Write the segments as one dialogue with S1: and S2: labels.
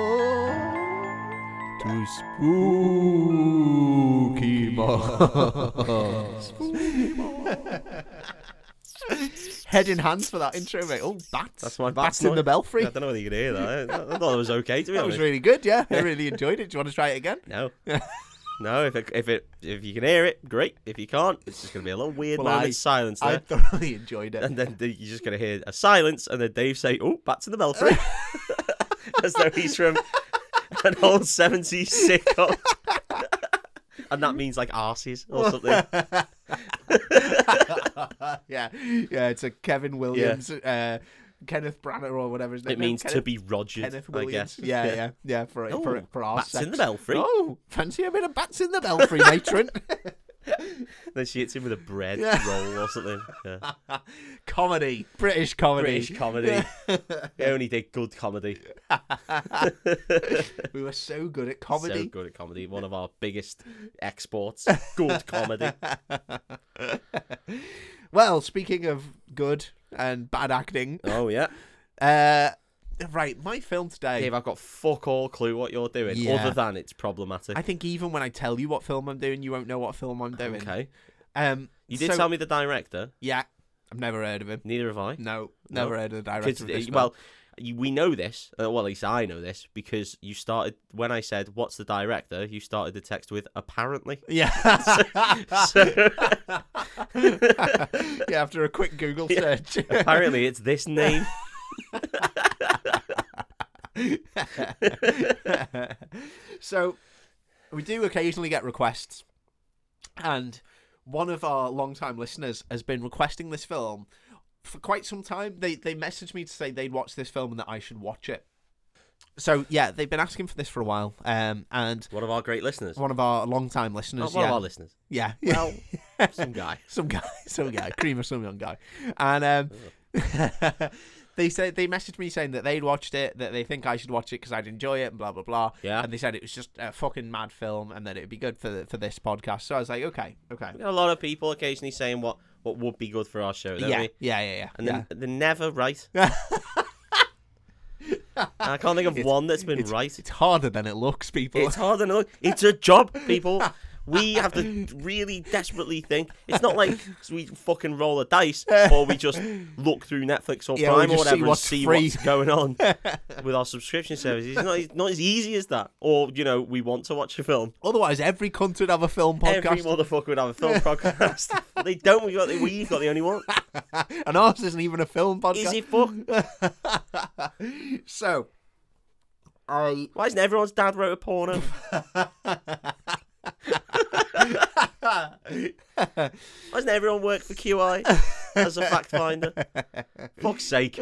S1: welcome to Spooky Boss. Head in hands for that intro, mate. Oh, bats.
S2: That's my
S1: bats
S2: bat
S1: in the
S2: noise.
S1: belfry.
S2: I don't know whether you can hear that. I I thought it was okay to be
S1: That
S2: honest.
S1: was really good, yeah. I really enjoyed it. Do you want to try it again?
S2: no, no. If it, if it if you can hear it, great. If you can't, it's just gonna be a little weird
S1: Well,
S2: moment
S1: I-
S2: of silence
S1: I
S2: there,
S1: thoroughly enjoyed it.
S2: and then the- you're just gonna hear a silence, and then Dave say, "Oh, back to the belfry," as though he's from an old '70s sitcom. And that means like arses or something.
S1: yeah, yeah. It's a Kevin Williams, uh, Kenneth Branagh, or whatever his name.
S2: It means
S1: Kenneth,
S2: to be rogered,
S1: Kenneth
S2: I
S1: Williams.
S2: guess.
S1: Yeah, yeah, yeah. For for
S2: Ooh,
S1: for our
S2: bats in
S1: sex.
S2: the belfry.
S1: Oh, fancy a bit of bats in the belfry, matron.
S2: Then she hits him with a bread
S1: Yeah.
S2: roll or something. Yeah.
S1: comedy, British comedy.
S2: British comedy. they only did good comedy.
S1: we were so good at
S2: So
S1: comedy.
S2: good at comedy. One of our biggest exports. Good comedy.
S1: Well, speaking of good and bad acting,
S2: Oh yeah.
S1: uh, right, my film today.
S2: Dave, I've got fuck all clue what you're doing,
S1: Yeah.
S2: other than it's problematic.
S1: I think even when I tell you what film I'm doing, you won't know what film I'm doing.
S2: Okay.
S1: Um,
S2: You did
S1: so-
S2: tell me the director.
S1: Yeah, I've never heard of him.
S2: Neither have I.
S1: No, never heard of the director.
S2: 'Cause,
S1: Of
S2: uh,
S1: this film.
S2: well, you, we know this. Uh, well, at least I know this because you started when I said, "What's the director?" You started the text with "apparently."
S1: yeah,
S2: So
S1: yeah. After a quick Google search,
S2: apparently, it's this name.
S1: so we do occasionally get requests, and one of our long-time listeners has been requesting this film for quite some time. They they messaged me to say they'd watched this film and that I should watch it. So yeah, they've been asking for this for a while, um, and
S2: One of our great listeners.
S1: one of our long-time
S2: Not
S1: listeners,
S2: one
S1: yeah,
S2: of our listeners.
S1: yeah,
S2: Oh, Well, some guy.
S1: some guy, some guy, cream or some young guy, and um, they said they messaged me saying that they'd watched it, that they think I should watch it because I'd enjoy it, and blah blah blah.
S2: Yeah.
S1: and they said it was just a fucking mad film, and that it'd be good for for this podcast. So I was like, okay, okay,
S2: We got a lot of people occasionally saying what, what would be good for our show, don't
S1: yeah,
S2: we?
S1: yeah, yeah, yeah.
S2: And
S1: yeah.
S2: then they're never right. I can't think of one that's been right.
S1: it's harder than it looks, people.
S2: It's harder than it look. It's a job, people. We have to really desperately think. It's not like we fucking roll a dice or we just look through Netflix or
S1: Yeah, we
S2: Prime
S1: just
S2: or
S1: see
S2: whatever and
S1: what's
S2: see
S1: free.
S2: what's going on with our subscription services. It's not, it's not as easy as that. Or, you know, we want to watch a film.
S1: Otherwise, every cunt would have a film
S2: Every
S1: podcast,
S2: motherfucker would have a film podcast. they don't. We've got, the- we've got the only one.
S1: and ours isn't even a film podcast.
S2: Is it fuck?
S1: So, I
S2: Why isn't everyone's dad wrote a porno? Why doesn't everyone work for QI as a fact finder? Fuck's sake.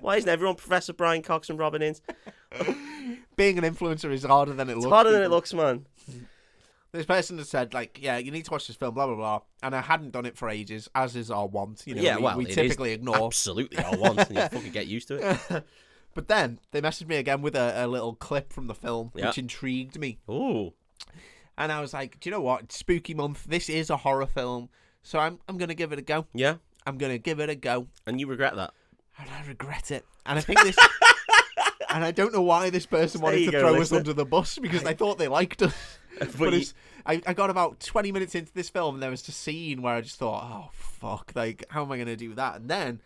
S2: Why isn't everyone Professor Brian Cox and Robin Ince?
S1: being an influencer is harder than it looks.
S2: Harder than
S1: people.
S2: it looks, man.
S1: this person has said like yeah you need to watch this film blah blah blah and i hadn't done it for ages as is our want you know we, we typically ignore
S2: Absolutely, I want, and you fucking get used to it.
S1: but then they messaged me again with a, a little clip from the film
S2: Yeah.
S1: which intrigued me
S2: Ooh,
S1: and i was like do you know what it's spooky month this is a horror film so i'm, I'm gonna give it a go
S2: yeah,
S1: i'm gonna give it a go
S2: and you regret that.
S1: and i regret it and i think this and i don't know why this person wanted
S2: you
S1: to
S2: go,
S1: throw us
S2: listener.
S1: under the bus because they thought they liked us but,
S2: you-
S1: it's, I, I got about 20 minutes into this film and there was a scene where i just thought oh fuck like how am i going to do that and then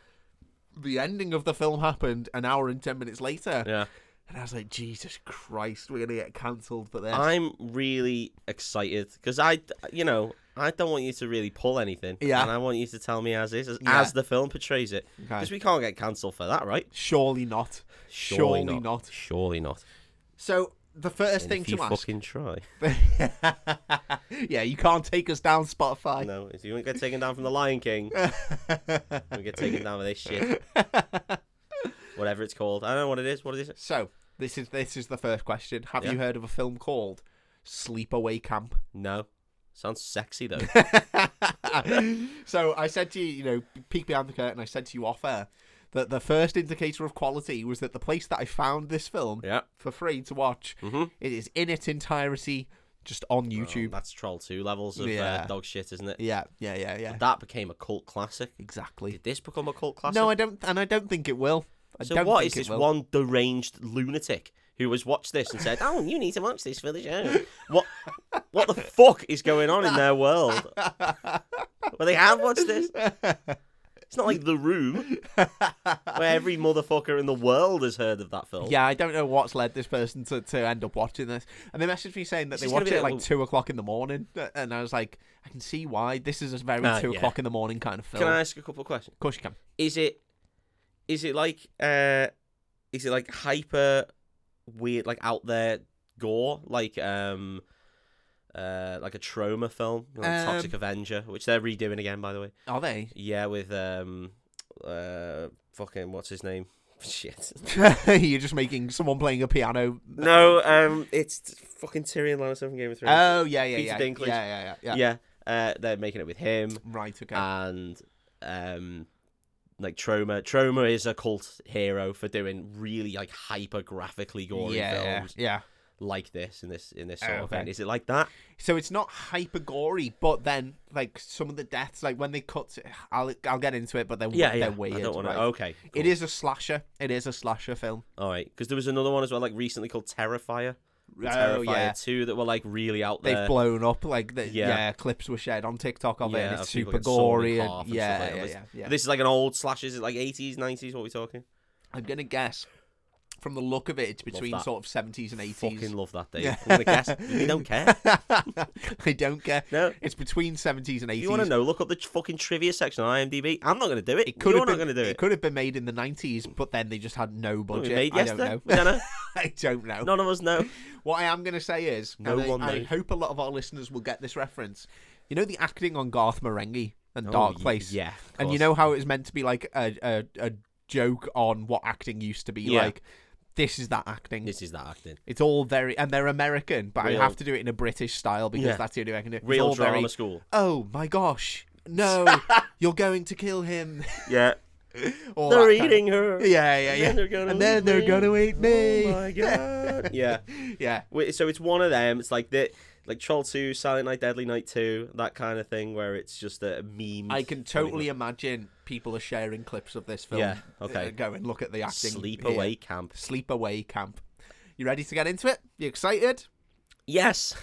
S1: the ending of the film happened an hour and 10 minutes later
S2: Yeah,
S1: and i was like jesus christ we're going to get cancelled for this
S2: I'm really excited because I, you know, I don't want you to really pull anything.
S1: Yeah.
S2: and I want you to tell me as is, as,
S1: Yeah.
S2: as the film portrays it, because we can't get cancelled for that, right?
S1: surely not surely, not.
S2: Surely not.
S1: so the first thing
S2: If you
S1: to ask
S2: fucking try.
S1: yeah you can't take us down spotify
S2: No, if you won't get taken down from the Lion King, we get taken down with this shit. Whatever it's called, I don't know what it is. What is it?
S1: So this is this is the first question. Have
S2: Yeah.
S1: you heard of a film called Sleepaway Camp?
S2: No, sounds sexy though.
S1: so I said to you, you know, peek behind the curtain. I said to you off air that the first indicator of quality was that the place that I found this film
S2: yeah, Mm-hmm.
S1: for free to watch, it is in its entirety just on YouTube.
S2: that's Troll Two levels of
S1: Yeah.
S2: uh, dog shit, isn't it?
S1: yeah, yeah, yeah, yeah.
S2: That became a cult classic.
S1: Exactly.
S2: Did this become a cult classic?
S1: No, I don't, and I don't think it will. I
S2: So
S1: don't
S2: what
S1: think
S2: is
S1: it
S2: this
S1: will.
S2: one deranged lunatic who has watched this and said, "Oh, you need to watch this for the show"? What what the fuck is going on in their world? Well, they have watched this. It's not like The Room, where every motherfucker in the world has heard of that film.
S1: Yeah, I don't know what's led this person to, to end up watching this. And they messaged me saying that
S2: It's
S1: they
S2: just gonna
S1: watch
S2: be
S1: it at
S2: like
S1: like
S2: the-
S1: two o'clock in the morning, and I was like, I can see why. This is a very
S2: Ah,
S1: two
S2: yeah.
S1: o'clock in the morning kind of film.
S2: Can I ask a couple of questions?
S1: Of course you can.
S2: Is it is it like uh is it like hyper weird like out there gore like um uh like a trauma film like
S1: Um,
S2: Toxic Avenger which they're redoing again by the way.
S1: Are they?
S2: Yeah, with um uh fucking what's his name? Shit.
S1: You're just making someone playing a piano.
S2: No, um it's fucking Tyrion Lannister from Game of Thrones.
S1: Oh yeah, yeah,
S2: Peter
S1: yeah.
S2: Dinklage.
S1: yeah, yeah, yeah, yeah,
S2: Uh, yeah. Ah, Uh they're making it with him
S1: Right. Okay.
S2: and um like Troma. Troma is a cult hero for doing really like hyper graphically gory
S1: yeah, yeah,
S2: films
S1: yeah.
S2: like this in this in this sort of
S1: Okay.
S2: thing. Is it like that?
S1: So it's not hyper gory, but then like some of the deaths, like when they cut, to, I'll I'll get into it, but they're
S2: Yeah,
S1: they're
S2: yeah.
S1: weird.
S2: I don't Oh, want
S1: right?
S2: to. Okay,
S1: It is a slasher. It is a slasher film.
S2: all right. Because there was another one as well, like recently called Terrifier. and
S1: oh
S2: Terrifier
S1: yeah,
S2: two that were like really out
S1: they've
S2: there.
S1: blown up. Like the,
S2: Yeah.
S1: yeah. clips were shared on TikTok of it,
S2: Yeah,
S1: and
S2: of
S1: it's
S2: people
S1: super
S2: getting sawn in
S1: gory. And,
S2: half and stuff
S1: yeah,
S2: like that.
S1: yeah,
S2: This-
S1: yeah, yeah.
S2: This is like an old slash. Is it like eighties, nineties? What are we talking?
S1: I'm gonna guess from the look of it, it's between
S2: that.
S1: sort of 70s and 80s.
S2: Fucking love that, Dave.
S1: Yeah.
S2: I'm gonna guess. You don't care.
S1: I don't care.
S2: No.
S1: It's between 70s and 80s.
S2: If you want to know, look up the fucking trivia section on IMDb. I'm not gonna do it.
S1: It could
S2: You're
S1: have
S2: not
S1: been,
S2: gonna do it.
S1: could have been made in the 90s, but then they just had no
S2: What
S1: budget.
S2: we made
S1: I don't
S2: yesterday.
S1: know.
S2: We don't know.
S1: I don't know.
S2: None of us know.
S1: What I am going to say is,
S2: No
S1: and I,
S2: one
S1: I
S2: knows.
S1: hope a lot of our listeners will get this reference. You know the acting on Garth Marenghi and Dark
S2: Oh, y-
S1: Place?
S2: Yeah. of
S1: And you
S2: course.
S1: know how it was meant to be like a, a, a joke on what acting used to be
S2: Yeah.
S1: like? This is that acting.
S2: this is that acting.
S1: It's all very, and they're American, but
S2: Real-
S1: I have to do it in a British style because
S2: Yeah.
S1: that's the only way I can do it. It's
S2: Real
S1: all
S2: drama
S1: very,
S2: school.
S1: Oh my gosh! No, you're going to kill him.
S2: Yeah.
S1: All that
S2: They're
S1: kind of-
S2: eating her.
S1: Yeah, yeah, yeah.
S2: And they're gonna
S1: And then
S2: eat
S1: they're
S2: me.
S1: gonna eat me.
S2: Oh my god. yeah.
S1: yeah.
S2: Wait, So it's one of them. It's like the like Troll Two, Silent Night, Deadly Night Two, that kind of thing, where it's just a meme.
S1: I can totally imagine people are sharing clips of this film.
S2: Yeah, okay.
S1: uh, Going look at the acting.
S2: sleep
S1: here.
S2: away camp.
S1: Sleep away camp. You ready to get into it? You excited?
S2: Yes.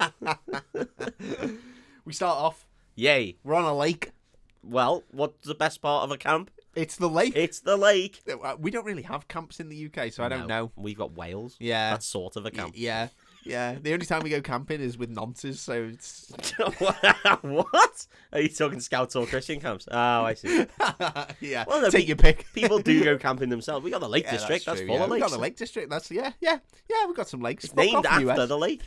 S1: We start off.
S2: Yay.
S1: We're on a lake.
S2: Well, what's the best part of a camp?
S1: It's the lake.
S2: It's the lake.
S1: Uh, We don't really have camps in the UK, so I don't know.
S2: We've got whales.
S1: Yeah.
S2: That's sort of
S1: Y-
S2: a camp.
S1: Yeah. Yeah. The only time we go camping is with nonces, so it's
S2: what? Are you talking scouts or Christian camps? Oh, I see.
S1: yeah.
S2: Well, no,
S1: take
S2: pe-
S1: your pick.
S2: People do go camping themselves. We got the Lake
S1: Yeah,
S2: District. That's,
S1: true,
S2: full
S1: yeah.
S2: of
S1: We've
S2: lakes.
S1: got a lake district. That's yeah, yeah, yeah. We've got some lakes. Fuck
S2: named
S1: off,
S2: after
S1: US.
S2: the lake.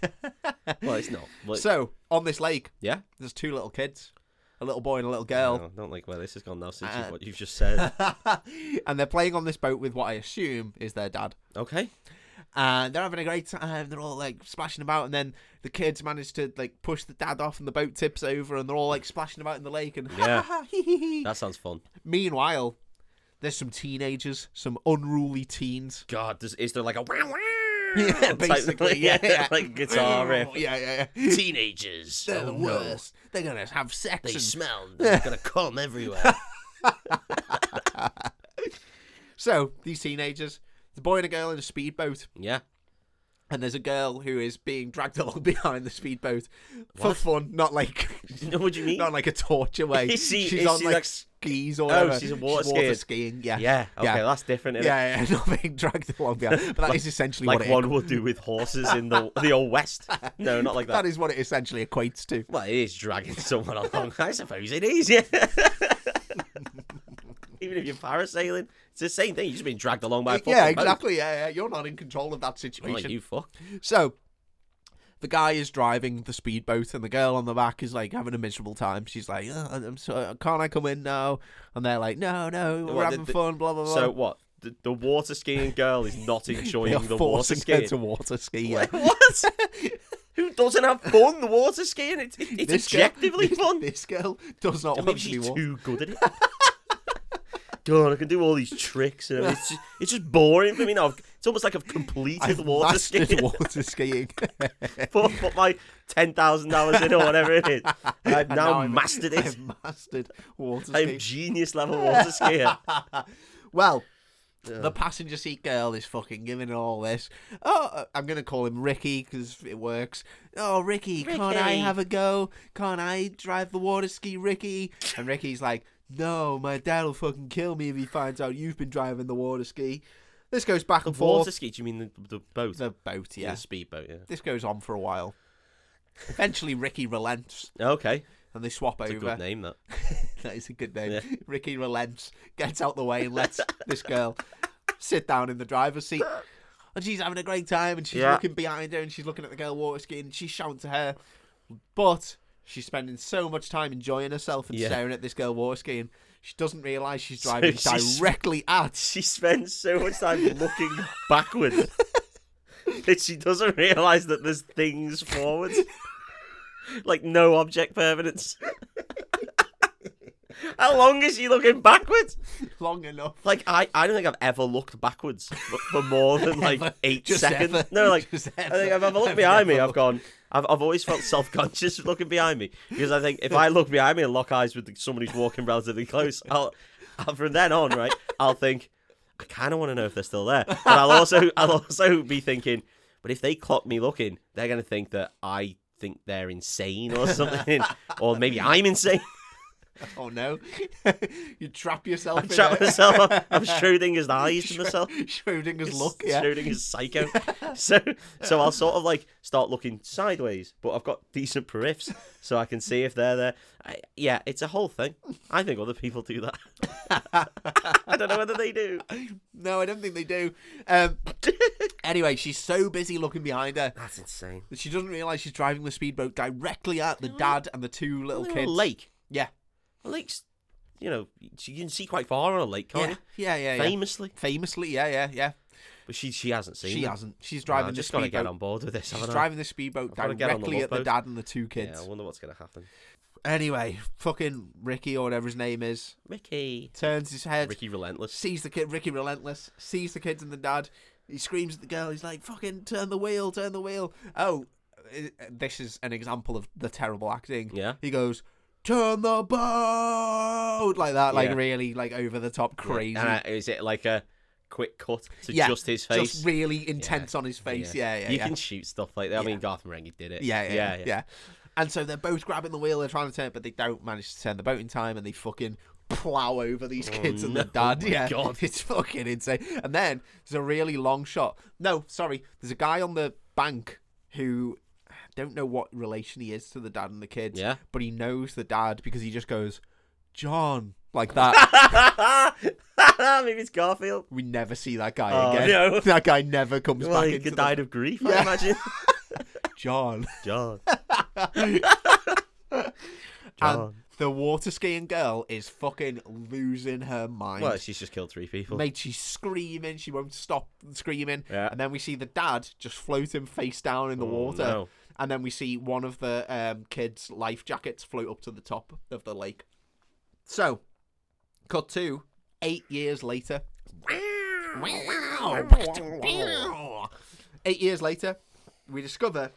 S2: well, it's not. But,
S1: So on this lake,
S2: yeah.
S1: there's two little kids, a little boy and a little girl,
S2: No, I don't like where this has gone now since
S1: Uh,
S2: you've, what you've just said.
S1: and they're playing on this boat with what I assume is their dad.
S2: Okay.
S1: And they're having a great time. They're all like splashing about, and then the kids manage to like push the dad off, and the boat tips over, and they're all like splashing about in the lake. And
S2: Yeah.
S1: ha ha hee hee hee.
S2: That sounds fun.
S1: Meanwhile, there's some teenagers, some unruly teens.
S2: God, does, is there like a wow wow?
S1: Yeah,
S2: type-
S1: basically, yeah, yeah. Oh,
S2: like guitar riff.
S1: Yeah, yeah, yeah.
S2: Oh, Teenagers.
S1: They're the
S2: oh, no.
S1: worst. They're gonna have sex.
S2: They
S1: and-
S2: smell. They're gonna come everywhere.
S1: so these teenagers, the boy and a girl in a speedboat,
S2: yeah.
S1: and there's a girl who is being dragged along behind the speedboat for fun, not like
S2: What do you mean?
S1: not like a torture way.
S2: Is she-
S1: she's
S2: is
S1: on
S2: she
S1: like,
S2: like- Oh,
S1: skis or whatever.
S2: she's a water skier.
S1: skiing. Yeah,
S2: yeah. Okay,
S1: yeah.
S2: that's different.
S1: yeah,
S2: innit?
S1: yeah, not being dragged along behind. But that is essentially
S2: Like
S1: what it.
S2: one would do with horses in the the old west. No, not like that.
S1: that is what it essentially equates to.
S2: Well, it is dragging someone along. I suppose it is, yeah. Even if you're parasailing, it's the same thing. You're just being dragged along by a fucking
S1: Yeah,
S2: boat.
S1: exactly. Yeah, yeah, you're not in control of that
S2: Oh,
S1: situation.
S2: you fuck.
S1: So the guy is driving the speedboat, and the girl on the back is like having a miserable time. She's like, "Oh, "I'm so can't I come in now?" And they're like, "No, no, we're
S2: Well, the-
S1: having
S2: the-
S1: fun." Blah blah blah.
S2: So what? The, the water skiing girl is not
S1: they are
S2: enjoying the water
S1: forcing her
S2: skiing.
S1: to water ski. Yeah.
S2: what? Who doesn't have fun? The water skiing? It's, it's objectively
S1: girl,
S2: fun.
S1: This girl does not
S2: Maybe
S1: want to be
S2: she's
S1: water.
S2: too good at it. God, I can do all these tricks, and everything. it's just, it's just boring for me now. I've- It's almost like I've completed
S1: I've
S2: water
S1: mastered
S2: skiing.
S1: water skiing.
S2: put, put my ten thousand dollars in or whatever it is. And I've
S1: And
S2: now
S1: I'm-
S2: mastered it.
S1: I've mastered water
S2: I'm
S1: skiing.
S2: genius level water skier.
S1: Well, The passenger seat girl is fucking giving it all this. Oh, I'm gonna call him Ricky because it works. Oh, Ricky, can't I
S2: Ricky.
S1: have a go? Can't I drive the water ski, Ricky? And Ricky's like, No, my dad'll fucking kill me if he finds out you've been driving the water ski. This goes back and forth.
S2: Water ski? Do you mean the, the boat?
S1: The boat, yeah.
S2: The speedboat, yeah.
S1: This goes on for a while. Eventually, Ricky relents
S2: Okay.
S1: and they swap
S2: It's a
S1: over.
S2: good name, that.
S1: that is a good name.
S2: Yeah.
S1: Ricky relents, gets out the way, and lets this girl sit down in the driver's seat. And she's having a great time, and she's
S2: Yeah.
S1: looking behind her, and she's looking at the girl water skiing, and she's shouting to her. But she's spending so much time enjoying herself and
S2: Yeah.
S1: staring at this girl water skiing, she doesn't realise she's driving
S2: she's-
S1: directly at.
S2: She spends so much time looking backwards that she doesn't realise that there's things forwards. like no object permanence. How long is she looking backwards?
S1: Long enough.
S2: Like I, I don't think I've ever looked backwards for, for more than like
S1: Ever.
S2: eight
S1: Just
S2: seconds.
S1: ever.
S2: No, like
S1: Just
S2: I think if
S1: ever.
S2: I've
S1: I've
S2: looked behind me,
S1: never
S2: I've gone. I've, I've always felt self conscious looking behind me because I think if I look behind me and lock eyes with someone who's walking relatively close, I'll, I'll from then on, right, I'll think I kind of want to know if they're still there, but I'll also I'll also be thinking, but if they clock me looking, they're gonna think that I think they're insane or something, or maybe I'm insane.
S1: Oh no. you trap yourself
S2: I
S1: in
S2: trap
S1: a-
S2: myself. up. I'm Schrodinger's eyes to myself.
S1: Schrodinger's look,
S2: yeah.
S1: yeah.
S2: is psycho. so so I'll sort of like start looking sideways, but I've got decent periffs, so I can see if they're there. I, yeah, it's a whole thing. I think other people do that. I don't know whether they do.
S1: No, I don't think they do. Um, anyway, she's so busy looking behind her
S2: That's insane.
S1: that she doesn't realise she's driving the speedboat directly at the dad and the two little
S2: They're on
S1: kids.
S2: Oh. a lake.
S1: Yeah.
S2: A lake's, you know, you can see quite far on a lake, can't
S1: Oh, Yeah. Yeah, yeah,
S2: you?
S1: yeah.
S2: Famously,
S1: Famously, yeah, yeah, yeah.
S2: but she she hasn't seen.
S1: She
S2: them.
S1: hasn't. She's
S2: No,
S1: driving
S2: I
S1: the
S2: just gotta
S1: speedboat.
S2: get on board with this.
S1: She's
S2: haven't I?
S1: driving the speedboat
S2: I've gotta get on the
S1: directly at the
S2: longboat.
S1: dad and the two kids.
S2: Yeah, I wonder what's gonna happen.
S1: Anyway, fucking Ricky or whatever his name is
S2: Ricky.
S1: turns his head,
S2: Ricky relentless.
S1: sees the kid. Ricky relentless sees the kids and the dad. He screams at the girl. He's like, "Fucking turn the wheel, turn the wheel." Oh, i- this is an example of the terrible acting.
S2: Yeah.
S1: He goes, "Turn the boat!" Like that, like
S2: Yeah.
S1: really, like over the top, crazy.
S2: And I, is it like a quick cut to
S1: Yeah,
S2: just his face?
S1: Just really intense on his face. Yeah, yeah, yeah.
S2: You
S1: yeah.
S2: can shoot stuff like that. I mean, Garth Marenghi did it.
S1: yeah, yeah, yeah, And so they're both grabbing the wheel, they're trying to turn it, but they don't manage to turn the boat in time, and they fucking plow over these kids and the
S2: no. Oh
S1: dad.
S2: my
S1: yeah,
S2: God.
S1: it's fucking insane. And then there's a really long shot. No, sorry, there's a guy on the bank who I don't know what relation he is to the dad and the kids.
S2: Yeah.
S1: but he knows the dad because he just goes John like that.
S2: Maybe it's Garfield.
S1: we never see that guy
S2: Oh,
S1: again.
S2: no.
S1: That guy never comes
S2: Well,
S1: back
S2: he
S1: into
S2: could
S1: the-
S2: died of grief,
S1: Yeah.
S2: I imagine.
S1: John.
S2: John.
S1: And
S2: John.
S1: the water skiing girl is fucking losing her mind.
S2: Well, she's just killed three people.
S1: Mate, she's screaming. She won't stop screaming.
S2: Yeah.
S1: And then we see the dad just floating face down in the
S2: Oh,
S1: water.
S2: no.
S1: And then we see one of the um, kids' life jackets float up to the top of the lake. So, cut to eight years later. eight years later, we discover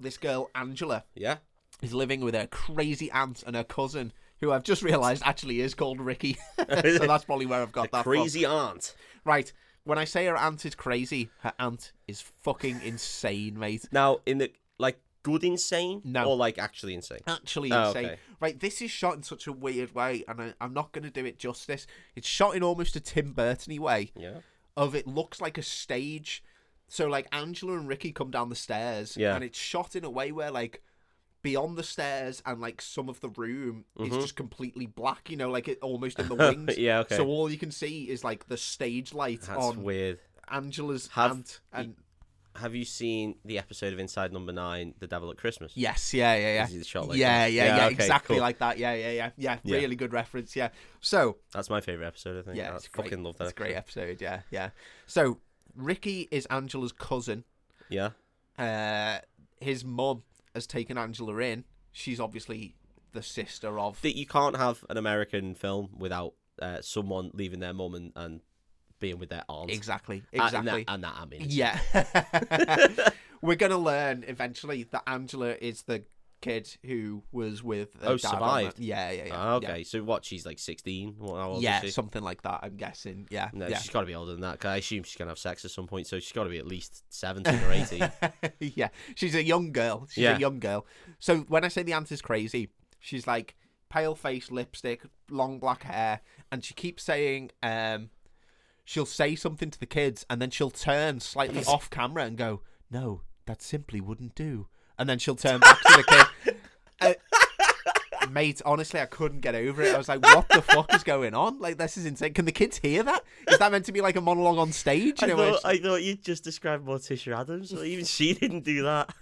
S1: this girl, Angela,
S2: Yeah.
S1: is living with her crazy aunt and her cousin, who I've just realised actually is called Ricky. so
S2: it?
S1: that's probably where I've got that from.
S2: Crazy aunt.
S1: Right. When I say her aunt is crazy, her aunt is fucking insane, mate.
S2: Now, in the like good insane,
S1: No.
S2: or like actually insane.
S1: Actually
S2: Oh,
S1: insane.
S2: okay.
S1: Right, this is shot in such a weird way, and I, I'm not going to do it justice. It's shot in almost a Tim Burton way
S2: Yeah.
S1: of it looks like a stage. So like Angela and Ricky come down the stairs,
S2: Yeah.
S1: and it's shot in a way where like beyond the stairs and like some of the room is just completely black. You know, like it almost in the wings.
S2: Mm-hmm. Yeah, okay.
S1: So all you can see is like the stage light
S2: That's
S1: on
S2: weird.
S1: Angela's
S2: Have-
S1: aunt and.
S2: Have you seen the episode of Inside Number Nine, The Devil at Christmas?
S1: Yes, yeah, yeah, yeah.
S2: Is it shot like
S1: yeah,
S2: that?
S1: yeah, yeah,
S2: Yeah, okay,
S1: exactly
S2: cool.
S1: like that. Yeah, yeah, yeah, yeah.
S2: Yeah.
S1: Really good reference. Yeah. So
S2: That's my favorite episode. I think.
S1: yeah,
S2: I
S1: it's great.
S2: fucking love that.
S1: It's a great
S2: episode.
S1: episode. Yeah, yeah. So Ricky is Angela's cousin.
S2: Yeah.
S1: Uh, his mum has taken Angela in. She's obviously the sister of.
S2: that you can't have an American film without uh, someone leaving their mum and, and being with their aunt. Uh,
S1: exactly.
S2: And- and that-
S1: Exactly.
S2: And that, I mean.
S1: Yeah. We're going to learn eventually that Angela is the kid who was with her
S2: Oh,
S1: dad on
S2: survived.
S1: that- Yeah, yeah, yeah.
S2: Ah,
S1: yeah.
S2: okay, so what? She's like sixteen. Well, how old
S1: yeah,
S2: is she?
S1: something like that. I'm guessing. Yeah,
S2: no,
S1: yeah,
S2: she's got to be older than that. 'cause I assume she's gonna have sex at some point, so she's got to be at least seventeen or eighteen.
S1: yeah. She's a young girl. She's
S2: Yeah.
S1: a young girl. So when I say the aunt is crazy, she's like pale face, lipstick, long black hair, and she keeps saying, um, she'll say something to the kids, and then she'll turn slightly off camera and go, "No, that simply wouldn't do," and then she'll turn back to the kid. Uh, Mate, honestly, I couldn't get over it. I was like, "What the fuck is going on? Like, this is insane. Can the kids hear that? Is that meant to be like a monologue on stage? You
S2: I
S1: know, where
S2: thought,
S1: it's-
S2: I thought you just described Morticia Adams. Well, even she didn't do that.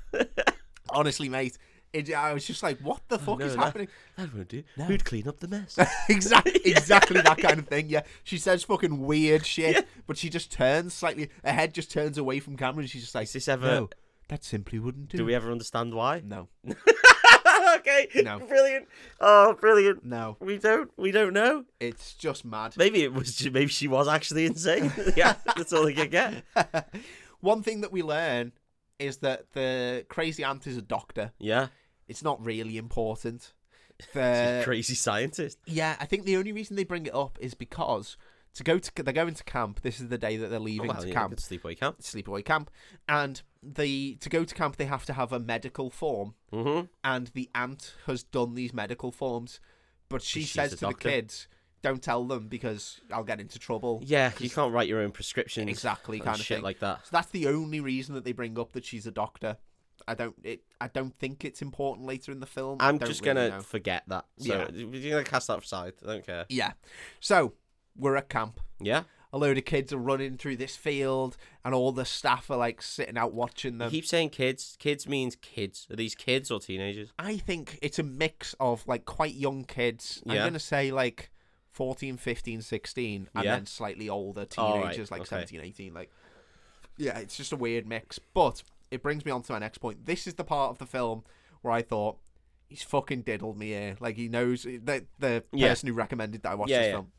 S1: honestly, mate, it, I was just like, "What the fuck
S2: no,
S1: is
S2: that-
S1: happening?"
S2: That won't do. Who'd clean up the mess?
S1: exactly, exactly that kind of thing. Yeah, she says fucking weird shit, but she just turns slightly. Her head just turns away from camera, and she's just like,
S2: Is this ever?
S1: "No, that simply wouldn't do."
S2: Do we ever understand why?
S1: no,
S2: okay.
S1: No.
S2: Brilliant. Oh, brilliant.
S1: no,
S2: We don't. We don't know.
S1: it's just mad.
S2: Maybe it was. ju- Maybe she was actually insane. yeah, that's all they could get.
S1: One thing that we learn is that the crazy aunt is a doctor.
S2: Yeah, Uh,
S1: It's not really important.
S2: she's
S1: The-
S2: a crazy scientist.
S1: yeah, I think the only reason they bring it up is because to go to they're going to camp. This is the day that they're leaving
S2: Oh, Well,
S1: to
S2: yeah,
S1: camp.
S2: good sleepaway camp.
S1: sleepaway camp, and the to go to camp they have to have a medical form,
S2: Mm-hmm.
S1: and the aunt has done these medical forms, but she
S2: She's
S1: says
S2: the
S1: to
S2: doctor.
S1: the kids, "Don't tell them because I'll get into trouble."
S2: Yeah, you can't write your own prescriptions.
S1: Exactly,
S2: and
S1: kind of
S2: shit
S1: thing.
S2: like that.
S1: so that's the only reason that they bring up that she's a doctor. I don't it. I don't think it's important later in the film. I
S2: I'm
S1: don't
S2: just
S1: really
S2: gonna
S1: know.
S2: forget that. So you're gonna cast that aside. I don't care.
S1: Yeah. So we're at camp.
S2: Yeah,
S1: A load of kids are running through this field, and all the staff are like sitting out watching
S2: you
S1: them.
S2: keep saying kids. Kids means kids. Are these kids or teenagers?
S1: I think it's a mix of like quite young kids. I'm
S2: Yeah.
S1: going to say like 14, 15, 16, and
S2: Yeah.
S1: then slightly older
S2: All right,
S1: teenagers like
S2: okay.
S1: seventeen, eighteen. 17, 18. Like, yeah, it's just a weird mix. But it brings me on to my next point. This is the part of the film where I thought, he's fucking diddled me here. Like, he knows that the
S2: Yeah.
S1: person who recommended that I watch
S2: Yeah,
S1: this
S2: yeah.
S1: film.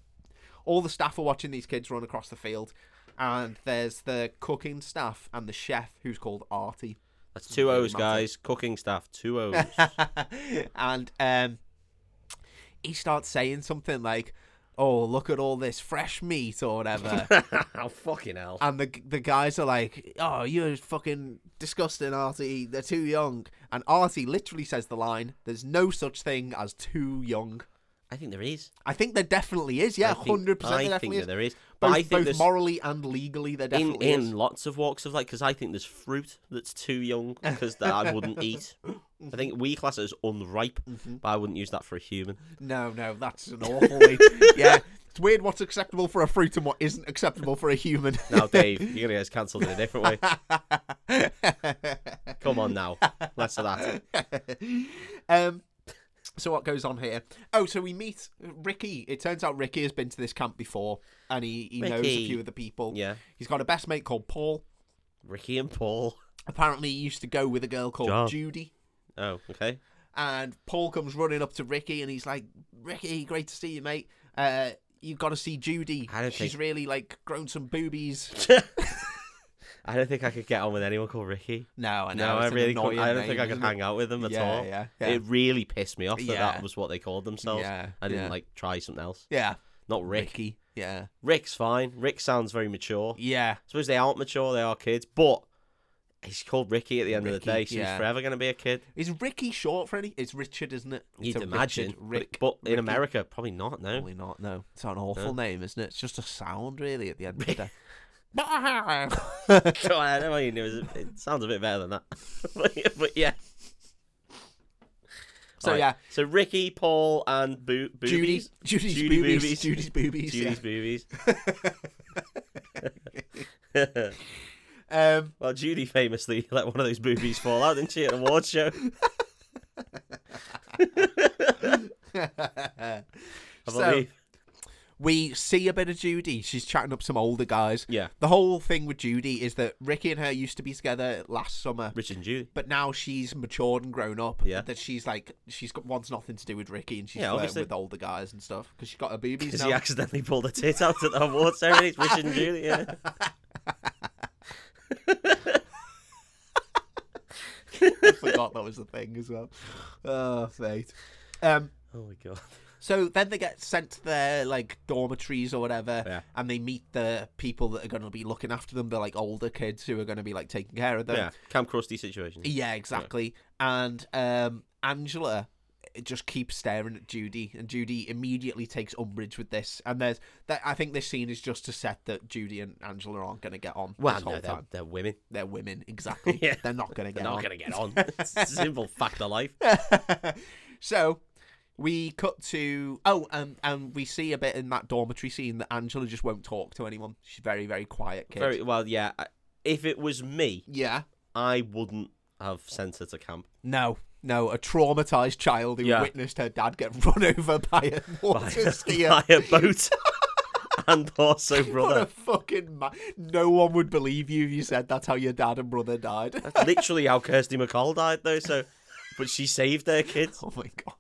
S1: All the staff are watching these kids run across the field, and there's the cooking staff and the chef who's called Artie.
S2: That's two
S1: really
S2: O's,
S1: matter.
S2: guys. Cooking staff. Two O's.
S1: and um, he starts saying something like, "Oh, look at all this fresh meat or whatever,"
S2: oh fucking hell.
S1: and the the guys are like, "Oh, you're fucking disgusting, Artie. They're too young." And Artie literally says the line, "There's no such thing as too young."
S2: I think there is.
S1: I think there definitely is. Yeah,
S2: I think-
S1: hundred percent. There
S2: I think
S1: definitely
S2: that
S1: is.
S2: there is. But
S1: Both,
S2: I think
S1: both
S2: there's
S1: morally and legally, there
S2: in
S1: definitely
S2: in
S1: is.
S2: lots of walks of life because I think there's fruit that's too young because that I wouldn't eat. I think we class it as unripe,
S1: Mm-hmm.
S2: but I wouldn't use that for a human.
S1: No, no, that's an awful. way- yeah, it's weird what's acceptable for a fruit and what isn't acceptable for a human.
S2: Now, Dave, you're gonna get us cancelled in a different way. Come on now, less of that.
S1: um, so what goes on here? Oh, so we meet Ricky. It turns out Ricky has been to this camp before, and he, he knows a
S2: Ricky.
S1: few of the people.
S2: Yeah,
S1: He's got a best mate called Paul.
S2: Ricky and Paul.
S1: Apparently, he used to go with a girl called
S2: John.
S1: Judy.
S2: Oh, okay.
S1: And Paul comes running up to Ricky, and he's like, "Ricky, great to see you, mate. Uh, you've got to see Judy.
S2: I don't
S1: She's
S2: think-
S1: really like grown some boobies."
S2: I don't think I could get on with anyone called Ricky.
S1: No, I know.
S2: No, I
S1: it's an
S2: really. Couldn't,
S1: annoying
S2: I don't
S1: name,
S2: think I could
S1: isn't it?
S2: hang out with them at
S1: Yeah,
S2: all.
S1: yeah, yeah.
S2: It really pissed me off that
S1: Yeah.
S2: that was what they called themselves.
S1: Yeah,
S2: I didn't
S1: yeah.
S2: like try something else.
S1: Yeah,
S2: Not Rick.
S1: Ricky. Yeah,
S2: Rick's fine. Rick sounds very mature.
S1: yeah.
S2: I suppose they aren't mature, they are kids, but he's called Ricky at the end of the
S1: Ricky,
S2: day, so
S1: yeah.
S2: he's forever going to be a kid.
S1: Is Ricky short for any? It's Richard, isn't it? It's
S2: You'd
S1: a
S2: imagine.
S1: Richard,
S2: but-
S1: Rick,
S2: but, in
S1: Ricky.
S2: America, probably not, no.
S1: Probably not. No, it's an awful name, isn't it? It's just a sound, really. At the end of the day.
S2: so I don't know why you knew it, was- it sounds a bit better than that. but, yeah- but yeah.
S1: So,
S2: Alright,
S1: yeah.
S2: So Ricky, Paul, and Boo-
S1: Judy,
S2: Boobies.
S1: Judy's
S2: Judy
S1: boobies,
S2: boobies.
S1: Judy's boobies.
S2: Judy's boobies.
S1: yeah. Um,
S2: Well, Judy famously let one of those boobies fall out, didn't she, at an award show? I
S1: So-
S2: believe.
S1: we see a bit of Judy. She's chatting up some older guys.
S2: Yeah.
S1: The whole thing with Judy is that Ricky and her used to be together last summer.
S2: Richard and Judy.
S1: But now she's matured and grown up.
S2: Yeah.
S1: That she's like she's got wants nothing to do with Ricky and she's
S2: Yeah,
S1: flirting
S2: obviously.
S1: with older guys and stuff because she's got her boobies
S2: Because
S1: now.
S2: he accidentally pulled a tit out at the award ceremony. It's Richard and Judy, yeah.
S1: I forgot that was the thing as well. Oh, fate. Um,
S2: Oh my god.
S1: so then they get sent to their like dormitories or whatever,
S2: Yeah.
S1: and they meet the people that are going to be looking after them. They're like older kids who are going to be like taking care of them.
S2: yeah, Camp Krusty situation.
S1: Yeah, exactly. And um, Angela just keeps staring at Judy, and Judy immediately takes umbrage with this. And there's that. I think this scene is just to set that Judy and Angela aren't going to get on
S2: Well,
S1: this whole
S2: no, they're,
S1: time.
S2: they're women.
S1: They're women, exactly.
S2: Yeah.
S1: They're not going to get
S2: They're not
S1: on.
S2: going to get on. It's a simple fact of life.
S1: so we cut to oh, and and we see a bit in that dormitory scene that Angela just won't talk to anyone. She's very very quiet kid.
S2: Very well, yeah. I- If it was me,
S1: Yeah.
S2: I wouldn't have sent her to camp.
S1: No, no, a traumatized child who
S2: Yeah.
S1: witnessed her dad get run over by a water
S2: By,
S1: skier.
S2: by a boat and also
S1: What a
S2: brother.
S1: fucking ma- no one would believe you if you said that's how your dad and brother died.
S2: That's literally how Kirsty McCall died, though. So, but she saved their kids.
S1: oh my god.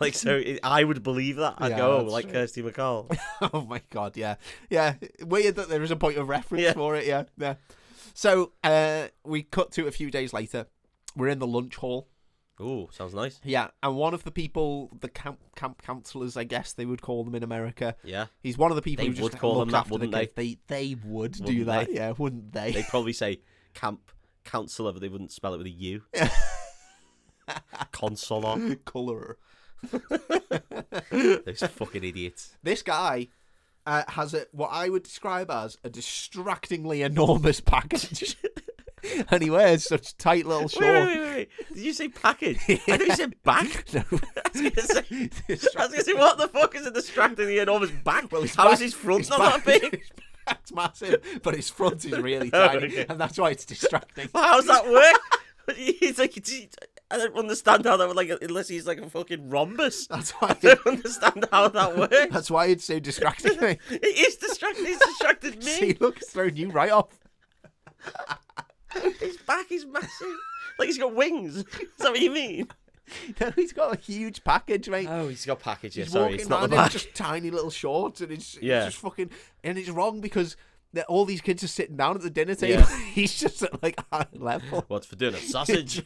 S2: Like, so it, I would believe that. I'd
S1: Yeah,
S2: go, oh,
S1: that's
S2: like
S1: true.
S2: Kirsty McCall.
S1: Oh my god, yeah. Yeah, weird that there is a point of reference
S2: Yeah.
S1: for it, yeah. Yeah. So, uh we cut to a few days later. We're in the lunch hall.
S2: Ooh, sounds nice.
S1: Yeah, and one of the people, the camp camp counselors, I guess they would call them in America.
S2: Yeah,
S1: He's one of the people
S2: They
S1: who just
S2: would call
S1: looked
S2: them that,
S1: after the
S2: wouldn't they?
S1: kids. They they would do
S2: Wouldn't
S1: that,
S2: they?
S1: yeah, wouldn't they?
S2: they'd probably say camp counselor, but they wouldn't spell it with a U. Consular.
S1: Colorer.
S2: Those fucking idiots.
S1: This guy uh, has a what I would describe as a distractingly enormous package, and he wears such tight little
S2: Wait, wait,
S1: shorts.
S2: wait, wait, wait. Did you say package? I thought you said back.
S1: No.
S2: I was gonna say- I was going to say, what the fuck is a distractingly enormous back? Well,
S1: his
S2: How is
S1: back-
S2: his front
S1: his
S2: not
S1: back-
S2: that big?
S1: his back's massive, but his front is really
S2: Oh,
S1: tiny,
S2: okay.
S1: and that's why it's distracting.
S2: Well, How's that work? it's like, it's- I don't understand how that would, like, unless he's like a fucking rhombus. I
S1: That's why.
S2: don't understand how that works.
S1: That's why it's so distracting. me.
S2: It is distracting. It's distracted
S1: See,
S2: me.
S1: look, it's thrown you right off.
S2: His back is massive. Like, he's got wings. Is that what you mean?
S1: No, he's got a huge package, mate.
S2: Oh, he's got package. Yeah,
S1: He's
S2: sorry,
S1: walking
S2: it's not the
S1: around
S2: back.
S1: in just tiny little shorts, and it's, it's
S2: Yeah.
S1: just fucking, and it's wrong because they're- all these kids are sitting down at the dinner table.
S2: Yeah.
S1: He's just at like eye level.
S2: What's for dinner? Sausage.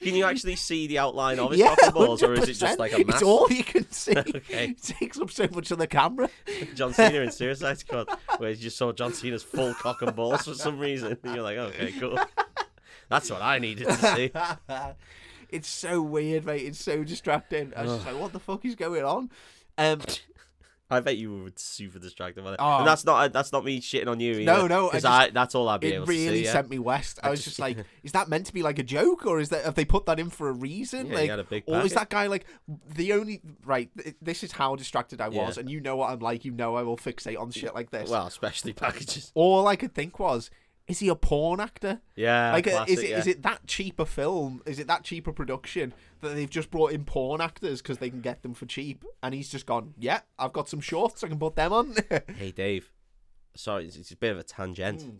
S2: Can you actually see the outline of his
S1: yeah,
S2: soccer balls, or is it just
S1: 100%.
S2: like a mass?
S1: It's all you can see.
S2: Okay.
S1: It takes up so much of the camera.
S2: John Cena in Suicide Squad, where you just saw John Cena's full cock and balls for some reason. And you're like, okay, cool. That's what I needed to see.
S1: it's so weird, mate. It's so distracting. I was just like, what the fuck is going on? Um,
S2: I bet you were super distracted by that.
S1: Oh.
S2: and that's not uh, that's not me shitting on you. Either,
S1: No, no, I
S2: because
S1: just-
S2: I, that's all I'd be
S1: it
S2: able
S1: really
S2: to see. Yeah.
S1: sent me west. I was just like, is that meant to be like a joke, or is that have they put that in for a reason?
S2: Yeah, he
S1: like,
S2: had a big
S1: or is
S2: packet.
S1: that guy like the only right? th- This is how distracted I was,
S2: Yeah.
S1: and you know what I'm like. You know I will fixate on shit like this.
S2: Well, especially packages.
S1: All I could think was, is he a porn actor?
S2: Yeah,
S1: Like, uh,
S2: classic,
S1: is it is
S2: yeah.
S1: it that cheap a film? Is it that cheap a production that they've just brought in porn actors because they can get them for cheap? And he's just gone, yeah, I've got some shorts, I can put them on.
S2: Hey Dave, sorry, it's, it's a bit of a tangent,
S1: Hmm.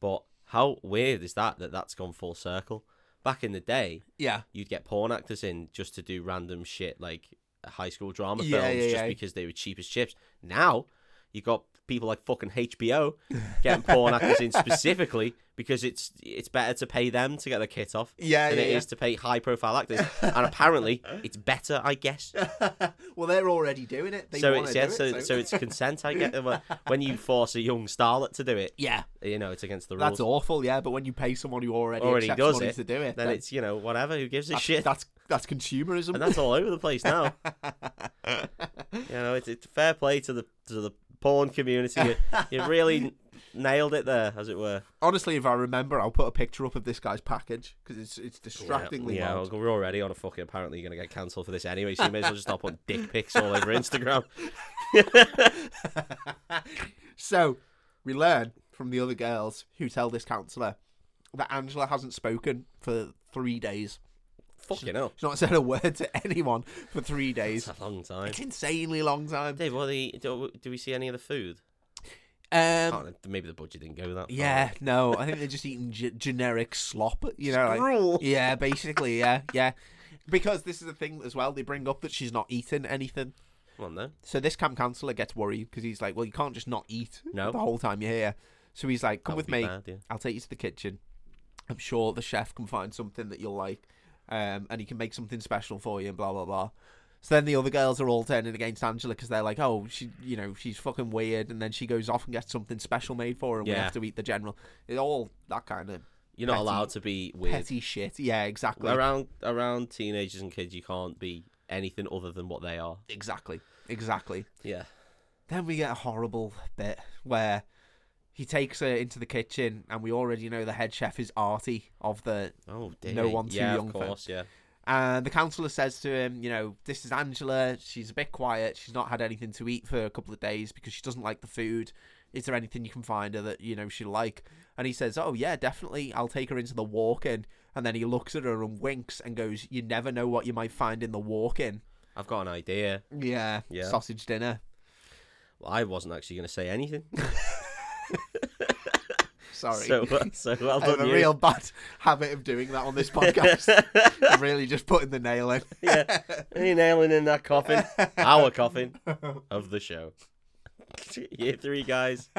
S2: but how weird is that that that's gone full circle? Back in the day,
S1: yeah,
S2: you'd get porn actors in just to do random shit like high school drama
S1: Yeah,
S2: films
S1: yeah,
S2: just
S1: yeah.
S2: because they were cheap as chips. Now you got people like fucking HBO getting porn actors in specifically because it's it's better to pay them to get their kit off
S1: Yeah,
S2: than
S1: yeah,
S2: it is
S1: yeah.
S2: to pay high profile actors. and apparently it's better, I guess.
S1: well they're already doing it. They
S2: so
S1: wanna
S2: it's yeah,
S1: do it,
S2: so, so it's consent, I get Well, when you force a young starlet to do it,
S1: yeah.
S2: you know, it's against the rules.
S1: That's awful, yeah. But when you pay someone who already,
S2: Already
S1: accepts
S2: does
S1: money
S2: it,
S1: to do it,
S2: Then it's, you know, whatever, who gives a
S1: that's,
S2: shit?
S1: That's that's consumerism.
S2: and that's all over the place now. you know, it's, it's fair play to the to the porn community. You, you really n- nailed it there, as it were.
S1: Honestly, if I remember, I'll put a picture up of this guy's package because it's it's distractingly
S2: yeah,
S1: large.
S2: we're already on a fucking. Apparently, you're gonna get cancelled for this anyway, so you may as well just stop on dick pics all over Instagram.
S1: So we learn from the other girls who tell this counselor that Angela hasn't spoken for three days.
S2: fucking hell,
S1: She's not said a word to anyone for three
S2: it's
S1: days.
S2: a long time.
S1: It's insanely long time.
S2: Dave, what are the, do, do we see any of the food?
S1: Um,
S2: Can't- maybe the budget didn't go that. far.
S1: yeah, no, I think they're just eating g- generic slop. You know, like,
S2: Gruel.
S1: Yeah, basically, yeah, yeah. Because this is the thing as well, they bring up that she's not eating anything.
S2: Come on then.
S1: So this camp counselor gets worried because he's like, well, you can't just not eat
S2: No.
S1: the whole time you're here. So he's like, come
S2: That
S1: with
S2: would be
S1: me.
S2: bad, yeah.
S1: I'll take you to the kitchen. I'm sure the chef can find something that you'll like, um, and he can make something special for you, and blah blah blah. So then the other girls are all turning against Angela because they're like, "Oh, she, you know, she's fucking weird," and then she goes off and gets something special made for her, and we
S2: Yeah.
S1: have to eat the general. It all that kind of
S2: You're not
S1: Petty-
S2: allowed to be weird.
S1: petty shit. Yeah, exactly,
S2: Around around teenagers and kids, you can't be anything other than what they are.
S1: exactly, exactly.
S2: Yeah.
S1: Then we get a horrible bit where he takes her into the kitchen, and we already know the head chef is Artie of the
S2: Oh, dear.
S1: No one too
S2: yeah,
S1: young
S2: Of
S1: for-
S2: course, yeah.
S1: And the counselor says to him, you know, this is Angela. She's a bit quiet. She's not had anything to eat for a couple of days because she doesn't like the food. Is there anything you can find her that, you know, she'll like? And he says, oh, yeah, definitely. I'll take her into the walk in. And then he looks at her and winks and goes, you never know what you might find in the walk in.
S2: I've got an idea.
S1: Yeah.
S2: Yeah.
S1: Sausage dinner.
S2: Well, I wasn't actually going to say anything.
S1: Sorry.
S2: So, uh, so well
S1: I have
S2: done,
S1: a
S2: you.
S1: real bad habit of doing that on this podcast. I'm really just putting the nail in.
S2: yeah. Any nailing in that coffin? Our coffin of the show. Year three, guys.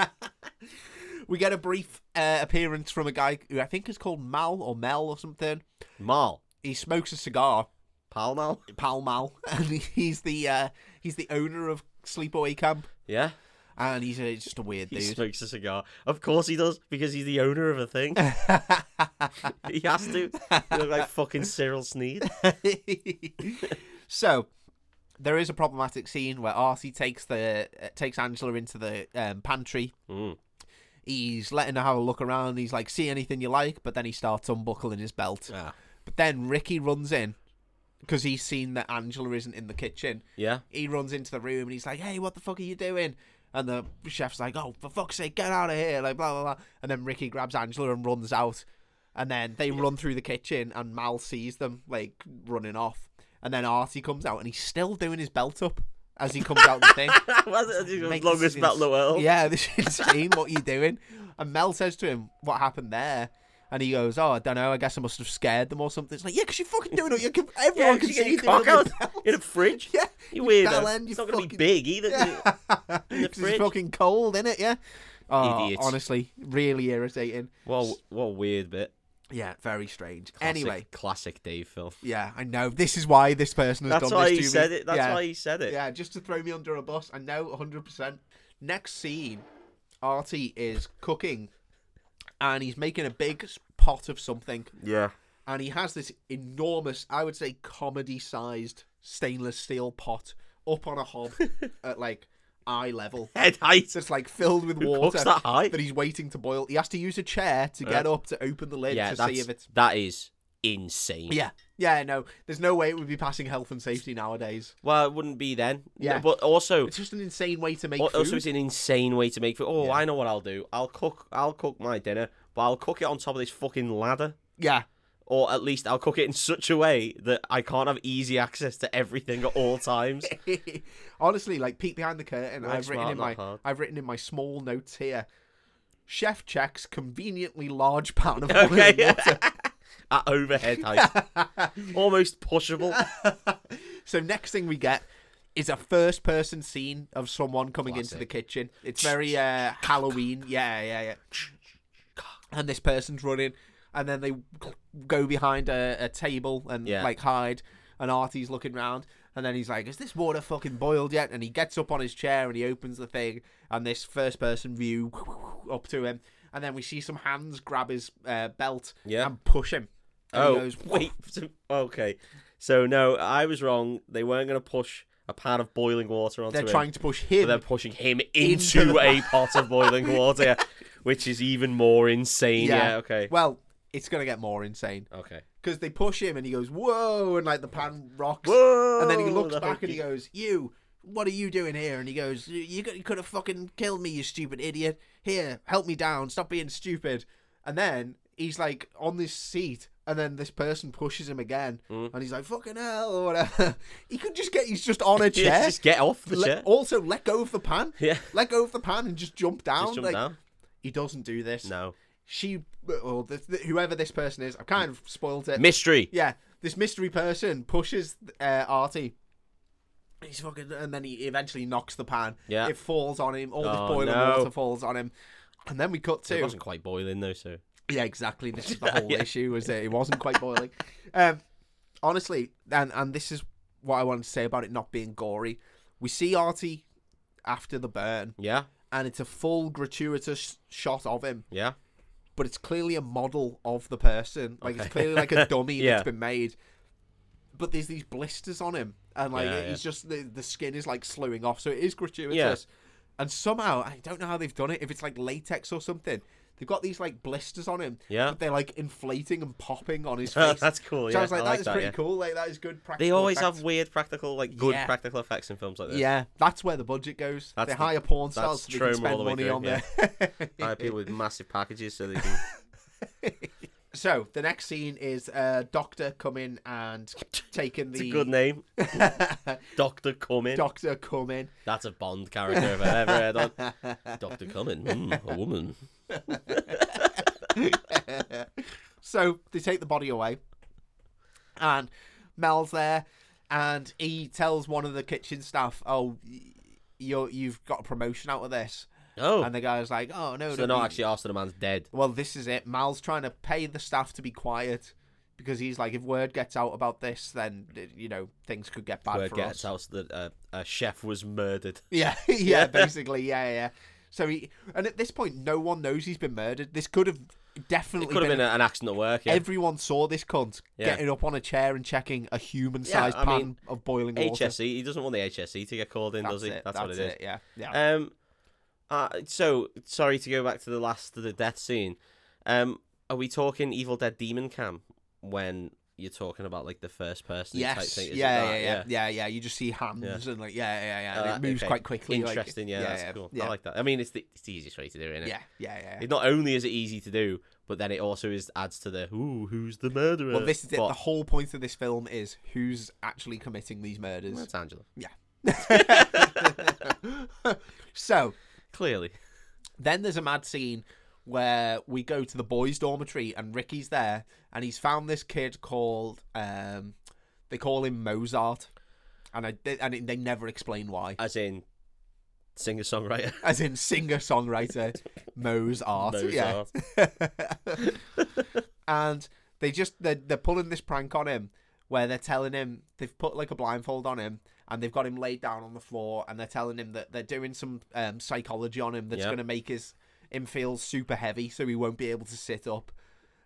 S1: We get a brief uh, appearance from a guy who I think is called Mal or Mel or something.
S2: Mal.
S1: he smokes a cigar,
S2: Pal Mal.
S1: Pall Mall, and he's the uh, he's the owner of Sleepaway Camp,
S2: Yeah.
S1: and he's a, just a weird
S2: He
S1: dude.
S2: smokes a cigar. Of course he does, because he's the owner of a thing. he has to. You look like fucking Cyril Sneed.
S1: so there is a problematic scene where Artie takes the uh, takes Angela into the um, pantry.
S2: Mm.
S1: He's letting her have a look around. He's like, "See anything you like," but then he starts unbuckling his belt.
S2: Ah.
S1: But then Ricky runs in because he's seen that Angela isn't in the kitchen.
S2: Yeah.
S1: he runs into the room and he's like, "Hey, what the fuck are you doing?" And the chef's like, "Oh, for fuck's sake, get out of here!" Like blah blah blah. And then Ricky grabs Angela and runs out. And then they run through the kitchen and Mal sees them like running off. And then Artie comes out and he's still doing his belt up as he comes out the thing.
S2: Was it the
S1: Mate,
S2: longest
S1: this is
S2: battle in the world?
S1: Yeah, this is insane. what are you doing? And Mel says to him, "What happened there?" And he goes, "Oh, I don't know. I guess I must have scared them or something." It's like, yeah, because you're fucking doing it. You can, everyone
S2: Yeah,
S1: can
S2: you
S1: see
S2: get
S1: you
S2: your
S1: doing it
S2: cock
S1: with your
S2: out
S1: belt.
S2: in a fridge.
S1: Yeah,
S2: You
S1: your
S2: weirdo.
S1: bell end, you
S2: it's not going to be
S1: fucking-
S2: big either. the
S1: Because it's
S2: fridge.
S1: fucking cold, innit? Yeah. Oh,
S2: Idiots.
S1: honestly, really irritating.
S2: Well, what a weird bit.
S1: Yeah, very strange.
S2: Classic,
S1: Anyway,
S2: classic Dave film.
S1: yeah, I know this is why this person has
S2: That's
S1: done
S2: why
S1: this
S2: he
S1: to
S2: said
S1: me.
S2: it. That's
S1: yeah.
S2: why he said it.
S1: Yeah, just to throw me under a bus. I know, 100%. Next scene, Artie is cooking, and he's making a big s- pot of something,
S2: Yeah.
S1: and he has this enormous, I would say, comedy-sized stainless steel pot up on a hob at like eye level.
S2: Head height.
S1: So it's like filled with
S2: Who
S1: water
S2: cooks that high? Uh,
S1: that he's waiting to boil. He has to use a chair to get up to open the lid
S2: Yeah,
S1: to
S2: that's,
S1: see if it's.
S2: that is insane.
S1: Yeah, yeah, no. There's no way it would be passing health and safety nowadays.
S2: Well, it wouldn't be then.
S1: Yeah.
S2: But also,
S1: It's just an insane way to make
S2: al- also
S1: food.
S2: it's an insane way to make food. Oh, I know what I'll do. I'll cook. I'll cook my dinner, but I'll cook it on top of this fucking ladder.
S1: Yeah,
S2: Or at least I'll cook it in such a way that I can't have easy access to everything at all times.
S1: honestly, like peek behind the curtain.
S2: Work
S1: I've written
S2: smart,
S1: in
S2: not
S1: my
S2: hard.
S1: I've written in my small notes here. Chef checks conveniently large pound of boiling
S2: Okay.
S1: water.
S2: at overhead height. Almost pushable.
S1: So next thing we get is a first person scene of someone coming into
S2: Classic.
S1: the kitchen. It's very uh, Halloween. Yeah, yeah, yeah. And this person's running, and then they go behind a, a table and
S2: Yeah.
S1: like hide. And Artie's looking round, and then he's like, "Is this water fucking boiled yet?" And he gets up on his chair and he opens the thing, and this first person view up to him, and then we see some hands grab his uh, belt
S2: Yeah.
S1: and push him. And he
S2: Oh,
S1: goes,
S2: wait. so- Okay. So, no, I was wrong. They weren't going to push a pan of boiling water onto
S1: They're
S2: him.
S1: trying to push him.
S2: but they're pushing him
S1: Into
S2: into,
S1: the
S2: a pot of boiling water, yeah, which is even more insane. Yeah, okay.
S1: Well, it's gonna get more insane
S2: Okay.
S1: because they push him and he goes whoa and like the pan rocks
S2: Whoa!
S1: and then he looks
S2: the
S1: back and he
S2: hokey.
S1: goes you what are you doing here and he goes "You- you could have fucking killed me you stupid idiot here help me down stop being stupid and then he's like on this seat and then this person pushes him again
S2: Mm.
S1: and he's like fucking hell or whatever he could just get he's just on a
S2: Yeah,
S1: chair
S2: Just get off the
S1: Let-
S2: chair.
S1: also let go of the pan
S2: Yeah.
S1: let go of the pan and just jump down
S2: Just jump
S1: like,
S2: down.
S1: he doesn't do this
S2: No.
S1: she or the, the- whoever this person is, I've kind of spoiled it.
S2: Mystery.
S1: yeah, this mystery person pushes uh, Artie. He's fucking, and then he eventually knocks the pan.
S2: Yeah.
S1: it falls on him. All this
S2: Oh,
S1: boiling
S2: no.
S1: water falls on him, and then we cut
S2: It
S1: to
S2: wasn't quite boiling though, so
S1: Yeah, exactly. This is the whole issue was that it wasn't quite boiling. Um, honestly, and and this is what I wanted to say about it not being gory. We see Artie after the burn,
S2: Yeah,
S1: and it's a full gratuitous shot of him,
S2: yeah.
S1: but it's clearly a model of the person. Like
S2: Okay.
S1: it's clearly like a dummy
S2: Yeah.
S1: that's been made. But there's these blisters on him, and like
S2: Yeah,
S1: he's just the, the skin is like slewing off, so it is gratuitous. And somehow I don't know how they've done it. If it's like latex or something, they've got these like blisters on him.
S2: Yeah.
S1: but they're like inflating and popping on his face.
S2: Oh, That's
S1: So
S2: cool. Yeah,
S1: I was like,
S2: I like
S1: that is
S2: that,
S1: pretty
S2: yeah.
S1: cool. Like that is good practical.
S2: They always
S1: effects.
S2: have weird practical, like good
S1: Yeah.
S2: practical effects in films like this.
S1: Yeah, that's where the budget goes.
S2: That's
S1: they
S2: the-
S1: hire porn stars
S2: that's
S1: so they can
S2: trauma all
S1: spend
S2: the way
S1: money
S2: through,
S1: on
S2: yeah.
S1: there.
S2: Hire people with massive packages so they can.
S1: so the next scene is a doctor coming and taking
S2: it's a
S1: the
S2: good name, Doctor Cumming.
S1: doctor coming.
S2: That's a Bond character if I ever heard on. Doctor Cumming, mm, a woman.
S1: So they take the body away, and Mel's there, and he tells one of the kitchen staff, "Oh, y- you're, you've got a promotion out of this,"
S2: Oh,
S1: and the guy's like, "Oh no,
S2: so they're
S1: no,
S2: not
S1: we-
S2: actually asked that the man's dead.
S1: Well, this is it. Mal's trying to pay the staff to be quiet because he's like, if word gets out about this, then you know things could get bad
S2: Word
S1: for
S2: gets
S1: us.
S2: out that uh, a chef was murdered.
S1: Yeah, yeah,
S2: Yeah.
S1: basically, yeah, yeah. So he, and at this point, no one knows he's been murdered. This could have definitely
S2: It could have been a- an accident at work. Yeah.
S1: Everyone saw this cunt
S2: Yeah.
S1: getting up on a chair and checking a human-sized
S2: Yeah, I
S1: pan
S2: mean,
S1: of boiling water.
S2: HSE. E, He doesn't want the HSE to get called in,
S1: that's
S2: does he?
S1: it.
S2: That's, what it is.
S1: Yeah, yeah.
S2: Um, uh, so sorry to go back to the last of the death scene. Um, are we talking Evil Dead Demon Cam when you're talking about like the first person? type
S1: yes.
S2: thing? Is
S1: Yeah,
S2: it
S1: yeah, yeah,
S2: that?
S1: yeah, yeah, You just see hands and like, yeah, yeah, yeah.
S2: Oh,
S1: and
S2: that-
S1: it moves
S2: okay.
S1: quite quickly. like-
S2: Interesting. yeah, that's cool.
S1: Yeah,
S2: I like that. I mean, it's the, it's the easiest way to do it. Isn't it?
S1: yeah, yeah, yeah.
S2: It not only is it easy to do, but then it also is adds to the ooh, who's the murderer?
S1: Well, this is it.
S2: But-
S1: The whole point of this film is who's actually committing these murders.
S2: That's Angela.
S1: so
S2: Clearly.
S1: then there's a mad scene where we go to the boys' dormitory and Ricky's there and he's found this kid called um, they call him Mozart, and I they- and they never explain why.
S2: As in singer songwriter.
S1: As in singer songwriter Mozart. Yeah. and they just they're, they're pulling this prank on him where they're telling him they've put like a blindfold on him and they've got him laid down on the floor and they're telling him that they're doing some um, psychology on him that's
S2: Yeah.
S1: going to make his him feel super heavy so he won't be able to sit up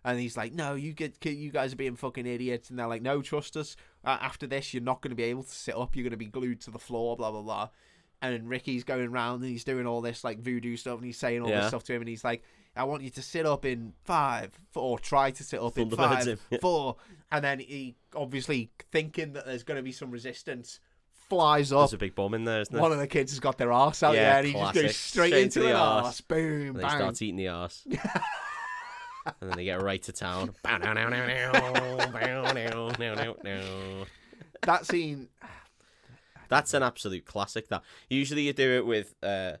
S1: and he's like no you get you guys are being fucking idiots and they're like no trust us uh, after this you're not going to be able to sit up you're going to be glued to the floor blah blah blah and Ricky's going around and he's doing all this like voodoo stuff and he's saying all
S2: Yeah.
S1: this stuff to him and he's like, I want you to sit up in five, four, try to sit up in
S2: Thunderbirds
S1: five,
S2: him, yeah.
S1: four. And then he obviously thinking that there's going to be some resistance flies up.
S2: There's a big bomb in there, isn't there?
S1: One of the kids has got their arse out
S2: Yeah,
S1: there and he just
S2: classic.
S1: goes straight,
S2: Straight
S1: into
S2: to the
S1: the
S2: arse.
S1: arse. Boom,
S2: And they
S1: bang.
S2: start eating the arse. and then they get right to town. Bow, now, now, now, now, bow, now, now, now, now.
S1: That scene,
S2: That's an absolute classic. That usually you do it with. Uh,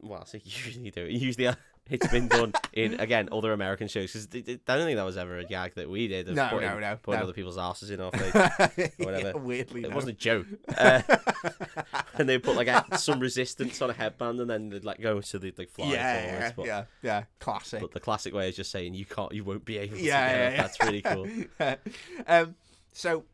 S2: well, I say usually you do it. Usually uh, it's been done in again other American shows because I don't think that was ever a gag that we did. Of
S1: No,
S2: putting,
S1: no, no,
S2: putting
S1: no.
S2: other people's asses in our face.
S1: yeah,
S2: whatever.
S1: weirdly,
S2: It
S1: no.
S2: wasn't a joke. Uh, and they put like a, some resistance on a headband, and then they'd like go so they'd like fly
S1: yeah,
S2: forwards.
S1: yeah,
S2: but,
S1: yeah, yeah, classic.
S2: but the classic way is just saying you can't, you won't be able. to
S1: Yeah,
S2: get
S1: yeah,
S2: up.
S1: yeah.
S2: that's really cool.
S1: um, so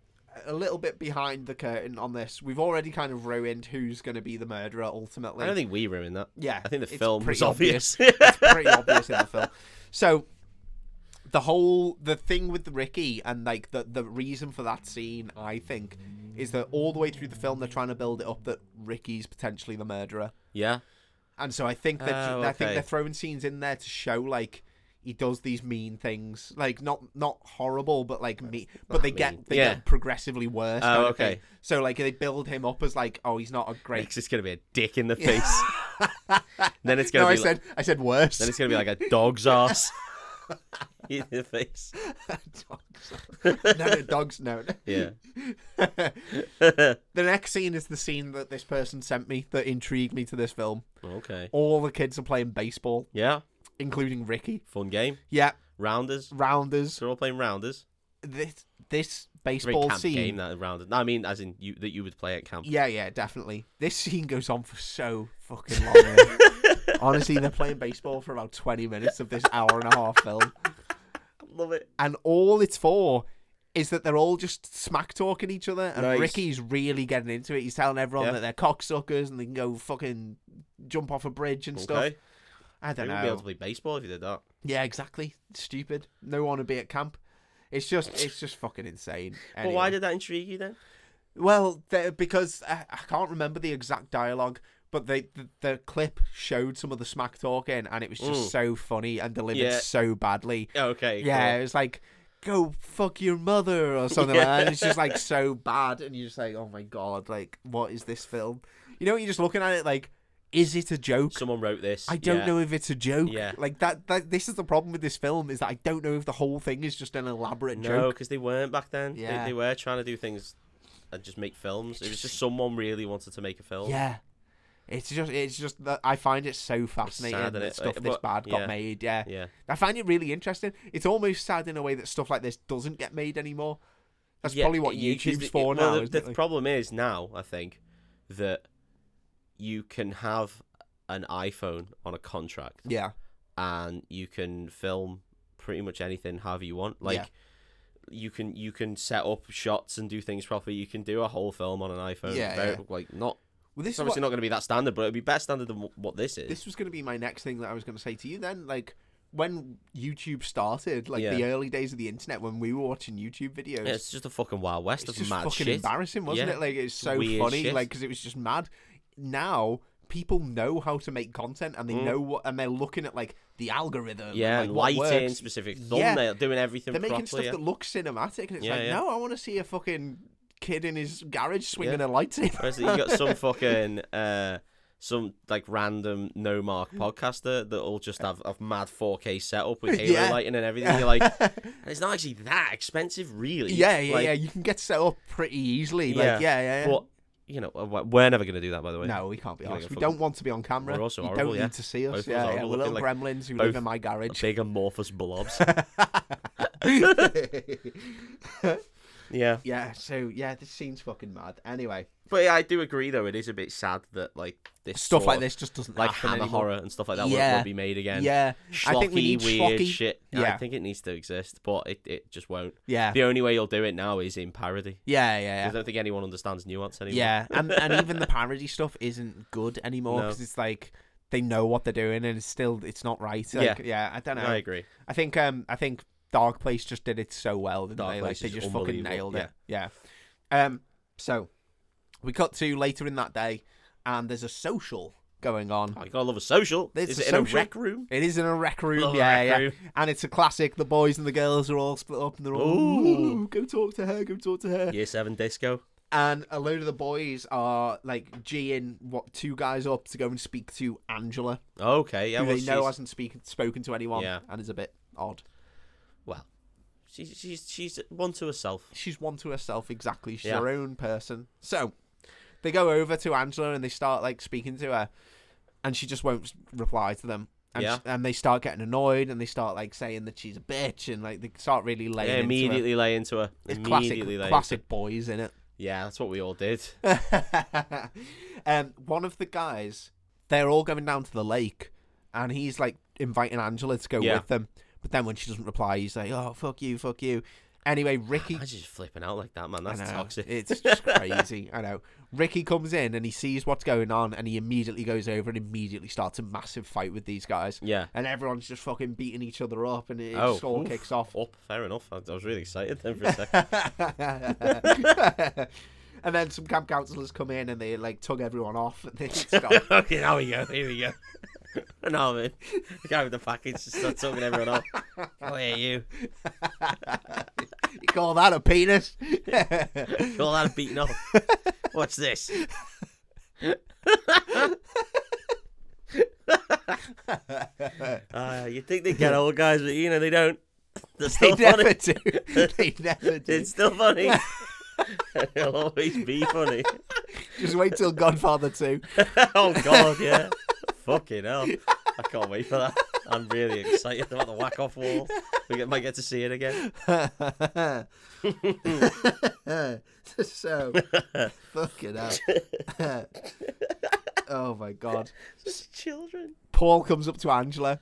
S1: a little bit behind the curtain on this, we've already kind of ruined who's going to be the murderer ultimately.
S2: I don't think we ruined that.
S1: yeah,
S2: I think the
S1: it's
S2: film was
S1: pretty
S2: obvious.
S1: it's pretty obvious in the film. So the whole the thing with Ricky and like the the reason for that scene, I think, is that all the way through the film they're trying to build it up that Ricky's potentially the murderer.
S2: yeah,
S1: And so I think that
S2: Oh,
S1: I think
S2: okay.
S1: they're throwing scenes in there to show like he does these mean things, like not not horrible, but like me. But they
S2: mean.
S1: get they
S2: Yeah.
S1: get progressively worse.
S2: Oh,
S1: kind of thing.
S2: okay.
S1: So like they build him up as like oh he's not a great.
S2: Nick's just gonna be a dick in the face. then it's gonna
S1: No, I
S2: be. like,
S1: said I said worse.
S2: then it's gonna be like a dog's ass in the face.
S1: dogs. no, no, dogs. No.
S2: Yeah.
S1: the next scene is the scene that this person sent me that intrigued me to this film.
S2: Okay.
S1: All the kids are playing baseball,
S2: Yeah.
S1: including Ricky.
S2: Fun game.
S1: Yeah,
S2: Rounders.
S1: rounders.
S2: So we're all playing rounders.
S1: This this
S2: Very
S1: baseball
S2: camp
S1: scene.
S2: game that rounded. No, I mean, as in you that you would play at camp.
S1: Yeah, yeah, definitely. This scene goes on for so fucking long. man. Honestly, they're playing baseball for about 20 minutes of this hour and a half film.
S2: Love it.
S1: And all it's for is that they're all just smack talking each other. And
S2: Nice.
S1: Ricky's really getting into it. He's telling everyone
S2: Yeah.
S1: that they're cocksuckers and they can go fucking jump off a bridge and stuff.
S2: Okay.
S1: I don't
S2: You
S1: know.
S2: wouldn't be able to play baseball if you did that.
S1: Yeah, exactly. Stupid. No one would be at camp. It's just, it's just fucking insane.
S2: But
S1: Anyway.
S2: why did that intrigue you then?
S1: Well, they- because I, I can't remember the exact dialogue, but they the, the clip showed some of the smack talking, and it was just
S2: Mm.
S1: so funny and delivered
S2: Yeah.
S1: so badly.
S2: Oh, okay.
S1: Yeah, it was like "go fuck your mother" or something like that. And it's just like so bad, and you're just like, "Oh my god, like what is this film?" You know, you're just looking at it like, "Is it a joke?"
S2: cool. Someone wrote this.
S1: I don't
S2: Yeah.
S1: know if it's a joke.
S2: Yeah.
S1: Like that, that. This is the problem with this film is that I don't know if the whole thing is just an elaborate
S2: No,
S1: joke.
S2: because they weren't back then. They-
S1: Yeah.
S2: They, were trying to do things and just make films. It was just someone really wanted to make a film.
S1: Yeah. It's just, it's just that I find it so fascinating
S2: sad,
S1: that
S2: innit?
S1: stuff
S2: Like,
S1: this
S2: but-
S1: bad got
S2: yeah.
S1: made. Yeah.
S2: Yeah.
S1: I find it really interesting. It's almost sad in a way that stuff like this doesn't get made anymore. That's
S2: Yeah,
S1: probably what
S2: you- 'cause
S1: YouTube's
S2: the-
S1: for
S2: well,
S1: now.
S2: The,
S1: isn't
S2: the
S1: it? Like-
S2: problem is now, I think, that you can have an iPhone on a contract
S1: yeah.
S2: and you can film pretty much anything however you want.
S1: Yeah.
S2: Like you can you can set up shots and do things properly. You can do a whole film on an iPhone.
S1: Yeah,
S2: Very-
S1: yeah.
S2: Like not
S1: Well, this
S2: it's
S1: is what,
S2: obviously not going to be that standard, but it'd be better standard than wh- what this is.
S1: this was going to be my next thing that I was going to say to you. Then, like when YouTube started, like
S2: Yeah.
S1: the early days of the internet, when we were watching YouTube videos,
S2: Yeah, it's just a fucking wild west
S1: it's
S2: of
S1: just
S2: mad
S1: fucking
S2: shit.
S1: embarrassing, wasn't
S2: Yeah.
S1: it? Like it's so
S2: Weird
S1: funny,
S2: shit.
S1: like because it was just mad. Now people know how to make content and they know what, and they're looking at like the algorithm. and,
S2: Mm. Yeah,
S1: like,
S2: and
S1: what
S2: lighting,
S1: works.
S2: specific
S1: Yeah.
S2: thumbnail, doing everything
S1: They're making
S2: properly.
S1: stuff
S2: yeah.
S1: that looks cinematic, and it's
S2: Yeah,
S1: like,
S2: yeah.
S1: no, I want to see a fucking kid in his garage swinging a lightsaber.
S2: Whereas you got some fucking uh, some like random no mark podcaster that'll just have a mad 4K setup with halo
S1: Yeah.
S2: lighting and everything. You're like, it's not actually that expensive, really.
S1: yeah, yeah,
S2: Like,
S1: yeah. You can get set up pretty easily. Like, yeah, yeah, yeah.
S2: But you know, uh, we're never gonna do that, by the way.
S1: no, we can't be
S2: You're like
S1: honest.
S2: a
S1: We
S2: fucking-
S1: don't want to be on camera.
S2: We're also
S1: you
S2: horrible,
S1: don't
S2: yeah.
S1: need to see us.
S2: Both of us
S1: yeah,
S2: are
S1: yeah.
S2: horrible
S1: We're little
S2: looking
S1: gremlins who live
S2: both-
S1: in my garage.
S2: Big amorphous blobs. yeah,
S1: yeah. So yeah, this scene's fucking mad. Anyway,
S2: but yeah, I do agree though. It is a bit sad that like this
S1: stuff
S2: sort
S1: like
S2: of-
S1: this just doesn't
S2: like
S1: happen
S2: Hammer
S1: anymore.
S2: horror and stuff like that, won't,
S1: Yeah.
S2: won't be made again.
S1: Yeah,
S2: schlocky,
S1: I think we need
S2: weird
S1: schlocky.
S2: shit.
S1: Yeah.
S2: I think it needs to exist, but it, it just won't.
S1: yeah,
S2: The only way you'll do it now is in parody.
S1: yeah, yeah,
S2: 'Cause
S1: yeah.
S2: I don't think anyone understands nuance anymore.
S1: yeah. And and even the parody stuff isn't good anymore
S2: No.
S1: because it's like they know what they're doing and it's still it's not right. Like, yeah,
S2: Yeah.
S1: I don't know.
S2: I agree.
S1: I think um I think Dark Place just did it so well, didn't
S2: Dark
S1: they?
S2: Place
S1: like
S2: is
S1: they just fucking
S2: unbelievable,
S1: nailed it. Yeah. Um so we cut to later in that day and there's a social going on.
S2: Oh, you gotta love a social.
S1: It's
S2: is
S1: a
S2: it in
S1: social.
S2: a rec room?
S1: It is in a rec room,
S2: Love a
S1: yeah,
S2: rec
S1: yeah.
S2: room.
S1: And it's a classic. The boys and the girls are all split up and they're all
S2: Ooh.
S1: "Ooh, go talk to her, go talk to her.
S2: Year seven disco.
S1: And a load of the boys are like G'ing what two guys up to go and speak to Angela,
S2: Okay, yeah.
S1: who
S2: Well,
S1: they know
S2: she's,
S1: hasn't speak- spoken to anyone
S2: Yeah.
S1: and is a bit odd.
S2: well she's, she's she's one to herself.
S1: she's one to herself exactly. She's
S2: Yeah.
S1: her own person. So they go over to Angela and they start like speaking to her, and she just won't s- reply to them. And,
S2: Yeah.
S1: sh- and they start getting annoyed and they start like saying that she's a bitch and like they start really laying into
S2: Yeah,
S1: her.
S2: immediately lay into her.
S1: It's
S2: immediately
S1: classic,
S2: lay into-
S1: classic boys in it.
S2: Yeah, that's what we all did.
S1: um, one of the guys, they're all going down to the lake, and he's like inviting Angela to go
S2: Yeah.
S1: with them. But then when she doesn't reply, he's like, "Oh fuck you, fuck you." Anyway, Ricky
S2: I'm just flipping out like that, man. That's
S1: I know.
S2: toxic.
S1: It's just crazy. I know. Ricky comes in and he sees what's going on and he immediately goes over and immediately starts a massive fight with these guys.
S2: yeah.
S1: And everyone's just fucking beating each other up and it
S2: Oh,
S1: just all
S2: oof.
S1: kicks off.
S2: Up, fair enough. I, I was really excited then for a second.
S1: and then some camp counselors come in and they like tug everyone off and they start
S2: okay, now we go. Here we go. Oh. no, man. The guy with the package just starts talking everyone off. Oh, yeah, you.
S1: you call that a penis?
S2: All that beaten up. What's this? Uh, Ah, you think they get old guys, but you know they don't. They're
S1: they
S2: still funny.
S1: never do. They never do.
S2: It's still funny. It'll always be funny.
S1: Just wait till Godfather 2.
S2: oh god, yeah. Fucking hell. I can't wait for that. I'm really excited about the whack off wall. We get- might get to see it again.
S1: so fucking hell. oh my god.
S2: Just children.
S1: Paul comes up to Angela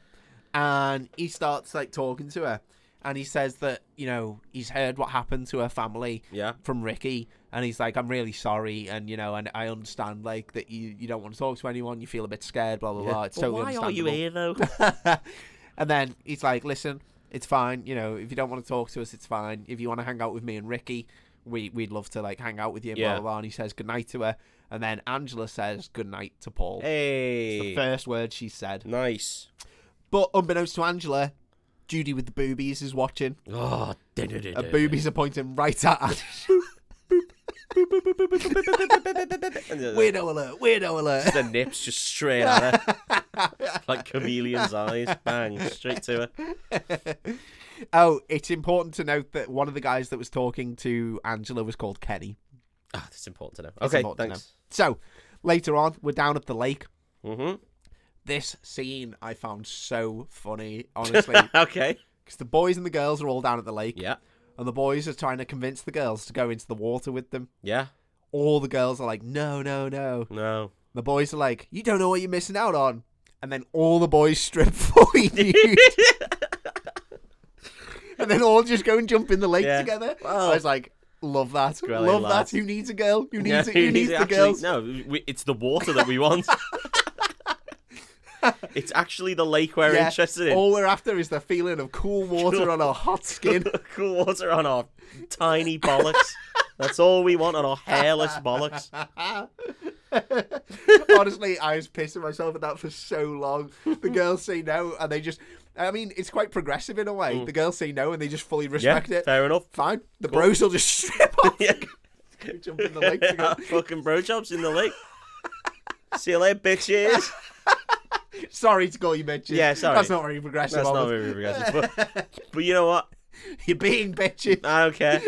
S1: and he starts like talking to her and he says that, you know, he's heard what happened to her family
S2: Yeah.
S1: from Ricky and he's like, I'm really sorry and you know, and I understand like that you you don't want to talk to anyone, you feel a bit scared, blah blah blah. It's
S2: But
S1: totally
S2: why are you
S1: understandable."
S2: here though?
S1: and then he's like, "Listen, it's fine. You know, if you don't want to talk to us, it's fine. If you want to hang out with me and Ricky, we we'd love to like hang out with you." Blah,
S2: Yeah.
S1: blah, blah. And he says good night to her, and then Angela says good night to Paul. It's the
S2: hey.
S1: first word she said.
S2: Nice.
S1: But unbeknownst to Angela, Judy with the boobies is watching.
S2: Oh,
S1: Her boobies are pointing right at Angela.
S2: the
S1: weirdo alert! Weirdo alert!
S2: nips just straight at her, like chameleon's eyes. Bang, straight to her.
S1: oh, it's important to note that one of the guys that was talking to Angela was called Kenny.
S2: Ah, that's important to know. Okay,
S1: important to know.
S2: thanks.
S1: So later on, we're down at the lake.
S2: Mm-hmm.
S1: This scene I found so funny, honestly,
S2: okay.
S1: because the boys and the girls are all down at the lake,
S2: Yeah.
S1: and the boys are trying to convince the girls to go into the water with them.
S2: Yeah.
S1: All the girls are like, "No, no, no."
S2: No.
S1: The boys are like, "You don't know what you're missing out on." And then all the boys strip fully nude, and then all just go and jump in the lake
S2: Yeah.
S1: together.
S2: Wow.
S1: I was like, "Love that,
S2: Great
S1: love
S2: lads.
S1: that." Who needs a girl? Who needs
S2: Yeah,
S1: it?
S2: who
S1: Who needs the
S2: actually-
S1: girls?
S2: No, we, it's the water that we want. it's actually the lake we're
S1: Yeah,
S2: interested in.
S1: All we're after is the feeling of cool water on our hot skin.
S2: cool water on our tiny bollocks. That's all we want on our hairless bollocks.
S1: Honestly, I was pissing myself at that for so long. The girls say no, and they just. I mean, it's quite progressive in a way. The girls say no, and they just fully
S2: Hmm. Yeah,
S1: respect it.
S2: fair enough.
S1: Fine. The bros will just strip off,
S2: Yeah.
S1: jump in the lake together.
S2: Fucking bro jobs in the lake. See you later, bitches.
S1: Sorry to call you bitches.
S2: Yeah, sorry.
S1: That's not very progressive.
S2: That's
S1: of
S2: not
S1: us.
S2: very progressive. But, but you know what?
S1: You're being bitches.
S2: I don't care.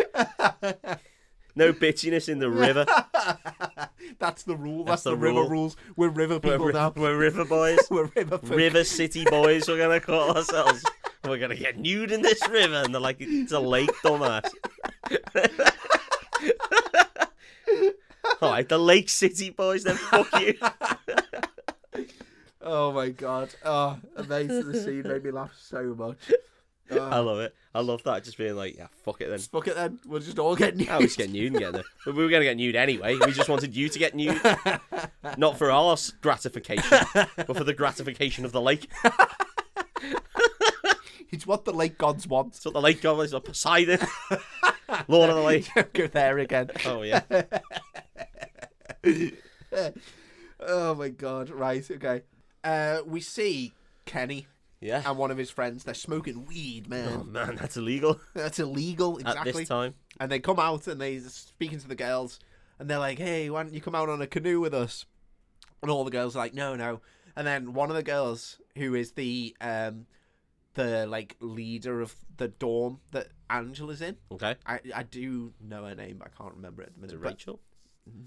S2: No bitchiness in the river.
S1: That's the rule. That's,
S2: the
S1: the, river
S2: rule.
S1: rules. We're river
S2: We're,
S1: people
S2: ri-
S1: now.
S2: we're river boys.
S1: We're river folk.
S2: River City Boys, we're gonna call ourselves. We're gonna get nude in this river, and they're like, it's a lake, dumbass. All right, the Lake City Boys, then fuck you.
S1: Oh my god. Oh, amazing. The scene made me laugh so much.
S2: I love it. I love that. Just being like, yeah, fuck it then.
S1: Fuck it then. We'll just all get nude.
S2: I was getting nude and getting there. But we were gonna get nude anyway. We just wanted you to get nude, not for our s- gratification, but for the gratification of the lake.
S1: It's what the lake gods want.
S2: It's what the lake god is. Poseidon, Lord of the Lake.
S1: Go there again.
S2: Oh yeah.
S1: Oh my god. Right. Okay. Uh, we see Kenny
S2: Yeah.
S1: and one of his friends. They're smoking weed,
S2: Oh
S1: man.
S2: man, that's illegal
S1: That's illegal.
S2: at
S1: Exactly.
S2: this time.
S1: And they come out and they're speaking to the girls, and they're like, "Hey, why don't you come out on a canoe with us?" And all the girls are like, "No, no." And then one of the girls, who is the um, the like leader of the dorm that Angela's in,
S2: Okay.
S1: I I do know her name, but I can't remember it at the
S2: Is
S1: minute.
S2: it
S1: but-
S2: Rachel?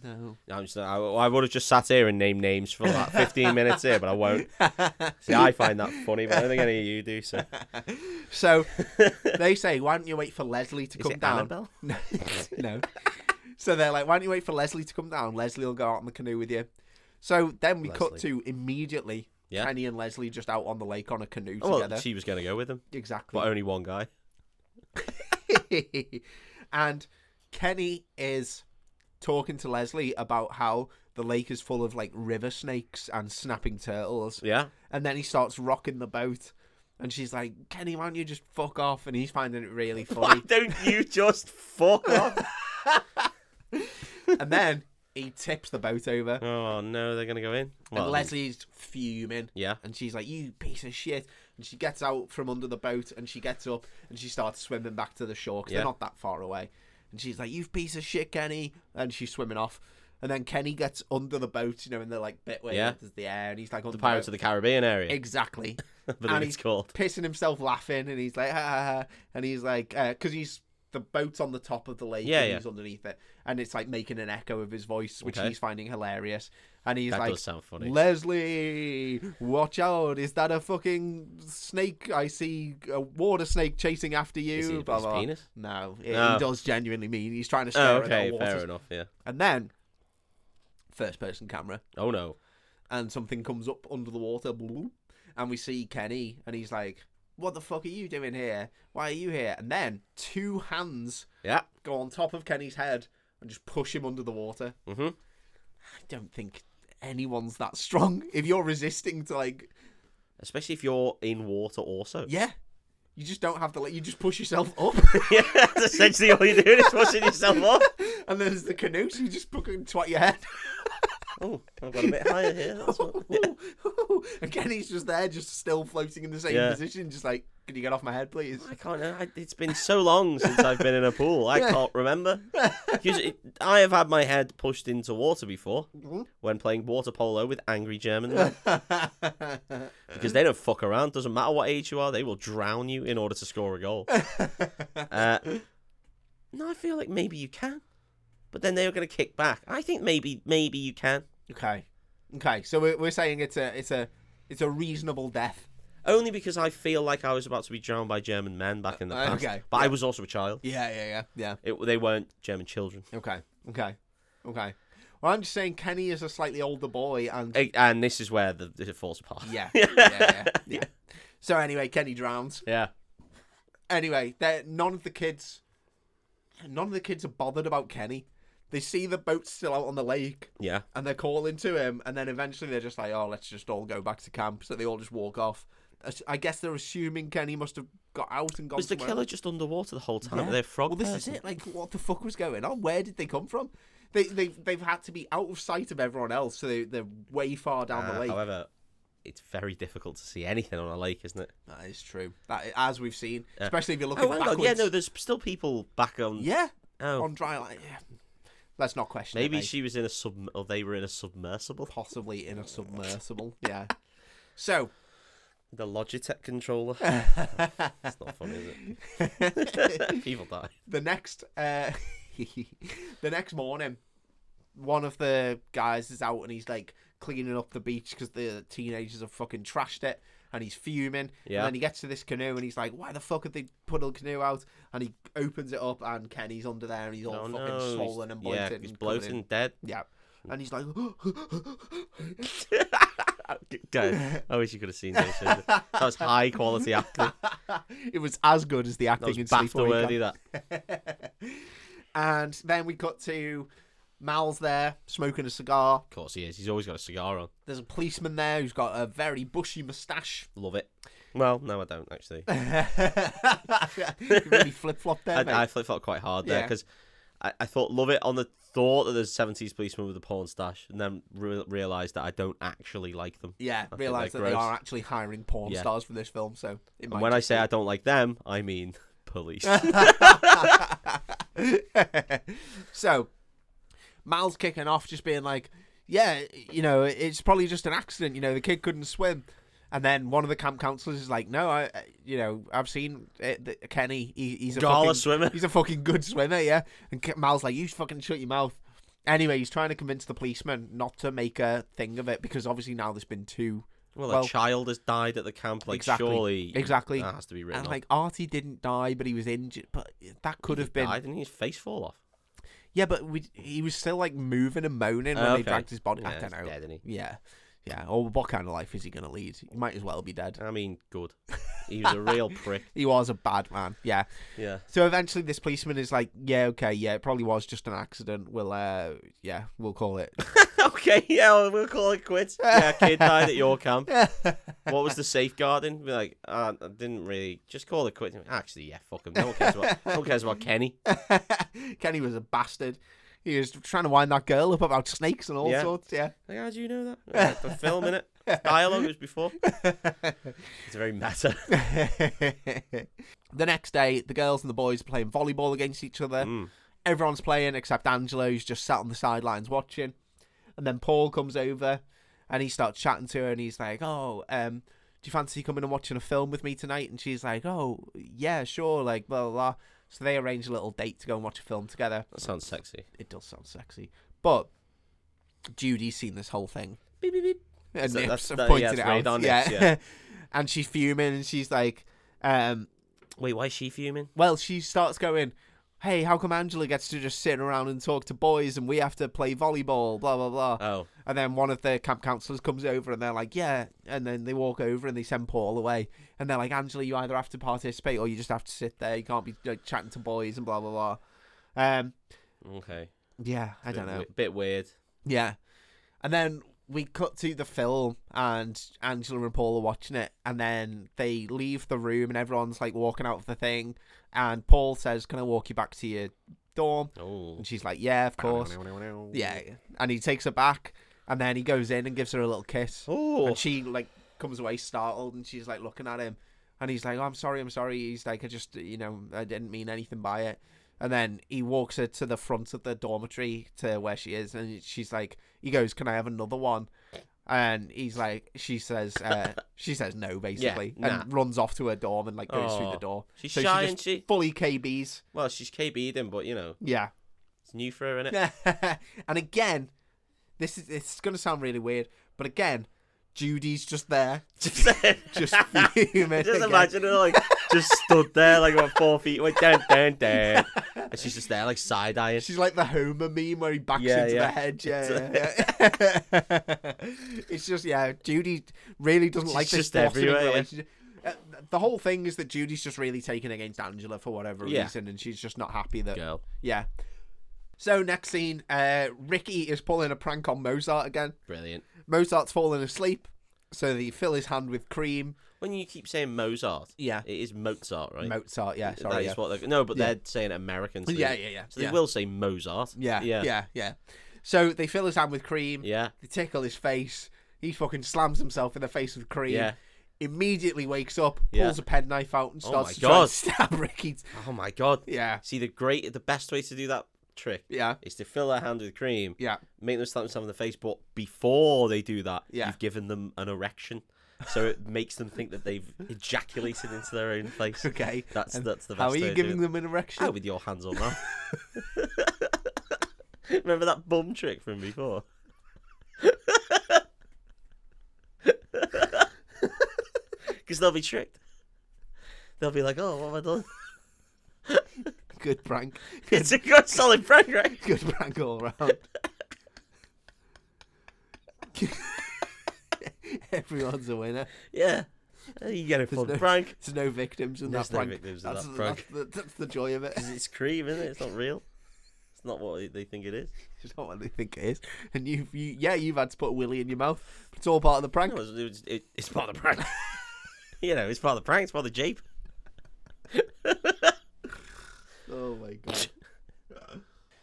S1: no.
S2: I'm just, I, I would have just sat here and named names for like 15 minutes here, but I won't. See, I find that funny, but I don't think any of you do. So,
S1: So they say, why don't you wait for Leslie to
S2: Is
S1: come
S2: it
S1: down?
S2: Annabelle?
S1: No. no. So they're like, why don't you wait for Leslie to come down? Leslie will go out on the canoe with you. So then we cut to immediately
S2: Yeah.
S1: Kenny and Leslie just out on the lake on a canoe
S2: Oh, well,
S1: together.
S2: she was going to go with him,
S1: Exactly.
S2: but only one guy.
S1: and Kenny is talking to Leslie about how the lake is full of like river snakes and snapping turtles.
S2: Yeah.
S1: And then he starts rocking the boat. And she's like, Kenny, why don't you just fuck off? And he's finding it really
S2: Why
S1: funny.
S2: don't you just fuck off?
S1: and then he tips the boat over.
S2: Oh, no, they're going to go in. Well,
S1: and Leslie's fuming.
S2: Yeah.
S1: And she's like, you piece of shit. And she gets out from under the boat and she gets up and she starts swimming back to the shore 'cause
S2: Yeah.
S1: they're not that far away. And she's like, you piece of shit, Kenny. And she's swimming off. And then Kenny gets under the boat, you know, in the like bit where
S2: Yeah.
S1: there's the air and he's like, under
S2: Pirates of the Caribbean area.
S1: Exactly.
S2: I believe
S1: and
S2: it's
S1: he's-
S2: called.
S1: pissing himself laughing and he's like ha, ha, ha. and he's like because he's the boat's on the top of the lake
S2: Yeah,
S1: and
S2: yeah.
S1: he's underneath it and it's like making an echo of his voice which
S2: Okay.
S1: he's finding hilarious and he's
S2: That
S1: like
S2: does sound funny.
S1: Leslie watch out is that a fucking snake I see a water snake chasing after you
S2: Is he
S1: blah,
S2: his
S1: blah, blah.
S2: penis?
S1: no it,
S2: No.
S1: he does genuinely mean he's trying to
S2: Oh,
S1: scare her
S2: okay,
S1: at the
S2: fair
S1: waters.
S2: enough, yeah.
S1: and then first person camera
S2: Oh, no.
S1: and something comes up under the water bloop, and we see Kenny, and he's like, "What the fuck are you doing here? Why are you here?" And then two hands
S2: Yeah.
S1: go on top of Kenny's head and just push him under the water.
S2: Mm-hmm.
S1: I don't think anyone's that strong. If you're resisting to like,
S2: Especially if you're in water also.
S1: yeah, you just don't have to let you just push yourself up.
S2: Yeah, that's essentially all you're doing is pushing yourself up.
S1: and then there's the canoe, so you just fucking twat your head.
S2: Oh, I've got a bit higher here. That's what... yeah.
S1: and Kenny's just there, just still floating in the same
S2: Yeah.
S1: position, just like, can you get off my head, please?
S2: I can't. I, it's been so long since I've been in a pool. I
S1: Yeah.
S2: can't remember. 'Cause it- I have had my head pushed into water before
S1: Mhm.
S2: when playing water polo with angry German men because they don't fuck around. Doesn't matter what age you are, they will drown you in order to score a goal. Uh, no, I feel like maybe you can, but then they are going to kick back. I think maybe maybe you can.
S1: okay, okay. So we're, we're saying it's a it's a it's a reasonable death.
S2: Only because I feel like I was about to be drowned by German men back in the
S1: Uh,
S2: past.
S1: okay.
S2: But I was also a child.
S1: Yeah, yeah, yeah,
S2: It, they weren't German children.
S1: yeah. Okay, okay, okay. Well, I'm just saying Kenny is a slightly older boy, and
S2: Eh, And this is where the, it falls apart.
S1: yeah, yeah, yeah, yeah. So anyway, Kenny drowns.
S2: Yeah.
S1: anyway, they're, none of the kids, none of the kids are bothered about Kenny. They see the boat still out on the lake,
S2: Yeah.
S1: and they're calling to him. And then eventually, they're just like, "Oh, let's just all go back to camp." So they all just walk off. As- I guess they're assuming Kenny must have got out and gone.
S2: Was the
S1: somewhere
S2: killer just underwater the whole time?
S1: Yeah.
S2: They're frog.
S1: well, this
S2: person?
S1: is it. Like, what the fuck was going on? Where did they come from? They they they've had to be out of sight of everyone else, so they they're way far down
S2: Uh,
S1: the lake.
S2: However, it's very difficult to see anything on a lake, isn't it?
S1: That is true. That i- as we've seen, especially if you're looking
S2: Oh, hang
S1: backwards.
S2: on. Yeah, no, there's still people back on.
S1: yeah,
S2: Oh,
S1: on dry land. Yeah. Let's not question. it,
S2: maybe
S1: mate.
S2: she was in a sub, or they were in a submersible.
S1: possibly in a submersible. Yeah. So
S2: The Logitech controller. That's not funny, is it? people die.
S1: the next uh the next morning one of the guys is out and he's like cleaning up the beach because the teenagers have fucking trashed it and he's fuming
S2: Yeah.
S1: and then he gets to this canoe and he's like why the fuck have they put a canoe out and he opens it up and kenny's under there and he's all
S2: Oh,
S1: fucking
S2: no, he's-
S1: swollen and bloated
S2: yeah, he's
S1: and covered
S2: bloated
S1: in-
S2: and dead.
S1: yeah and he's like
S2: Guys, I wish you could have seen this. That was high quality acting.
S1: it was as good as the
S2: That was
S1: acting in
S2: BAFTA
S1: Sleepaway Camp.
S2: worthy. That
S1: and then we cut to Mal's there smoking a cigar.
S2: of course he is. He's always got a cigar on.
S1: There's a policeman there who's got a very bushy moustache.
S2: Love it. Well, no, I don't actually.
S1: You really flip flop there, mate.
S2: I, I flip flop quite hard there
S1: Yeah.
S2: because I, I thought love it on the thought that there's a 70s policeman with a porn stash, and then re- realized that I don't actually like them.
S1: yeah,
S2: think
S1: realise that
S2: they're
S1: they
S2: gross.
S1: are actually hiring porn
S2: Yeah.
S1: stars for this film, so it might
S2: And when I
S1: just
S2: say I don't like them, I mean police.
S1: so Mal's kicking off, just being like, "Yeah, you know, it's probably just an accident. You know, the kid couldn't swim." And then one of the camp counselors is like, "No, I, I- you know, I've seen it, that Kenny. He, he's a
S2: Gala
S1: fucking,
S2: swimmer."
S1: He's a fucking good swimmer, yeah." And Ke- Mal's like, "You fucking shut your mouth." Anyway, he's trying to convince the policeman not to make a thing of it because obviously now there's been two.
S2: well,
S1: Well-
S2: a child has died at the camp. Like
S1: Exactly.
S2: surely
S1: Exactly.
S2: that has to be written.
S1: And
S2: off.
S1: like Artie didn't die, but he was injured. But that could have
S2: He
S1: been
S2: died, didn't his face fall off?
S1: Yeah, but we, he was still like moving and moaning when
S2: Oh,
S1: they
S2: okay.
S1: dragged his body.
S2: Yeah,
S1: I don't
S2: he's
S1: know.
S2: dead, isn't
S1: Yeah, yeah. Or what kind of life is he going to lead? He might as well be dead.
S2: I mean, good. He was a real prick.
S1: He was a bad man. Yeah.
S2: Yeah.
S1: So eventually, this policeman is like, "Yeah, okay, yeah, it probably was just an accident. We'll, uh, yeah, we'll call it."
S2: okay. Yeah, well, we'll call it quits. Yeah, kid died at your camp. what was the safeguarding? Be like, uh, I didn't really. Just call it quits. Actually, yeah, fuck him. No one cares about. no one cares about Kenny.
S1: Kenny was a bastard. He was trying to wind that girl up about snakes and all
S2: Yeah.
S1: sorts. Yeah.
S2: Like, how do you know that? Yeah, the film in it. Dialogue was before. It's very meta.
S1: the next day, the girls and the boys are playing volleyball against each other. Everyone's playing except Angelo, who's just sat on the sidelines watching. And then Paul comes over and he starts chatting to her and he's like, Oh, um, do you fancy coming and watching a film with me tonight? And she's like, Oh, yeah, sure, like blah blah blah. So they arrange a little date to go and watch a film together.
S2: That sounds sexy.
S1: It does sound sexy. But Judy's seen this whole thing
S2: Beep beep beep.
S1: and
S2: So
S1: Nips
S2: that's-
S1: have
S2: that- yeah,
S1: pointed
S2: it's
S1: it
S2: radar
S1: out.
S2: Nips,
S1: yeah.
S2: yeah.
S1: and she's fuming and she's like, um,
S2: Wait, why is she fuming?
S1: well, she starts going, hey, how come Angela gets to just sit around and talk to boys and we have to play volleyball, blah, blah, blah.
S2: Oh,
S1: and then one of the camp counselors comes over and they're like, yeah. And then they walk over and they send Paul away. And they're like, Angela, you either have to participate or you just have to sit there. You can't be like, chatting to boys and blah, blah, blah. Um,
S2: okay.
S1: yeah, I don't
S2: Bit
S1: know.
S2: we- Bit weird.
S1: Yeah. And then we cut to the film, and Angela and Paul are watching it. And then they leave the room, and everyone's like walking out of the thing. And Paul says, Can I walk you back to your dorm?
S2: Oh.
S1: And she's like, Yeah, of course. Yeah. And he takes her back, and then he goes in and gives her a little kiss.
S2: Oh.
S1: And she, like, comes away startled, and she's like looking at him. And he's like, oh, I'm sorry, I'm sorry. He's like, I just, you know, I didn't mean anything by it. And then he walks her to the front of the dormitory to where she is. And she's like, he goes, Can I have another one? And he's like, she says, uh, she says no, basically,
S2: nah.
S1: and runs off to her dorm and like goes through the
S2: Aw.
S1: door.
S2: She's
S1: So she
S2: shy,
S1: just-
S2: isn't she?
S1: Fully KBs.
S2: Well, she's KB'd him, but you know,
S1: Yeah.
S2: it's new for her, innit?
S1: and again, this is this is gonna sound really weird, but again, Judy's just there, just fuming.
S2: Just
S1: again.
S2: imagine her like just stood there like about four feet away, down, down, down, and she's just there like side eyeing.
S1: She's like the Homer meme where he backs
S2: Yeah,
S1: into the
S2: yeah.
S1: hedge. Yeah, yeah, yeah. it's just yeah, Judy really doesn't
S2: She's
S1: like this
S2: just
S1: blossoming
S2: everywhere, yeah.
S1: relationship. Uh, the whole thing is that Judy's just really taken against Angela for whatever
S2: Yeah.
S1: reason, and she's just not happy that
S2: Girl,
S1: yeah. So next scene, uh, Ricky is pulling a prank on Mozart again.
S2: brilliant.
S1: Mozart's fallen asleep, so they fill his hand with cream.
S2: When you keep saying Mozart,
S1: Yeah.
S2: it is Mozart, right?
S1: Mozart, yeah,
S2: That
S1: sorry.
S2: is
S1: Yeah.
S2: what they're no, but
S1: Yeah.
S2: they're saying American. So
S1: yeah,
S2: they,
S1: yeah, yeah.
S2: So they
S1: yeah.
S2: will say Mozart.
S1: Yeah, yeah,
S2: yeah,
S1: yeah, So they fill his hand with cream.
S2: yeah.
S1: They tickle his face. He fucking slams himself in the face with cream.
S2: Yeah.
S1: Immediately wakes up,
S2: Yeah.
S1: pulls a penknife out, and
S2: Oh
S1: starts
S2: my
S1: to try and
S2: God.
S1: stab Ricky.
S2: Oh my god.
S1: Yeah,
S2: See, the great, the best way to do that trick
S1: yeah,
S2: is to fill their hand with cream,
S1: yeah.
S2: make them slap themselves in the face, but before they do that,
S1: Yeah.
S2: you've given them an erection. So it makes them think that they've ejaculated into their own face.
S1: Okay.
S2: That's
S1: And
S2: that's the best
S1: How are
S2: way
S1: you
S2: of
S1: giving
S2: doing
S1: them an
S2: it.
S1: erection?
S2: Out with your hands on that. Remember that bum trick from before? Because they'll be tricked. They'll be like, "Oh, what have I done?"
S1: Good prank.
S2: It's a good solid prank, right?
S1: Good prank all round. Everyone's a winner.
S2: Yeah, Uh, you get a fun
S1: no-
S2: prank.
S1: There's no victims in
S2: There's
S1: that
S2: no
S1: prank.
S2: victims in
S1: that's,
S2: that prank.
S1: That's, the, that's the joy of it.
S2: 'Cause It's cream, isn't it? It's not real. It's not what they- they think it is.
S1: It's not what they think it is. And you've, you, yeah, you've had to put a willy in your mouth. But it's all part of the prank.
S2: No, it's, it's, it, it's part of the prank. you know, it's part of the prank. It's part of the jape.
S1: Oh my god.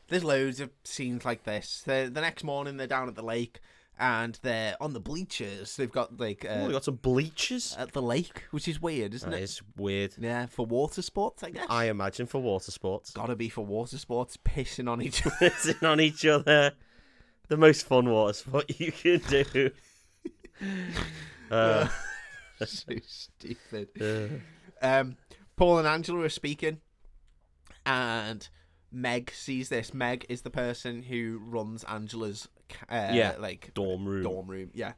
S1: There's loads of scenes like this. The, the next morning, they're down at the lake and they're on the bleachers. They've got like
S2: oh,
S1: uh,
S2: we got some bleachers.
S1: at the lake, which is weird, isn't
S2: That
S1: it?
S2: is weird.
S1: Yeah, for water sports, I guess.
S2: I imagine for water sports,
S1: Gotta be for water sports, pissing on each other.
S2: pissing on each other. The most fun water sport you can do. Uh,
S1: so stupid.
S2: uh,
S1: um, Paul and Angela are speaking, and Meg sees this. Meg is the person who runs Angela's uh,
S2: Yeah.
S1: like
S2: dorm room.
S1: dorm room, yeah.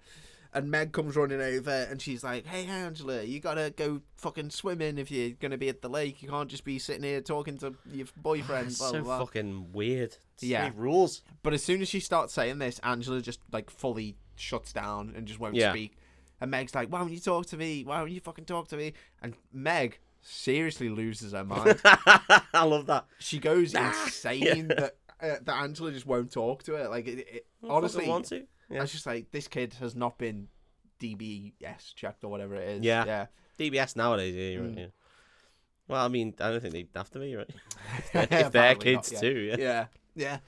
S1: And Meg comes running over, and she's like, "Hey, Angela, you gotta go fucking swimming if you're gonna be at the lake. You can't just be sitting here talking to your boyfriend."
S2: That's
S1: blah,
S2: so
S1: blah, blah.
S2: fucking weird. So
S1: Yeah.
S2: many rules.
S1: But as soon as she starts saying this, Angela just like fully shuts down and just won't
S2: Yeah.
S1: speak. And Meg's like, "Why won't you talk to me? Why won't you fucking talk to me?" And Meg seriously loses her mind.
S2: I love that.
S1: she goes insane that uh, that Angela just won't talk to her. Like, it, it, honestly,
S2: Fucking want to?
S1: I
S2: Yeah.
S1: was just like, this kid has not been DBS checked or whatever it is.
S2: Yeah.
S1: yeah.
S2: DBS nowadays, yeah, you're
S1: Mm.
S2: right. Yeah. Well, I mean, I don't think they have to be right. If they're- if they're
S1: Apparently not,
S2: kids
S1: yeah.
S2: too, yeah.
S1: Yeah, yeah.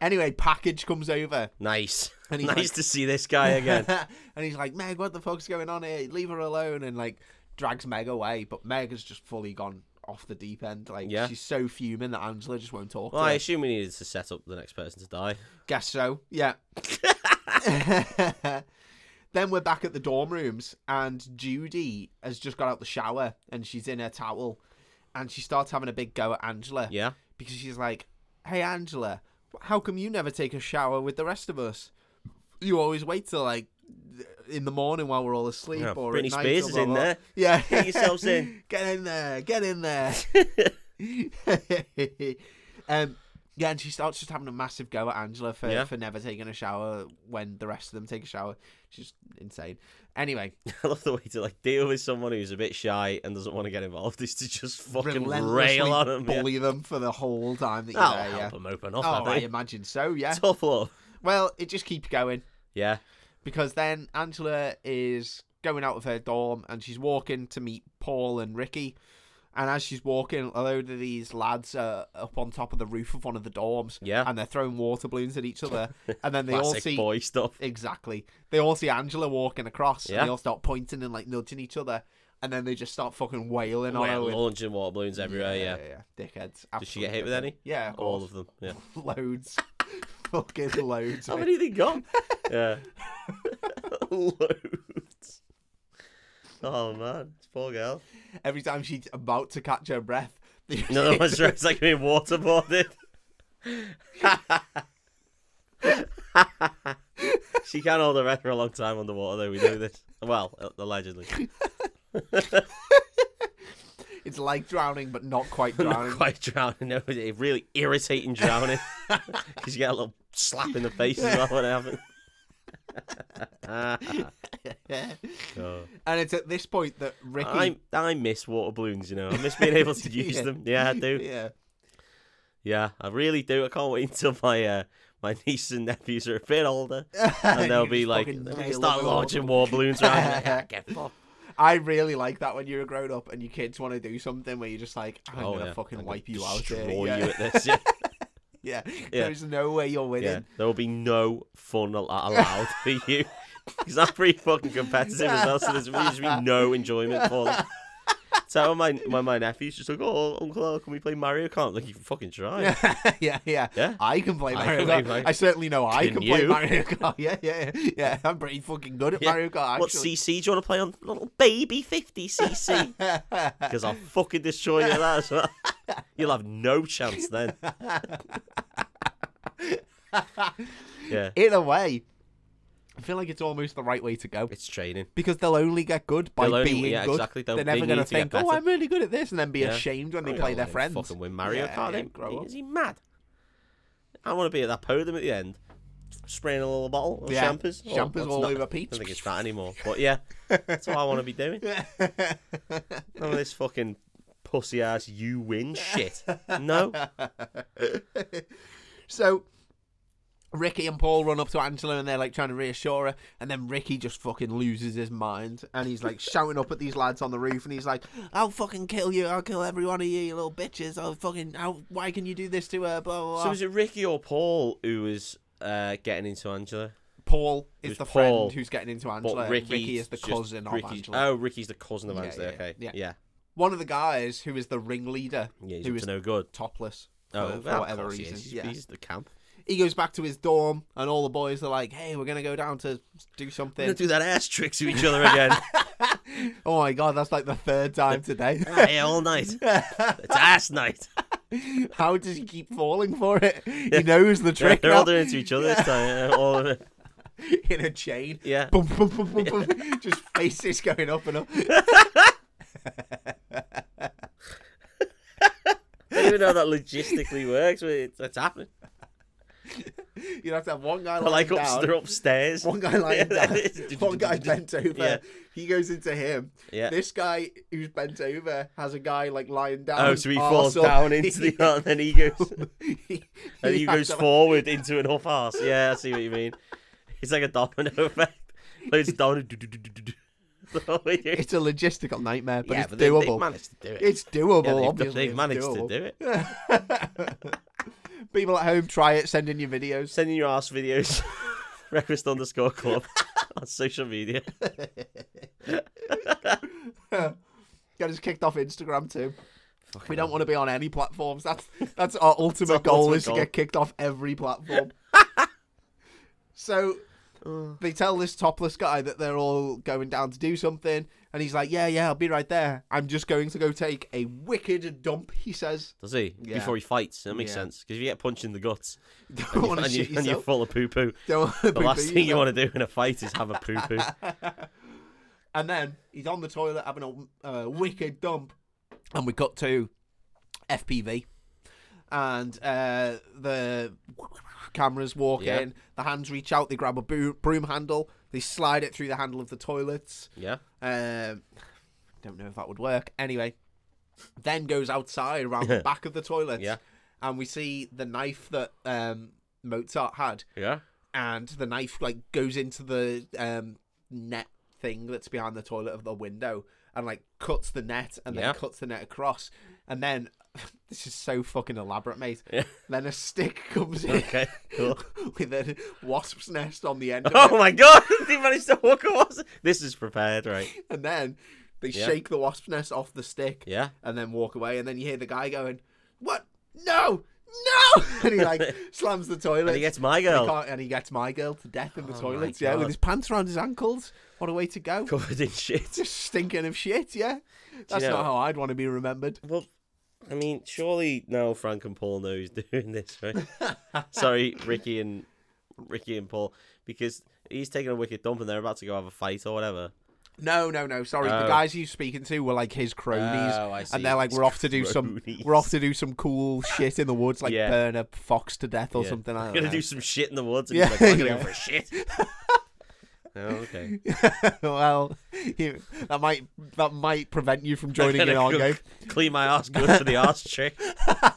S1: Anyway, package comes over.
S2: Nice.
S1: And he's
S2: nice
S1: like-
S2: to see this guy again.
S1: and he's like, Meg, what the fuck's going on here? Leave her alone. And like, drags Meg away. But Meg has just fully gone off the deep end. Like,
S2: Yeah.
S1: she's so fuming that Angela just won't talk
S2: Well,
S1: to
S2: I
S1: her.
S2: assume we needed to set up the next person to die.
S1: Guess so. Yeah. then we're back at the dorm rooms, and Judy has just got out the shower and she's in her towel and she starts having a big go at Angela
S2: Yeah.
S1: because she's like, Hey, Angela, how come you never take a shower with the rest of us? You always wait till like in the morning while we're all asleep
S2: Yeah,
S1: or at
S2: Britney
S1: night
S2: Spears
S1: or
S2: is
S1: blah,
S2: in
S1: blah.
S2: there.
S1: Yeah.
S2: Get yourselves in.
S1: Get in there. Get in there. um, yeah, and she starts just having a massive go at Angela for,
S2: Yeah.
S1: for never taking a shower when the rest of them take a shower. She's insane. Anyway,
S2: I love the way to like deal with someone who's a bit shy and doesn't want to get involved is to just fucking
S1: relentlessly
S2: rail on them. Yeah. Oh,
S1: bully them for the whole time that you're
S2: That'll
S1: there.
S2: help
S1: Yeah.
S2: them open up.
S1: Oh, I
S2: I think.
S1: imagine so. Yeah.
S2: Tough love.
S1: Well, it just keeps going
S2: Yeah.
S1: because then Angela is going out of her dorm and she's walking to meet Paul and Ricky. And as she's walking, a load of these lads are up on top of the roof of one of the dorms.
S2: Yeah.
S1: And they're throwing water balloons at each other. And then they all
S2: Classic
S1: see.
S2: boy stuff.
S1: Exactly. They all see Angela walking across.
S2: Yeah.
S1: And they all start pointing and like nudging each other. And then they just start fucking wailing on
S2: Wait,
S1: her. with-
S2: launching water balloons everywhere. Yeah.
S1: yeah, yeah. Dickheads.
S2: Did she
S1: Absolute
S2: get hit with
S1: dickheads.
S2: any?
S1: Yeah. of
S2: All
S1: course.
S2: of them. Yeah.
S1: loads. fucking loads.
S2: How
S1: mate.
S2: many they got? yeah. Loads. Oh man, it's poor girl.
S1: Every time she's about to catch her breath, they-
S2: Another one's dressed like being waterboarded. she can hold her breath for a long time underwater, though. We know this. Well, allegedly.
S1: it's like drowning, but not quite
S2: Not
S1: drowning.
S2: quite drowning. No, it's a really irritating drowning. Because you get a little slap in the face as well when it happens. God.
S1: and it's at this point that Ricky.
S2: I I miss water balloons, you know. I miss being able to
S1: Do
S2: use
S1: you?
S2: them. Yeah, I do.
S1: Yeah.
S2: Yeah, I really do. I can't wait until my uh, my niece and nephews are a bit older, and they'll
S1: You
S2: be
S1: just
S2: like,
S1: fucking
S2: they'll
S1: nail
S2: start
S1: them all.
S2: launching war balloons around. Like, "Ah, get fucked."
S1: I really like that when you're a grown up and your kids want to do something where you're just like, I'm
S2: Oh,
S1: gonna
S2: yeah.
S1: fucking
S2: I'm gonna
S1: wipe you out
S2: Destroy
S1: here.
S2: you
S1: yeah.
S2: at this. Yeah,
S1: yeah.
S2: Yeah.
S1: There's no way you're winning.
S2: yeah. There will be no fun al- allowed for you. Because I'm pretty fucking competitive as well, so there's really just be no enjoyment for them. So when my when my nephew's just like, oh uncle, Al, can we play Mario Kart? I'm Like you can fucking try.
S1: yeah, yeah,
S2: Yeah.
S1: I can play
S2: I
S1: Mario
S2: can
S1: Kart.
S2: play Mario-
S1: I certainly know I
S2: Can
S1: can play
S2: you?
S1: Mario Kart. Yeah, yeah, yeah. Yeah, I'm pretty fucking good at
S2: Yeah.
S1: Mario Kart.
S2: What
S1: actually.
S2: CC do you want to play on? Little baby 50 CC. Because I'll fucking destroy you at that as well. You'll have no chance then. yeah,
S1: In a way, I feel like it's almost the right way to go
S2: it's training.
S1: because they'll only get good by
S2: They'll only-
S1: being
S2: yeah,
S1: good.
S2: exactly. They'll-
S1: They're
S2: they
S1: never
S2: need
S1: going to
S2: to get
S1: think, "Oh,
S2: better."
S1: I'm really good at this," and then be
S2: Yeah.
S1: ashamed when they
S2: I'm
S1: play
S2: gonna
S1: their
S2: let him
S1: friends.
S2: Fucking win Mario
S1: Yeah,
S2: Kart.
S1: yeah,
S2: him.
S1: grow up.
S2: Is he mad? I want to be at that podium at the end, spraying a little bottle of
S1: Yeah,
S2: champers. Oh,
S1: champers
S2: that's
S1: all
S2: not-
S1: over Pete.
S2: I don't think it's that anymore. But yeah, that's what I want to be doing. None of this fucking pussy ass you win shit. No.
S1: so. Ricky and Paul run up to Angela and they're like trying to reassure her, and then Ricky just fucking loses his mind and he's like shouting up at these lads on the roof and he's like, "I'll fucking kill you! I'll kill every one of you, you little bitches! I'll fucking how, why can you do this to her?" Blah blah. blah.
S2: So was it Ricky or Paul who was uh, getting into Angela?
S1: Paul is
S2: was
S1: the
S2: Paul,
S1: friend who's getting into
S2: But
S1: Angela. and
S2: Ricky,
S1: Ricky, is the
S2: just-
S1: cousin of
S2: Ricky's-
S1: Angela.
S2: Oh, Ricky's the cousin of
S1: Yeah,
S2: Angela.
S1: yeah,
S2: okay.
S1: yeah.
S2: Yeah. Yeah.
S1: One of the guys who is the ringleader,
S2: he's
S1: who
S2: up
S1: is
S2: to no good.
S1: topless for,
S2: Oh,
S1: for
S2: well, of
S1: whatever
S2: course he
S1: reason.
S2: is. He's,
S1: yeah.
S2: he's the camp.
S1: He goes back to his dorm, and all the boys are like, "Hey, we're gonna go down to do
S2: We're gonna
S1: something."
S2: do that ass trick to each other again.
S1: oh my god, that's like the third time today.
S2: yeah, all night. It's ass night.
S1: How does he keep falling for it? He knows the
S2: Yeah,
S1: trick.
S2: they're
S1: now.
S2: all doing it to each other this time. Yeah, all of it.
S1: in a chain.
S2: Yeah.
S1: Boom, boom, boom, boom, boom. Just faces going up and up.
S2: I don't even know how that logistically works, but it's, it's happening.
S1: You have to have one guy
S2: They're like
S1: lying
S2: ups,
S1: down.
S2: they're upstairs.
S1: One guy lying
S2: Yeah,
S1: down,
S2: that is-
S1: one guy bent over.
S2: Yeah.
S1: He goes into him.
S2: Yeah.
S1: This guy who's bent over has a guy like lying down.
S2: Oh, so he
S1: arse
S2: falls
S1: up.
S2: down into the and then he goes.
S1: He-
S2: And
S1: has
S2: he goes
S1: to-
S2: forward into an off arse. Yeah, I see what you mean. It's like a domino effect. Loads of domino. The whole way through.
S1: It's a logistical nightmare, but
S2: yeah,
S1: it's
S2: but they, they've
S1: doable.
S2: managed to do it.
S1: it's doable.
S2: Yeah, they've,
S1: obviously,
S2: they've
S1: it's
S2: managed
S1: doable.
S2: to do it.
S1: People at home, try it. Send in your videos.
S2: Sending your ass videos, breakfast underscore club on social media.
S1: Get us kicked off Instagram too. we don't want to be on any platforms. That's that's our ultimate
S2: our
S1: goal
S2: ultimate
S1: is
S2: goal.
S1: to get kicked off every platform. so they tell this topless guy that they're all going down to do something, and he's like, "Yeah, yeah, I'll be right there. I'm just going to go take a wicked dump." He says,
S2: Does he?
S1: Yeah.
S2: Before he fights, that makes
S1: Yeah.
S2: sense. Because if you get punched in the guts
S1: "Don't want to
S2: and, you,
S1: shit
S2: and you're
S1: yourself.
S2: full of poo poo,
S1: Don't wanna
S2: the
S1: poo-poo
S2: last thing you
S1: yourself."
S2: want to do in a fight is have a poo poo.
S1: And then he's on the toilet having a uh, wicked dump, and we got to uh, FPV, and uh, the cameras walk
S2: Yeah.
S1: in. The hands reach out. They grab a broom, broom handle. They slide it through the handle of the toilets.
S2: Yeah.
S1: Um, don't know if that would work. Anyway, then goes outside around the back of the toilet.
S2: Yeah.
S1: And we see the knife that um, Mozart had,
S2: Yeah.
S1: and the knife like goes into the um, net thing that's behind the toilet of the window, and like cuts the net, and
S2: Yeah.
S1: then cuts the net across, and then this is so fucking elaborate, mate.
S2: Yeah.
S1: Then a stick comes in
S2: Okay. Cool.
S1: with a wasp's nest on the end, of it.
S2: Oh my god! he managed to walk across. This is prepared, right?
S1: and then they
S2: Yeah.
S1: shake the wasp's nest off the stick,
S2: Yeah.
S1: and then walk away. And then you hear the guy going, "What? No, no!" And he like slams the toilet.
S2: And he gets my
S1: And he
S2: girl
S1: can't- and he gets my girl to death in the
S2: Oh my
S1: toilets. Yeah, with
S2: God.
S1: his pants around his ankles. What a way to go!
S2: covered in shit.
S1: Just stinking of shit. Yeah, that's
S2: know-
S1: not how I'd want to be remembered.
S2: Well, I mean, surely now Frank and Paul know he's doing this, right? Sorry, Ricky and Ricky and Paul, because he's taking a wicked dump and they're about to go have a fight or whatever.
S1: No, no, no. Sorry, the
S2: Oh.
S1: guys he's speaking to were like his cronies,
S2: Oh, I see.
S1: and they're like,
S2: His
S1: "We're off to do some,
S2: cronies.
S1: we're off to do some cool shit in the woods, like
S2: Yeah.
S1: burn a fox to death or
S2: Yeah.
S1: something." I
S2: I'm
S1: don't
S2: gonna
S1: know.
S2: do some shit in the woods. And
S1: Yeah,
S2: he's like, "Well, I'm gonna
S1: yeah.
S2: go for a shit. oh, okay.
S1: well, you, that might that might prevent you from
S2: I'm
S1: joining in
S2: gonna
S1: our
S2: go
S1: game.
S2: Clean my ass good for the ass trick.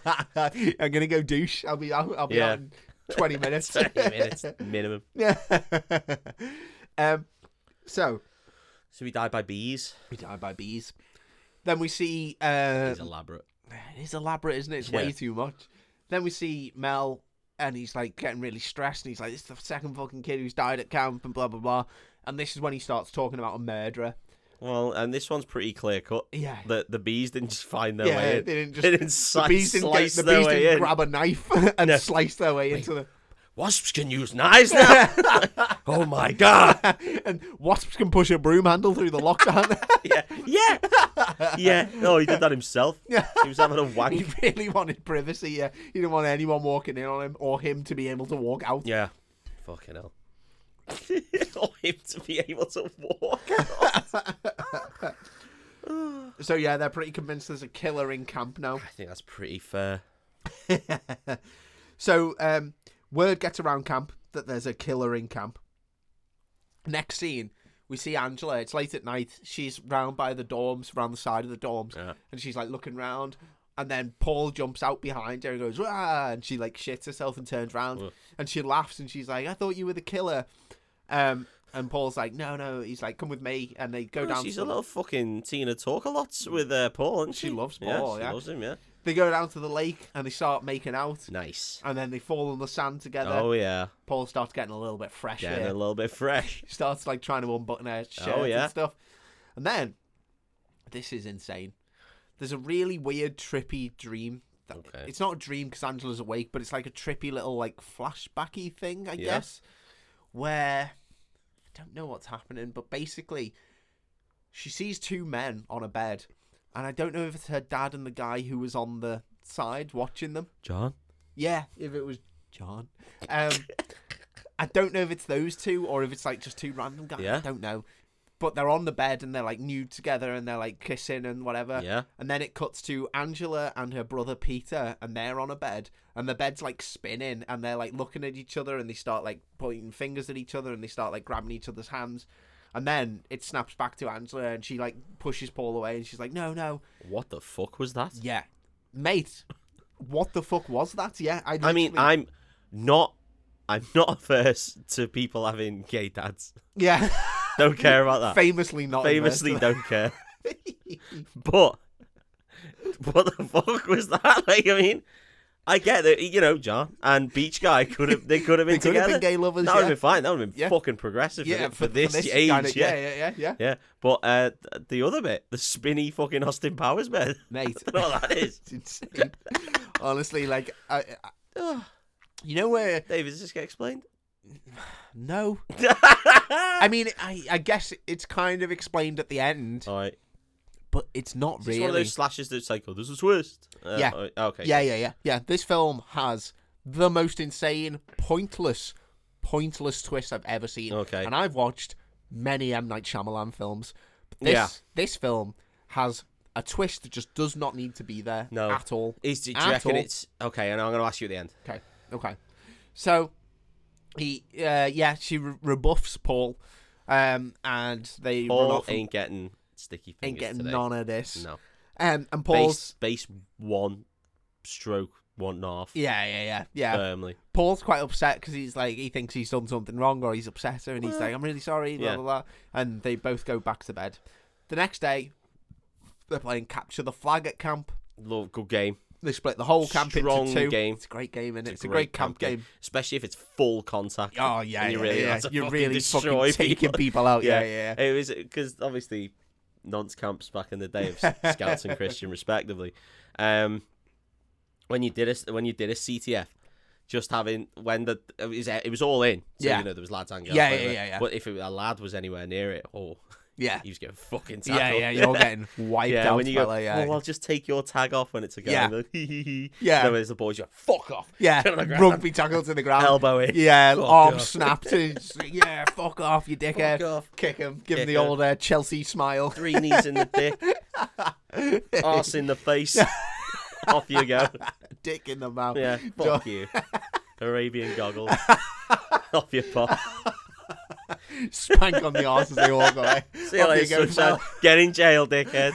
S1: I'm gonna go douche. I'll be I'll, I'll be
S2: Yeah.
S1: out in twenty minutes.
S2: Thirty minutes minimum.
S1: Yeah. um, so
S2: So we died by bees.
S1: we die by bees. Then we see. Uh,
S2: It's elaborate.
S1: it is elaborate, isn't it? It's
S2: Yeah.
S1: way too much. Then we see Mel, and he's like getting really stressed, and he's like, "This is the second fucking kid who's died at camp," and blah blah blah. And this is when he starts talking about a murderer.
S2: Well, and this one's pretty clear cut.
S1: Yeah.
S2: The the bees didn't just find their
S1: Yeah,
S2: way in.
S1: they didn't just-
S2: they didn't
S1: The
S2: slice,
S1: bees didn't, get,
S2: slice
S1: the
S2: their
S1: bees
S2: way
S1: didn't
S2: in.
S1: grab a knife and
S2: No.
S1: slice their way into the.
S2: Wasps can use knives now. oh my god.
S1: and wasps can push a broom handle through the lockdown.
S2: Yeah. Yeah. Yeah. No, he did that himself.
S1: Yeah.
S2: He was having a
S1: he
S2: wank.
S1: really wanted privacy. Yeah, he didn't want anyone walking in on him or him to be able to walk out.
S2: Yeah. Fucking hell. For him to be able to walk.
S1: So yeah, they're pretty convinced there's a killer in camp now.
S2: I think that's pretty fair.
S1: So um, word gets around camp that there's a killer in camp. Next scene, we see Angela. It's late at night. She's round by the dorms, round the side of the dorms,
S2: Yeah.
S1: and she's like looking round. And then Paul jumps out behind her and goes, Wah! and she like shits herself and turns round,
S2: Ugh.
S1: and she laughs and she's like, "I thought you were the killer." Um, and Paul's like, "No, no." He's like, "Come with me," and they go
S2: Oh,
S1: down.
S2: she's
S1: to
S2: a
S1: the-
S2: little fucking Tina talk a lot with uh, Paul, and
S1: She
S2: she?
S1: loves
S2: Yeah,
S1: Paul,
S2: she
S1: yeah.
S2: loves him. Yeah.
S1: They go down to the lake and they start making out,
S2: Nice.
S1: and then they fall on the sand together.
S2: Oh yeah.
S1: Paul starts getting a little bit fresh.
S2: Getting
S1: here.
S2: a little bit fresh.
S1: She starts like trying to unbutton her shirt
S2: Oh, yeah.
S1: and stuff. And then this is insane. There's a really weird trippy dream. That,
S2: Okay.
S1: It's not a dream because Angela's awake, but it's like a trippy little like flashbacky thing, I
S2: Yeah.
S1: guess, where I don't know what's happening, but basically she sees two men on a bed, and I don't know if it's her dad and the guy who was on the side watching them.
S2: John.
S1: Yeah, if it was John. Um, I don't know if it's those two or if it's like just two random guys. I
S2: Yeah.
S1: don't know. But they're on the bed and they're like nude together and they're like kissing and whatever.
S2: Yeah.
S1: And then it cuts to Angela and her brother Peter and they're on a bed and the bed's like spinning and they're like looking at each other and they start like pointing fingers at each other and they start like grabbing each other's hands. And then it snaps back to Angela and she like pushes Paul away and she's like, no, no.
S2: What the fuck was that?
S1: Yeah. Mate, what the fuck was that? Yeah. I,
S2: I mean,
S1: literally-
S2: I'm not. I'm not averse to people having gay dads.
S1: Yeah.
S2: Don't care about that.
S1: Famously not.
S2: Famously,
S1: immersed.
S2: don't care. But what the fuck was that? Like, I mean, I get that you know John and Beach Guy could have they could have been
S1: They could have
S2: together.
S1: been gay lovers,
S2: That would
S1: yeah.
S2: have been fine. That would have been
S1: Yeah.
S2: fucking progressive.
S1: yeah,
S2: for, for this, age.
S1: kind of-
S2: yeah. yeah.
S1: yeah, yeah, yeah, yeah.
S2: But uh, th- the other bit, the spinny fucking Austin Powers bit.
S1: Mate.
S2: I don't know what that is.
S1: It's insane. Honestly, like, I, I, ugh. you know where?
S2: David, does this get explained?
S1: No,
S2: All
S1: I mean, I, I guess it's kind of explained at the end,
S2: right.
S1: but it's not
S2: It's
S1: really.
S2: one of those slashes that's like, oh, there's a twist. Uh,
S1: Yeah.
S2: oh, Okay.
S1: yeah, yeah, yeah, yeah. This film has the most insane, pointless, pointless twist I've ever seen.
S2: Okay.
S1: and I've watched many M Night Shyamalan films. But this
S2: Yeah.
S1: this film has a twist that just does not need to be there
S2: No.
S1: at all.
S2: Is do you
S1: At
S2: reckon
S1: all.
S2: it's okay? And I'm going to ask you at the end.
S1: Okay, okay. So he, uh, yeah, she re- rebuffs Paul, um, and they run
S2: Paul
S1: off. and
S2: ain't getting sticky fingers
S1: ain't getting
S2: today.
S1: none of this.
S2: No.
S1: Um, and Paul's
S2: Base, base one stroke one and a half
S1: yeah, yeah, yeah, yeah.
S2: firmly.
S1: Paul's quite upset because he's like he thinks he's done something wrong or he's upset her, and he's like, "I'm really sorry," blah
S2: Yeah.
S1: blah blah. And they both go back to bed. The next day, they're playing capture the flag at camp.
S2: Love, good game.
S1: They split the whole camp
S2: Strong
S1: into two.
S2: game.
S1: It's a great game, and it's, a great, camp, game.
S2: especially if it's full contact.
S1: Oh yeah, yeah,
S2: And you really
S1: yeah.
S2: have to
S1: You're
S2: fucking
S1: really
S2: destroy
S1: fucking taking
S2: people.
S1: people out. Yeah, yeah. yeah.
S2: It was because obviously nonce camps back in the day of s- scouts and Christian respectively. Um, when you did a s- when you did a CTF, just having when the it was, it was all in. So,
S1: Yeah.
S2: you know there was lads and girls.
S1: Yeah,
S2: playing
S1: yeah,
S2: it.
S1: yeah, yeah.
S2: But if it, a lad was anywhere near it, oh,
S1: Yeah,
S2: he was getting fucking tackled.
S1: yeah, yeah. You're all getting wiped
S2: Yeah,
S1: out.
S2: when you go,
S1: fella, yeah.
S2: oh, I'll just take your tag off when it's a guy.
S1: Yeah.
S2: and they're like, hee hee hee.
S1: Yeah.
S2: And then there's the boys, you're like, fuck off.
S1: yeah,
S2: Get on the ground.
S1: rugby tackle to the ground.
S2: Elbow in.
S1: Yeah,
S2: Fuck
S1: arm
S2: off.
S1: snapped. and it's like, yeah, fuck off, you dickhead.
S2: Fuck off.
S1: Kick him. Give him
S2: Kick
S1: the
S2: 'em.
S1: old uh, Chelsea smile.
S2: Three knees in the dick, arse in the face. off you go.
S1: Dick in the mouth.
S2: Yeah, fuck you. Arabian goggles. Off your pop.
S1: Spank on the arse as they walk away.
S2: See you
S1: Off uh,
S2: later,
S1: go,
S2: sunshine.
S1: pal.
S2: Get in jail, dickhead.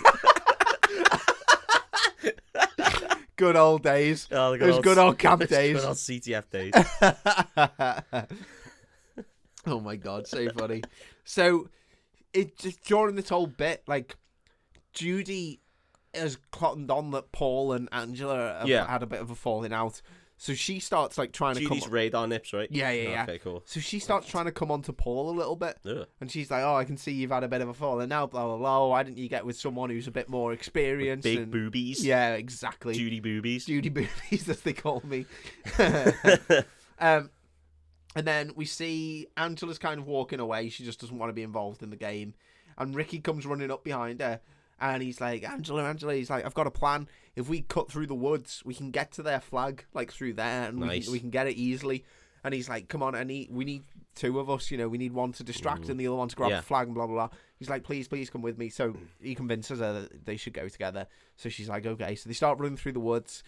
S1: Good old days.
S2: Oh, the
S1: it was good old camp
S2: it's
S1: days.
S2: Good old CTF days.
S1: oh my god, so funny. So it just during this whole bit, like Judy has cottoned on that Paul and Angela have
S2: Yeah.
S1: had a bit of a falling out. So she starts like trying to
S2: Judy's
S1: come.
S2: radar nips, right? Oh,
S1: Yeah, yeah, yeah.
S2: Okay, cool.
S1: So she starts trying to come on to Paul a little bit.
S2: Ugh.
S1: And she's like, "Oh, I can see you've had a bit of a fall, and now blah blah blah. Why didn't you get with someone who's a bit more experienced?"
S2: Big
S1: and-
S2: boobies.
S1: Yeah, exactly.
S2: Judy boobies.
S1: Judy boobies, as they call me. um, and then we see Angela's kind of walking away. She just doesn't want to be involved in the game. And Ricky comes running up behind her. And he's like, Angela, Angela. He's like, I've got a plan. If we cut through the woods, we can get to their flag, like through there, and we,
S2: Nice.
S1: can, we can get it easily. And he's like, Come on, I need, we need two of us. You know, we need one to distract and the other one to grab
S2: Mm. Yeah.
S1: the flag and blah blah blah. He's like, Please, please come with me. So he convinces her that they should go together. So she's like, Okay. So they start running through the woods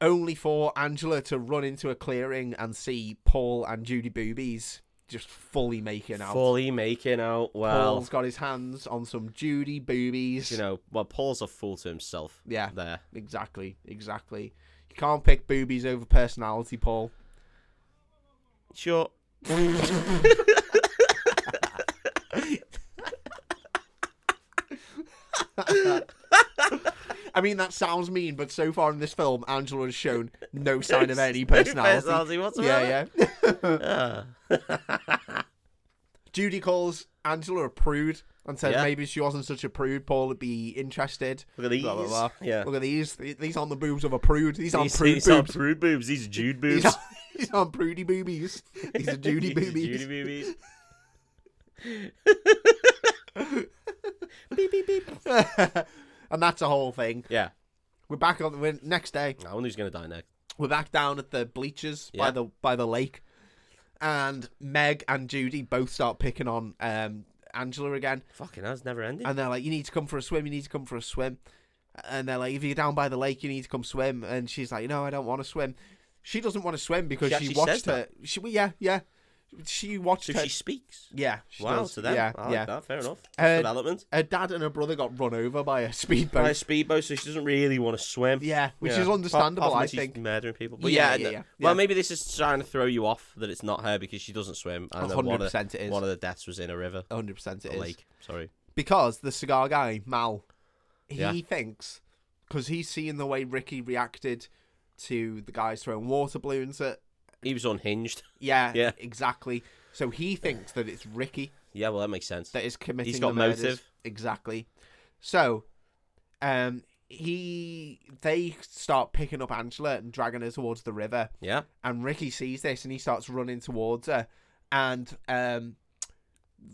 S1: only for Angela to run into a clearing and see Paul and Judy Boobies just fully making out.
S2: Fully making out. Well,
S1: Paul's got his hands on some Judy Boobies.
S2: you know, well, Paul's a fool to himself.
S1: Yeah.
S2: There.
S1: Exactly, exactly. You can't pick boobies over personality, Paul.
S2: Sure.
S1: I mean, that sounds mean, but so far in this film, Angela has shown no sign of any personality.
S2: personality
S1: yeah,
S2: whatsoever.
S1: yeah.
S2: Ah.
S1: Judy calls Angela a prude and says
S2: Yeah.
S1: maybe if she wasn't such a prude, Paul would be interested.
S2: Look at these.
S1: Blah, blah, blah.
S2: Yeah.
S1: Look at these. These aren't the boobs of a prude. These aren't
S2: These-
S1: prude
S2: these
S1: boobs.
S2: aren't prude boobs. These are Jude boobs.
S1: These aren't, these aren't prudy boobies. These are duty
S2: These are
S1: boobies.
S2: Judy boobies.
S1: and that's a whole thing.
S2: Yeah.
S1: We're back on the we're- next day.
S2: I wonder who's going to die next.
S1: We're back down at the bleachers by
S2: Yeah.
S1: the by the lake, and Meg and Judy both start picking on um, Angela again,
S2: Fucking hell's never ending.
S1: and they're like, "You need to come for a swim. You need to come for a swim." And they're like, "If you're down by the lake, you need to come swim." And she's like, "No, I don't want to swim." She doesn't want to swim because
S2: She
S1: she,
S2: actually
S1: watched her.
S2: says
S1: She, well, yeah, yeah. She watched
S2: so
S1: her.
S2: she speaks.
S1: Yeah. She
S2: wow,
S1: does.
S2: to them.
S1: Yeah,
S2: I like
S1: yeah.
S2: that. Fair enough.
S1: Uh,
S2: Development.
S1: her dad and her brother got run over by a speedboat.
S2: By a speedboat, so she doesn't really want to swim.
S1: Yeah, which
S2: Yeah.
S1: is understandable,
S2: Apart from
S1: I
S2: that she's
S1: think.
S2: murdering people. But
S1: Yeah,
S2: yeah,
S1: yeah,
S2: no-
S1: yeah, yeah.
S2: well, maybe this is trying to throw you off that it's not her because she doesn't swim. And then one of, the,
S1: 100% it is.
S2: one of the deaths was in a river,
S1: 100% it
S2: a
S1: is.
S2: lake. Sorry.
S1: Because the cigar guy, Mal, he
S2: Yeah.
S1: thinks, because he's seeing the way Ricky reacted to the guys throwing water balloons at.
S2: He was unhinged.
S1: Yeah,
S2: Yeah.
S1: exactly. So he thinks that it's Ricky
S2: Yeah, well, that makes sense.
S1: that is committing
S2: got
S1: the murders.
S2: motive.
S1: Exactly. So, um, he they start picking up Angela and dragging her towards the river.
S2: Yeah.
S1: and Ricky sees this and he starts running towards her and um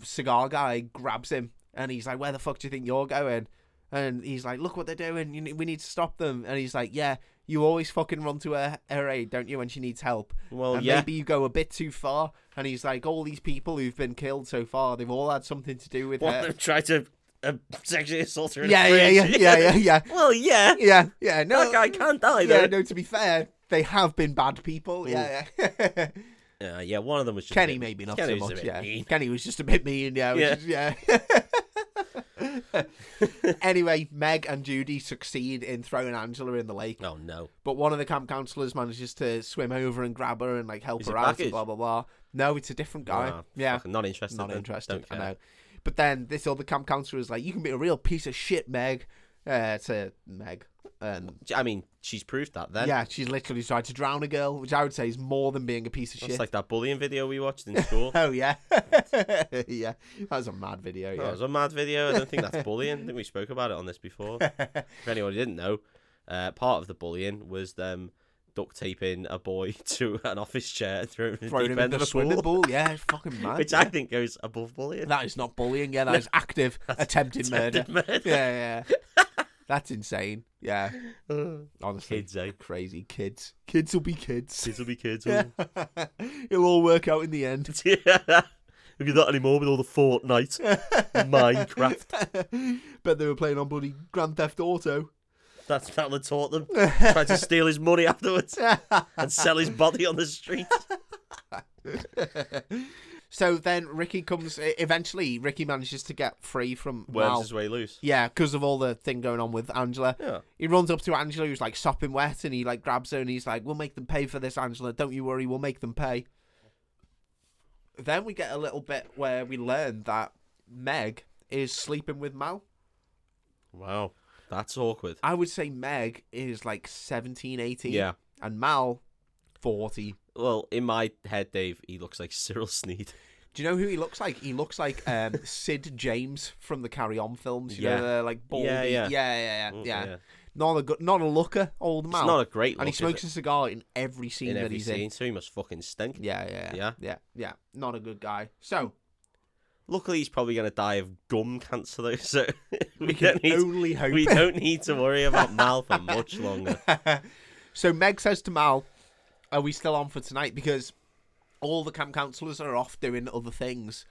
S1: cigar guy grabs him and he's like where the fuck do you think you're going and he's like look what they're doing you ne- we need to stop them and he's like yeah you always fucking run to her, her aid don't you when she needs help
S2: Well,
S1: and
S2: yeah.
S1: maybe you go a bit too far and he's like all these people who've been killed so far they've all had something to do with
S2: One
S1: her
S2: of them tried to a sexually assaulter.
S1: Uh,
S2: In
S1: Yeah,
S2: a
S1: yeah, yeah,
S2: fridge.
S1: yeah, yeah, yeah,
S2: Well, yeah,
S1: yeah, yeah. No,
S2: that guy can't die
S1: yeah,
S2: though.
S1: no. To be fair, they have been bad people. Yeah, yeah.
S2: Yeah, Uh, yeah, one of them was just a
S1: Kenny
S2: bit-
S1: maybe not
S2: Kenny
S1: so
S2: was a
S1: much.
S2: bit
S1: Yeah,
S2: mean.
S1: Kenny was just a bit mean. Yeah, which is- yeah. anyway, Meg and Judy succeed in throwing Angela in the lake,
S2: Oh no,
S1: but one of the camp counselors manages to swim over and grab her and like help
S2: Is
S1: her
S2: it
S1: out.
S2: Blackage?
S1: And blah blah blah. No, it's a different guy.
S2: Nah,
S1: yeah,
S2: Oh, fucking not interested.
S1: not
S2: then.
S1: interested.
S2: Don't
S1: I
S2: care.
S1: know. But then this other camp counselor is like, "You can be a real piece of shit, Meg." Uh, to Meg, and
S2: I mean, she's proved that. Then
S1: yeah, she's literally tried to drown a girl, which I would say is more than being a piece of
S2: it's
S1: shit.
S2: like that bullying video we watched in school.
S1: Oh yeah, yeah. That was a mad video.
S2: That
S1: Yeah,
S2: Oh, was a mad video. I don't think that's bullying. I think we spoke about it on this before. if anyone didn't know, uh, part of the bullying was them duct taping a boy to an office chair and throwing him in the
S1: thrown
S2: deep
S1: him
S2: end
S1: into
S2: of
S1: the
S2: the
S1: swimming
S2: pool,
S1: pool. Yeah, it's fucking mad.
S2: which
S1: yeah.
S2: I think goes above bullying.
S1: That is not bullying. Yeah, that is active attempted murder. Yeah, yeah. That's insane. Yeah, honestly,
S2: Kids, eh?
S1: crazy kids. Kids will be kids.
S2: Kids will be kids.
S1: Yeah. It'll all work out in the end.
S2: yeah. If you're not anymore with all the Fortnite, Minecraft.
S1: Bet they were playing on bloody Grand Theft Auto.
S2: That's Fowler taught them. Tried to steal his money afterwards and sell his body on the street.
S1: So then Ricky comes. e, Eventually, Ricky manages to get free from
S2: Worms
S1: Mal.
S2: his way loose.
S1: Yeah, because of all the thing going on with Angela.
S2: Yeah.
S1: He runs up to Angela, who's like sopping wet, and he like grabs her and he's like, We'll make them pay for this, Angela. Don't you worry, we'll make them pay. Then we get a little bit where we learn that Meg is sleeping with Mal.
S2: Wow. That's awkward.
S1: I would say Meg is like 17, 18.
S2: Yeah.
S1: And Mal, 40.
S2: Well, in my head, Dave, he looks like Cyril Sneed.
S1: Do you know who he looks like? He looks like um, Sid James from the Carry On films. You
S2: Yeah.
S1: know, the like baldy. Yeah, yeah,
S2: yeah.
S1: yeah, yeah.
S2: Mm,
S1: yeah. Not a good, not a looker, old
S2: It's
S1: Mal.
S2: not a great look.
S1: and he
S2: is
S1: smokes
S2: it?
S1: a cigar in every scene
S2: in
S1: that
S2: every
S1: he's in.
S2: scene, so he must fucking stink.
S1: Yeah, yeah, yeah,
S2: Yeah.
S1: yeah, yeah. Not a good guy. So
S2: Luckily, he's probably going to die of gum cancer, though, so we,
S1: we can
S2: don't need,
S1: only hope.
S2: we don't need to worry about Mal for much longer.
S1: so Meg says to Mal, "Are we still on for tonight?" Because all the camp counselors are off doing other things,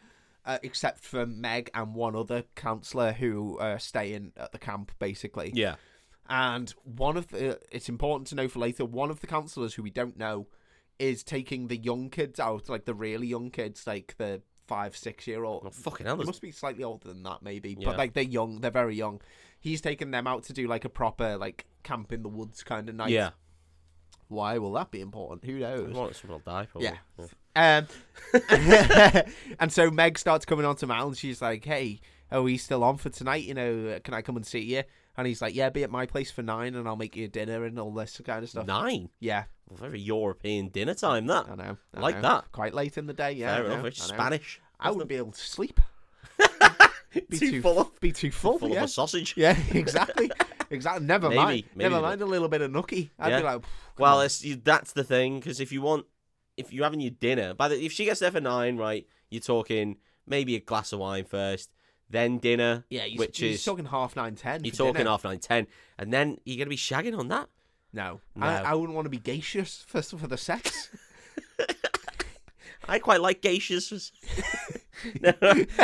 S1: uh, except for Meg and one other counselor who are staying at the camp, basically.
S2: Yeah.
S1: And one of the it's important to know for later, one of the counselors who we don't know is taking the young kids out, like the really young kids, like the five, six year old.
S2: Well, fucking hell,
S1: They
S2: there's
S1: must be slightly older than that, maybe.
S2: Yeah.
S1: But like they're young, they're very young. He's taking them out to do like a proper like camp in the woods kind of night.
S2: Yeah.
S1: Why will that be important? Who knows?
S2: Well, someone will die, probably.
S1: Yeah. Um, and so Meg starts coming on to Mal, and she's like, "Hey, oh, he's still on for tonight? You know, uh, can I come and see you?" And he's like, "Yeah, be at my place for nine, and I'll make you dinner and all this kind of stuff."
S2: Nine.
S1: Yeah,
S2: Very European dinner time, that.
S1: I know. I
S2: Like
S1: know.
S2: that.
S1: Quite late in the day. Yeah,
S2: Fair
S1: I know,
S2: enough. It's
S1: I know.
S2: Spanish.
S1: I wouldn't be able to sleep. Be
S2: Too full of-
S1: Be too full.
S2: Full
S1: yeah.
S2: of a sausage.
S1: Yeah, exactly. exactly. Never
S2: Maybe-
S1: mind.
S2: maybe
S1: Never
S2: they
S1: mind a little bit of nookie. I'd
S2: Yeah.
S1: be like,
S2: Well, it's, you, that's the thing because if you want, if you're having your dinner, by the if she gets there for nine, right, you're talking maybe a glass of wine first, then dinner,
S1: yeah, you
S2: which
S1: you're
S2: is
S1: talking half nine ten.
S2: you're
S1: for
S2: talking
S1: dinner.
S2: half nine ten, and then you're gonna be shagging on that.
S1: No,
S2: No.
S1: I, I wouldn't want to be gaseous for for the sex.
S2: I quite like geishas. no,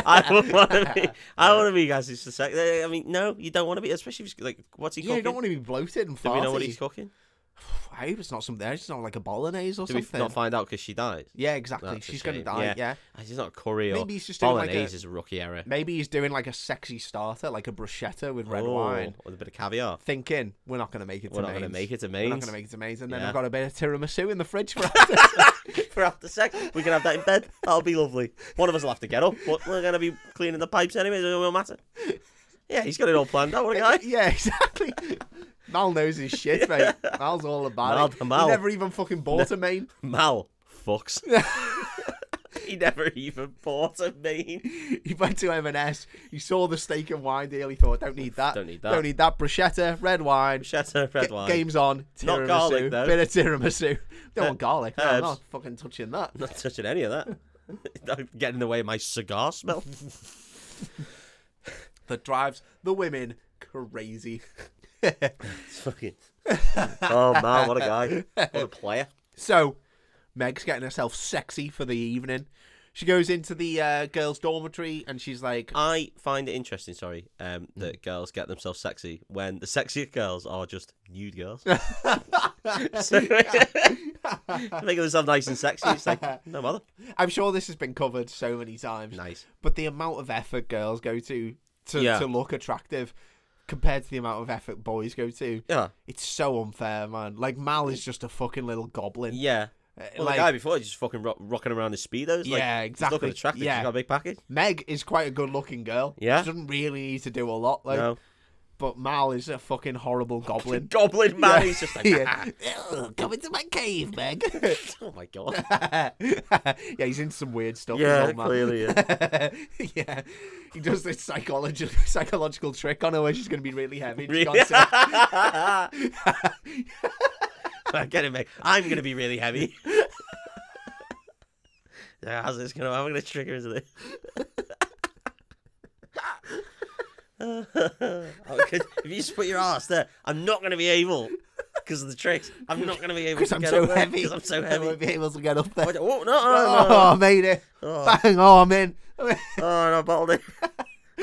S2: I don't want to be. I want to be guys. It's the sex. I mean, no, you don't want to be, especially if it's like what's he
S1: yeah,
S2: cooking?
S1: you don't want to be bloated and
S2: Do
S1: farty.
S2: we know what he's cooking?
S1: I hope it's not something. I hope It's not like a bolognese or
S2: Do we
S1: something.
S2: not find out because she dies?
S1: yeah, exactly.
S2: That's a
S1: She's gonna
S2: shame. Ah,
S1: die. Yeah.
S2: She's not a curry or
S1: Maybe he's just doing like a.
S2: bolognese is a rookie error.
S1: Maybe he's doing like a sexy starter, like a bruschetta with red
S2: Oh,
S1: wine.
S2: with a bit of caviar.
S1: Thinking we're not gonna make it.
S2: We're
S1: to
S2: not going to
S1: Mainz.
S2: make it to
S1: We're
S2: Mainz.
S1: not gonna make it to Mainz, and then
S2: Yeah.
S1: I've got a bit of tiramisu in the fridge for
S2: for after sex. We can have that in bed. That'll be lovely. One of us will have to get up, but we're going to be cleaning the pipes anyway, so it won't matter. Yeah, he's got it all planned out, what a guy.
S1: Yeah, exactly. Mal knows his shit, mate. Mal's all about it.
S2: Mal- Mal.
S1: He never even fucking bought a main.
S2: Mal fucks. he never even bought a main.
S1: He went to M&S. He saw the steak and wine deal. He thought, don't need that.
S2: Don't need that.
S1: Don't need that. Bruschetta, red wine.
S2: Chateau red
S1: G-
S2: wine.
S1: Game's on. Tiramisu.
S2: Not garlic, though. Uh,
S1: Bit of tiramisu. Don't want garlic. No, I'm
S2: herbs.
S1: not fucking touching that.
S2: Not touching any of that. Don't Get in the way of my cigar smell.
S1: That drives the women crazy.
S2: It's fucking. Oh, Mal, what a guy. What a player.
S1: So, Meg's getting herself sexy for the evening. She goes into the uh, girls' dormitory and she's like,
S2: I find it interesting, sorry, um,
S1: Hmm.
S2: that girls get themselves sexy when the sexier girls are just nude girls. so, making themselves nice and sexy. It's like, no bother.
S1: I'm sure this has been covered so many times,
S2: Nice.
S1: but the amount of effort girls go to to,
S2: Yeah.
S1: to look attractive compared to the amount of effort boys go to,
S2: Yeah.
S1: it's so unfair, man. Like Mal is just a fucking little goblin.
S2: Yeah.
S1: Uh,
S2: Well,
S1: like
S2: the guy before, he's just fucking rock- rocking around his speedos. like,
S1: yeah,
S2: he's looking
S1: exactly.
S2: attractive.
S1: Yeah,
S2: She's got a big package.
S1: Meg is quite a good-looking girl.
S2: Yeah.
S1: she doesn't really need to do a lot. Like,
S2: no.
S1: but Mal is a fucking horrible goblin.
S2: Goblin man.
S1: Yeah.
S2: He's just like, "Ah."
S1: Yeah. Ugh, Come into my cave, Meg.
S2: oh my god.
S1: yeah, he's into some weird stuff.
S2: Yeah,
S1: his old man.
S2: clearly,
S1: yeah, he does this psychological psychological trick on her where she's going to be really heavy. and she
S2: Really?
S1: can't
S2: Get it, mate. I'm gonna be really heavy. Yeah, How's this gonna? I'm gonna trigger into this. oh, good. if you just put your ass there, I'm not gonna be able because of the tricks. I'm not gonna be able
S1: Because
S2: to
S1: I'm
S2: get
S1: so
S2: up there
S1: heavy.
S2: 'cause I'm so
S1: I won't
S2: heavy.
S1: be able to get up there.
S2: Oh no! no, no, no.
S1: Oh, I made it!
S2: Oh,
S1: Bang! Oh, I'm in. I'm
S2: oh, no, I bottled it.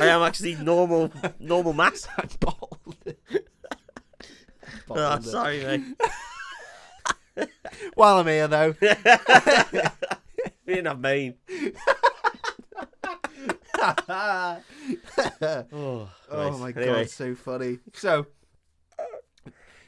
S2: I am actually normal, normal mass.
S1: bottled.
S2: Oh,
S1: Bottled it.
S2: sorry, mate.
S1: While I'm here, though,
S2: We didn't have main. Oh,
S1: oh
S2: Christ.
S1: my
S2: Anyway,
S1: god, so funny. So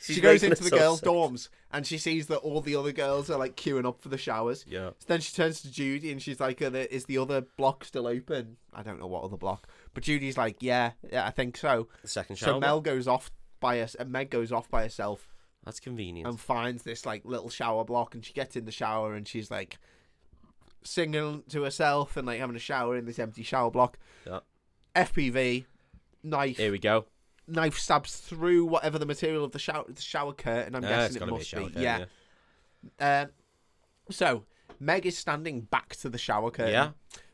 S2: she's
S1: she goes
S2: making
S1: into the girls'
S2: herself sick.
S1: dorms and she sees that all the other girls are like queuing up for the showers.
S2: Yeah.
S1: So then she turns to Judy and she's like, "Are the- "Is the other block still open?" I don't know what other block, but Judy's like, "Yeah, yeah I think so."
S2: The second shower.
S1: So Mel goes off by us, and Meg goes off by herself
S2: That's convenient.
S1: and finds this like little shower block, and she gets in the shower and she's like singing to herself and like having a shower in this empty shower block.
S2: Yeah.
S1: FPV knife
S2: Here we go.
S1: knife stabs through whatever the material of the shower the shower curtain. I'm
S2: Ah, it's
S1: guessing it
S2: got to be a
S1: must
S2: shower. curtain,
S1: yeah. Um, so Meg is standing back to the shower
S2: Yeah.
S1: curtain.
S2: Yeah.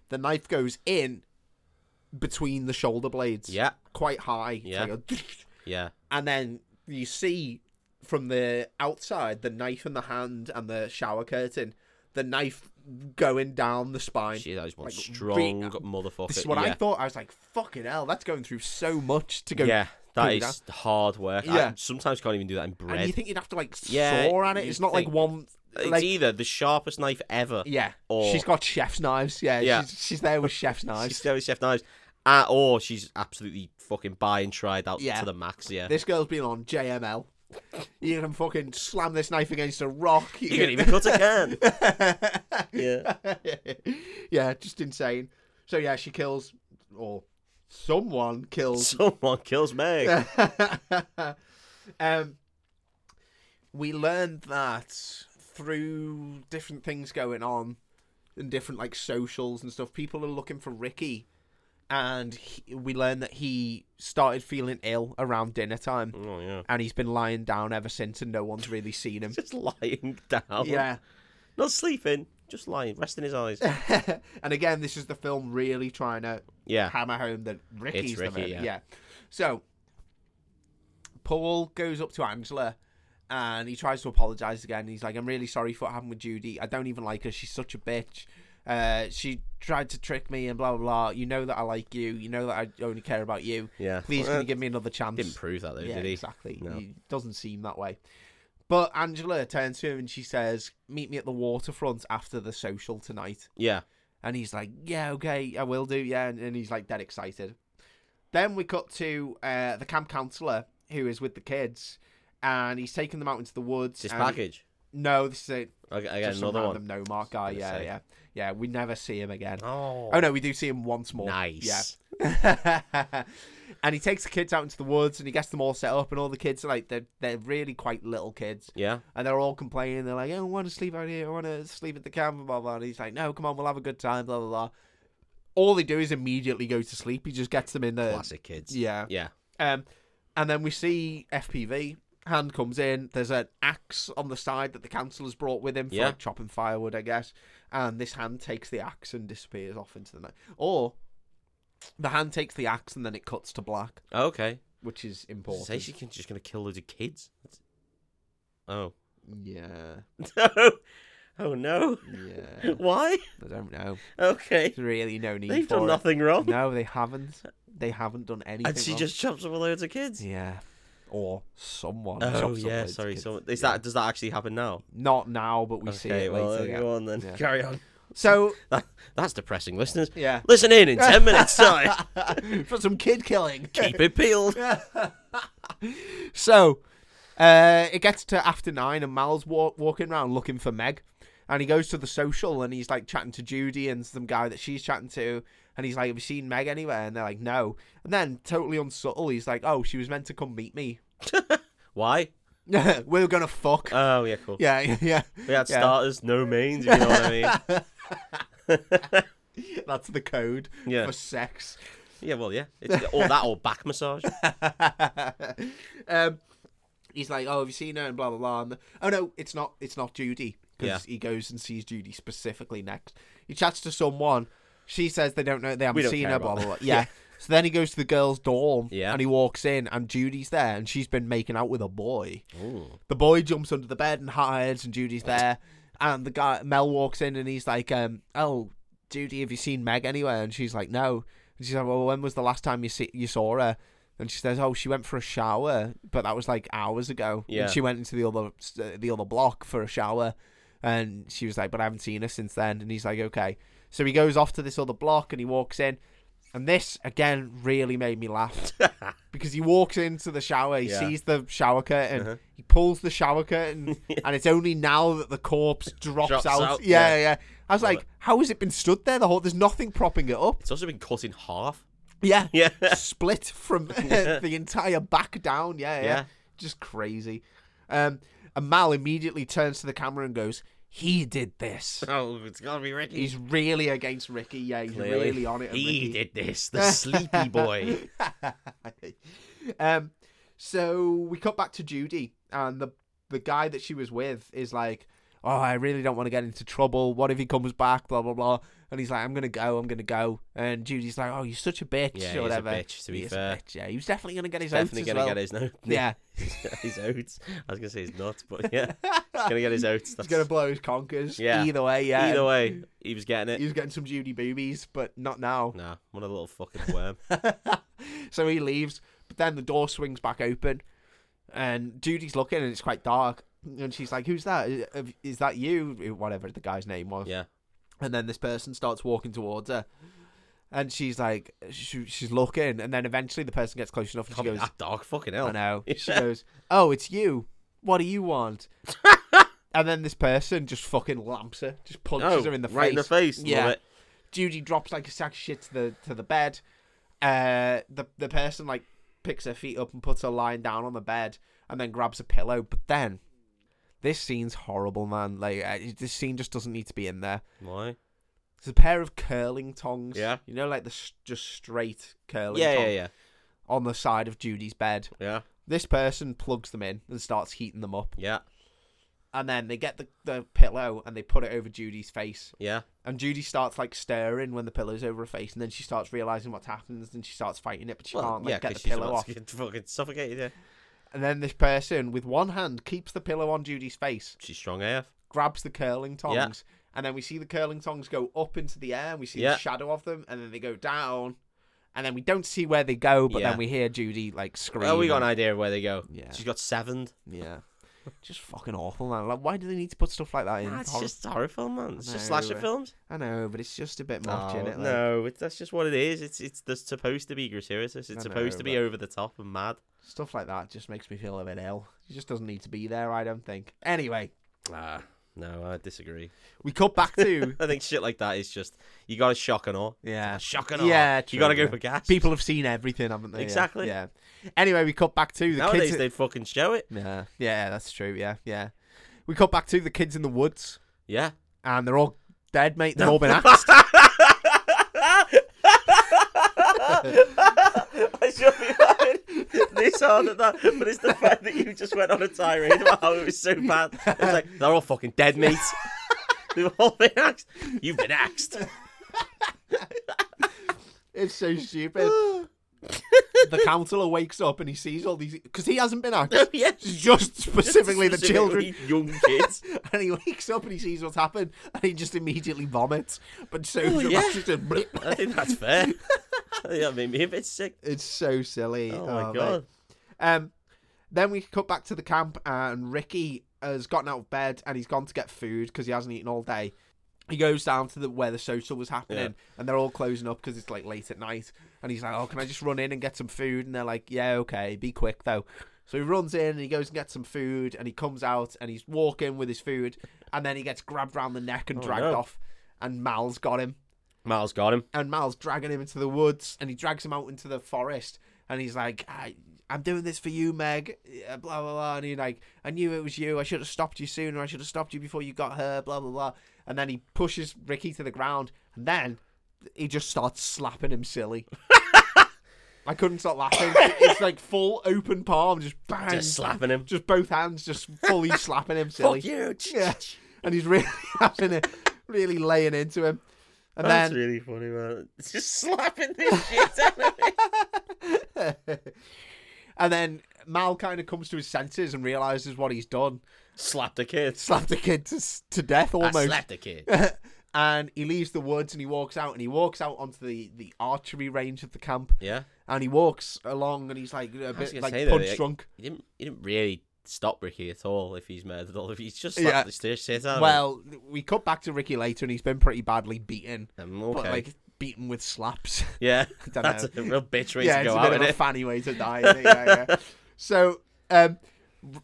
S1: The knife goes in between the shoulder blades.
S2: Yeah.
S1: Quite high. It's
S2: Yeah.
S1: like a
S2: Yeah.
S1: and then you see from the outside the knife in the hand and the shower curtain, the knife going down the spine.
S2: She, that is one
S1: Like, re-
S2: strong motherfucker.
S1: This is what
S2: yeah.
S1: I thought. I was like, "Fucking hell, that's going through so much to go."
S2: Yeah. That
S1: pull
S2: is hard work. I
S1: Yeah.
S2: sometimes can't even do that in bread.
S1: and you think you'd have to like
S2: Yeah,
S1: saw at it.
S2: you
S1: It's not like
S2: think-
S1: one.
S2: it's
S1: Like
S2: either the sharpest knife ever.
S1: yeah,
S2: or-
S1: she's got chef's knives. Yeah,
S2: Yeah.
S1: She's, she's there with chef's
S2: She's
S1: knives.
S2: still chef knives. Uh, or she's absolutely fucking buy and tried out
S1: Yeah.
S2: to the max. Yeah.
S1: This girl's been on JML. You can fucking slam this knife against a rock.
S2: you can even cut a can. yeah.
S1: yeah, just insane. So yeah, she kills or someone kills.
S2: Someone kills Meg.
S1: um, we learned that through different things going on and different like socials and stuff. People are looking for Ricky, and he, we learned that he started feeling ill around dinner time,
S2: Oh yeah.
S1: and he's been lying down ever since, and no one's really seen him.
S2: Just lying down.
S1: Yeah,
S2: Not sleeping, just lying, resting his eyes.
S1: and again, this is the film really trying to
S2: Yeah.
S1: hammer home that Ricky's
S2: Ricky,
S1: the man.
S2: yeah.
S1: Yeah. So Paul goes up to Angela and he tries to apologize again. He's like, I'm really sorry for what happened with Judy. I don't even like her. She's such a bitch. Uh, she tried to trick me and blah, blah, blah. You know that I like you. You know that I only care about you.
S2: Yeah.
S1: Please,
S2: Well, uh,
S1: can you give me another chance?
S2: Didn't prove that though,
S1: yeah,
S2: did he?
S1: exactly.
S2: No.
S1: It doesn't seem that way. But Angela turns to him and she says, Meet me at the waterfront after the social tonight.
S2: Yeah.
S1: And he's like, yeah, okay, I will do, yeah. And, and he's like dead excited. Then we cut to uh, the camp counselor who is with the kids, and he's taking them out into the woods.
S2: It's his
S1: and-
S2: package.
S1: No, this is it.
S2: I get, I get
S1: Just some
S2: another
S1: random
S2: one.
S1: no mark guy.
S2: gonna
S1: Yeah,
S2: say.
S1: yeah, yeah. We never see him again.
S2: Oh,
S1: Oh no, we do see him once more.
S2: nice.
S1: Yeah. and he takes the kids out into the woods, and he gets them all set up, and all the kids are like they're they're really quite little kids
S2: Yeah.
S1: and they're all complaining. They're like, "Oh, I want to sleep out here. I want to sleep at the camp." and Blah blah. And he's like, "No, come on, we'll have a good time." Blah blah blah. All they do is immediately go to sleep. He just gets them in the
S2: Classic kids.
S1: Uh, yeah.
S2: Yeah.
S1: Um, and then we see FPV hand comes in. There's an axe on the side that the councillor's brought with him for
S2: Yeah.
S1: like, chopping firewood, I guess. And this hand takes the axe and disappears off into the night, or the hand takes the axe and then it cuts to black,
S2: Oh, Okay.
S1: which is
S2: Say
S1: important.
S2: she can, just gonna kill loads of kids. That's- Oh
S1: Yeah.
S2: no! Oh no.
S1: Yeah,
S2: Why?
S1: I don't know.
S2: Okay.
S1: There's really no need
S2: They've
S1: for
S2: done
S1: it.
S2: nothing wrong.
S1: No, they haven't. They haven't done anything.
S2: and she
S1: wrong.
S2: just chops up loads of kids.
S1: yeah, or someone.
S2: Oh
S1: chops up
S2: yeah,
S1: loads of
S2: sorry.
S1: kids.
S2: So is
S1: Yeah.
S2: that does that actually happen now?
S1: not now? But we see
S2: okay,
S1: it
S2: well
S1: later.
S2: uh,
S1: yeah.
S2: go on then.
S1: Yeah.
S2: Carry on.
S1: So
S2: That, that's depressing, listeners.
S1: yeah,
S2: Listen in in ten minutes time.
S1: for some kid killing.
S2: Keep it peeled.
S1: So, uh, it gets to after nine, and Mal's wa- walking around looking for Meg, and he goes to the social, and he's like chatting to Judy and some guy that she's chatting to, and he's like, "Have you seen Meg anywhere?" And they're like, "No." And then, totally unsubtle, he's like, "Oh, she was meant to come meet me.
S2: Why?
S1: we we're gonna fuck."
S2: Oh yeah, cool.
S1: yeah, yeah, yeah.
S2: We had
S1: yeah.
S2: starters, no mains. If you know what I mean.
S1: That's the code
S2: Yeah.
S1: for sex.
S2: Yeah, well, yeah. It's all that or back massage.
S1: um, he's like, "Oh, have you seen her?" And blah blah blah. And oh no, it's not. It's not Judy because he goes and sees Judy specifically next. He chats to someone. She says they don't know. They haven't
S2: We don't
S1: seen
S2: care
S1: her. Blah
S2: about
S1: blah blah.
S2: that.
S1: Yeah. So then he goes to the girl's dorm.
S2: Yeah.
S1: And he walks in, and Judy's there, and she's been making out with a boy.
S2: Ooh.
S1: The boy jumps under the bed and hides, and Judy's there. And the guy Mel walks in, and he's like, um, "Oh, Judy, have you seen Meg anywhere?" And she's like, "No." And she's like, "Well, when was the last time you see- you saw her?" And she says, "Oh, she went for a shower, but that was like hours ago."
S2: Yeah.
S1: And she went into the other uh, the other block for a shower, and she was like, "But I haven't seen her since then." And he's like, "Okay." So he goes off to this other block, and he walks in. And this again really made me laugh because he walks into the shower, he
S2: Yeah.
S1: sees the shower curtain, he pulls the shower curtain, and it's only now that the corpse drops,
S2: Drops
S1: out.
S2: out,
S1: Yeah, yeah,
S2: yeah.
S1: I was like, how has it been stood there the whole? There's nothing propping it up.
S2: It's also been cut in half.
S1: Yeah,
S2: Yeah.
S1: split from the entire back down. Yeah, yeah,
S2: Yeah.
S1: just crazy. Um, and Mal immediately turns to the camera and goes, "He did this."
S2: Oh, it's gotta be Ricky.
S1: He's really against Ricky. Yeah, he's
S2: Clearly.
S1: really on it. and Ricky-
S2: He did this. The sleepy boy.
S1: um, so we cut back to Judy, and the the guy that she was with is like, "Oh, I really don't want to get into trouble. What if he comes back? Blah blah blah." And he's like, "I'm gonna go. I'm gonna go." And Judy's like, "Oh, you're such a bitch." or
S2: Yeah, he is a
S1: whatever.
S2: bitch, to be
S1: He is a
S2: fair.
S1: bitch, yeah, he was definitely gonna get his
S2: Definitely
S1: oats
S2: gonna
S1: as well.
S2: get his no.
S1: Yeah,
S2: his oats. I was gonna say his nuts, but yeah, he's gonna get his oats. That's...
S1: he's gonna blow his conkers.
S2: Yeah.
S1: Either way, yeah.
S2: Either way, he was getting
S1: He
S2: it.
S1: was getting some Judy boobies, but not now.
S2: Nah, what a little fucking worm.
S1: so he leaves, but then the door swings back open, and Judy's looking, and it's quite dark. And she's like, "Who's that? Is- Is that you?" Whatever the guy's name was.
S2: Yeah.
S1: And then this person starts walking towards her, and she's like, she, she's looking, and then eventually the person gets close enough, and she
S2: Can't be
S1: goes,
S2: that dark. Fucking
S1: "I
S2: hell.
S1: know." She
S2: Yeah.
S1: goes, "Oh, it's you. What do you want?" and then this person just fucking lamps her, just punches
S2: Oh,
S1: her in the
S2: right
S1: face.
S2: in the face.
S1: Yeah.
S2: Love it.
S1: Judy drops like a sack of shit to the to the bed. Uh, the the person like picks her feet up and puts her lying down on the bed, and then grabs a pillow. But then, this scene's horrible, man. Like uh, this scene just doesn't need to be in there.
S2: Why?
S1: There's a pair of curling tongs.
S2: Yeah.
S1: you know, like the s- just straight curling.
S2: Yeah,
S1: tong
S2: yeah, yeah,
S1: On the side of Judy's bed,
S2: yeah,
S1: this person plugs them in and starts heating them up,
S2: yeah,
S1: and then they get the, the pillow and they put it over Judy's face,
S2: yeah.
S1: and Judy starts like stirring when the pillow's over her face, and then she starts realizing what's happened, and she starts fighting it, but she
S2: Well,
S1: can't like
S2: yeah,
S1: get
S2: 'cause
S1: the
S2: she's
S1: pillow
S2: about
S1: off.
S2: to get fucking suffocated. Yeah,
S1: And then this person, with one hand, keeps the pillow on Judy's face,
S2: she's strong AF.
S1: grabs the curling tongs, and then we see the curling tongs go up into the air, and we see
S2: Yeah.
S1: the shadow of them, and then they go down, and then we don't see where they go, but
S2: Yeah.
S1: then we hear Judy like scream.
S2: Oh, we got an
S1: and-
S2: idea of where they go.
S1: Yeah.
S2: she's got sevened.
S1: yeah. Just fucking awful, man. Like, why do they need to put stuff like that in?
S2: Nah, Ah, it's
S1: Horror-
S2: just horror film, man. It's just
S1: No,
S2: slasher
S1: uh,
S2: films.
S1: I know, but it's just a bit much,
S2: Oh,
S1: innit? Like,
S2: no, it's, that's just what it is. It's it's there's supposed to be gratuitous. It's
S1: I
S2: supposed
S1: know,
S2: to be
S1: but-
S2: over the top and mad.
S1: Stuff like that just makes me feel a bit ill. It just doesn't need to be there, I don't think. Anyway,
S2: Ah, no, I disagree.
S1: we cut back to
S2: I think shit like that is just you got to shock and awe.
S1: yeah,
S2: Shock and awe.
S1: yeah.
S2: you got to go
S1: true,
S2: for
S1: yeah.
S2: gas.
S1: People have seen everything, haven't they? Yeah,
S2: Exactly.
S1: Yeah. Anyway, we cut back to the
S2: nowadays
S1: kids.
S2: they'd fucking show it.
S1: Yeah, yeah, that's true. Yeah, yeah. We cut back to the kids in the woods,
S2: Yeah.
S1: and they're all dead, mate. They've all been axed.
S2: I should be laughing this hard at that, but it's the fact that you just went on a tirade about how it was so bad. It's like they're all fucking dead, mate. They've all been axed. You've been axed.
S1: Oh, it's so stupid. the counselor wakes up and he sees all these because he hasn't been axed.
S2: yeah.
S1: It's just specifically the children.
S2: Specifically young kids.
S1: And he wakes up and he sees what's happened, and he just immediately vomits. But so
S2: Oh, yeah.
S1: dramatic, just blip.
S2: I think that's fair. I think that made me a bit sick.
S1: it's so silly.
S2: Oh, my
S1: mate.
S2: god.
S1: Um, then we cut back to the camp, and Ricky has gotten out of bed and he's gone to get food because he hasn't eaten all day. He goes down to the where the social was happening,
S2: Yeah.
S1: and they're all closing up because it's like late at night. And he's like, "Oh, can I just run in and get some food?" And they're like, "Yeah, okay, be quick though." So he runs in and he goes and gets some food, and he comes out and he's walking with his food, and then he gets grabbed round the neck and dragged
S2: Oh, no.
S1: off. And Mal's got him
S2: Miles got him.
S1: and Mal's dragging him into the woods, and he drags him out into the forest, and he's like, I, "I'm doing this for you, Meg." uh, Blah blah blah. And he's like, "I knew it was you. I should have stopped you sooner. I should have stopped you before you got her." Blah blah blah. And then he pushes Ricky to the ground, and then he just starts slapping him silly. I couldn't stop laughing. It's like full open palm, just bang,
S2: Just slapping him.
S1: just both hands, just fully slapping him silly.
S2: Fuck you.
S1: Yeah. And he's really having it, really laying into him. And
S2: That's
S1: then
S2: really funny, man. It's just slapping this shit out of me.
S1: And then Mal kind of comes to his senses and realizes what he's done.
S2: Slapped a kid.
S1: Slapped a kid to, s- to death
S2: I
S1: almost.
S2: slapped a kid.
S1: and he leaves the woods and he walks out and he walks out onto the, the archery range of the camp
S2: Yeah.
S1: and he walks along and he's like a
S2: was
S1: bit
S2: gonna
S1: like
S2: say,
S1: punch
S2: though, like-
S1: drunk.
S2: He didn't, he didn't really stop Ricky at all if he's murdered all of He's just slapped
S1: Yeah.
S2: the st- shit out of
S1: Well, we cut back to Ricky later and he's been pretty badly beaten,
S2: him. Um, okay.
S1: but like beaten with slaps.
S2: yeah.
S1: dunno.
S2: That's a real bitch way
S1: yeah,
S2: to
S1: it's
S2: go
S1: a
S2: out,
S1: bit
S2: isn't
S1: of a
S2: it?
S1: fanny way to die. Isn't it? Yeah, yeah. So um,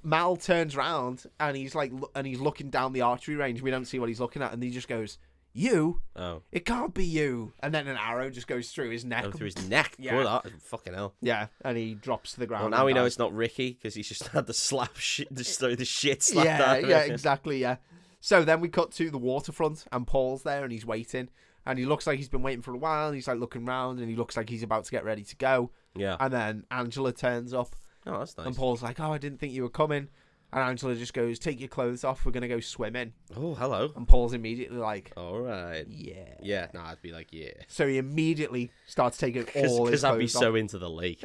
S1: Mal turns round and he's like, lo- and he's looking down the archery range. We don't see what he's looking at, and he just goes, "You?
S2: Oh.
S1: It can't be you!" And then an arrow just goes through his neck.
S2: Go through his neck.
S1: Yeah. Oh,
S2: Good, ah, fucking hell.
S1: Yeah, and he drops to the ground.
S2: Well, now
S1: and
S2: we know
S1: dies.
S2: it's not Ricky because he's just had the slap shit, just throw the shit slapped
S1: Yeah,
S2: out of
S1: yeah,
S2: him.
S1: exactly. Yeah. So then we cut to the waterfront, and Paul's there, and he's waiting, and he looks like he's been waiting for a while. And he's like looking round, and he looks like he's about to get ready to go.
S2: Yeah.
S1: And then Angela turns up,
S2: Oh, that's nice.
S1: And Paul's like, "Oh, I didn't think you were coming." And Angela just goes, "Take your clothes off. We're gonna go swimming."
S2: Oh, hello.
S1: And Paul's immediately like,
S2: All right.
S1: "Yeah."
S2: Yeah, no, I'd be like, yeah.
S1: So he immediately starts taking all his
S2: Because I'd be
S1: clothes
S2: so into the lake.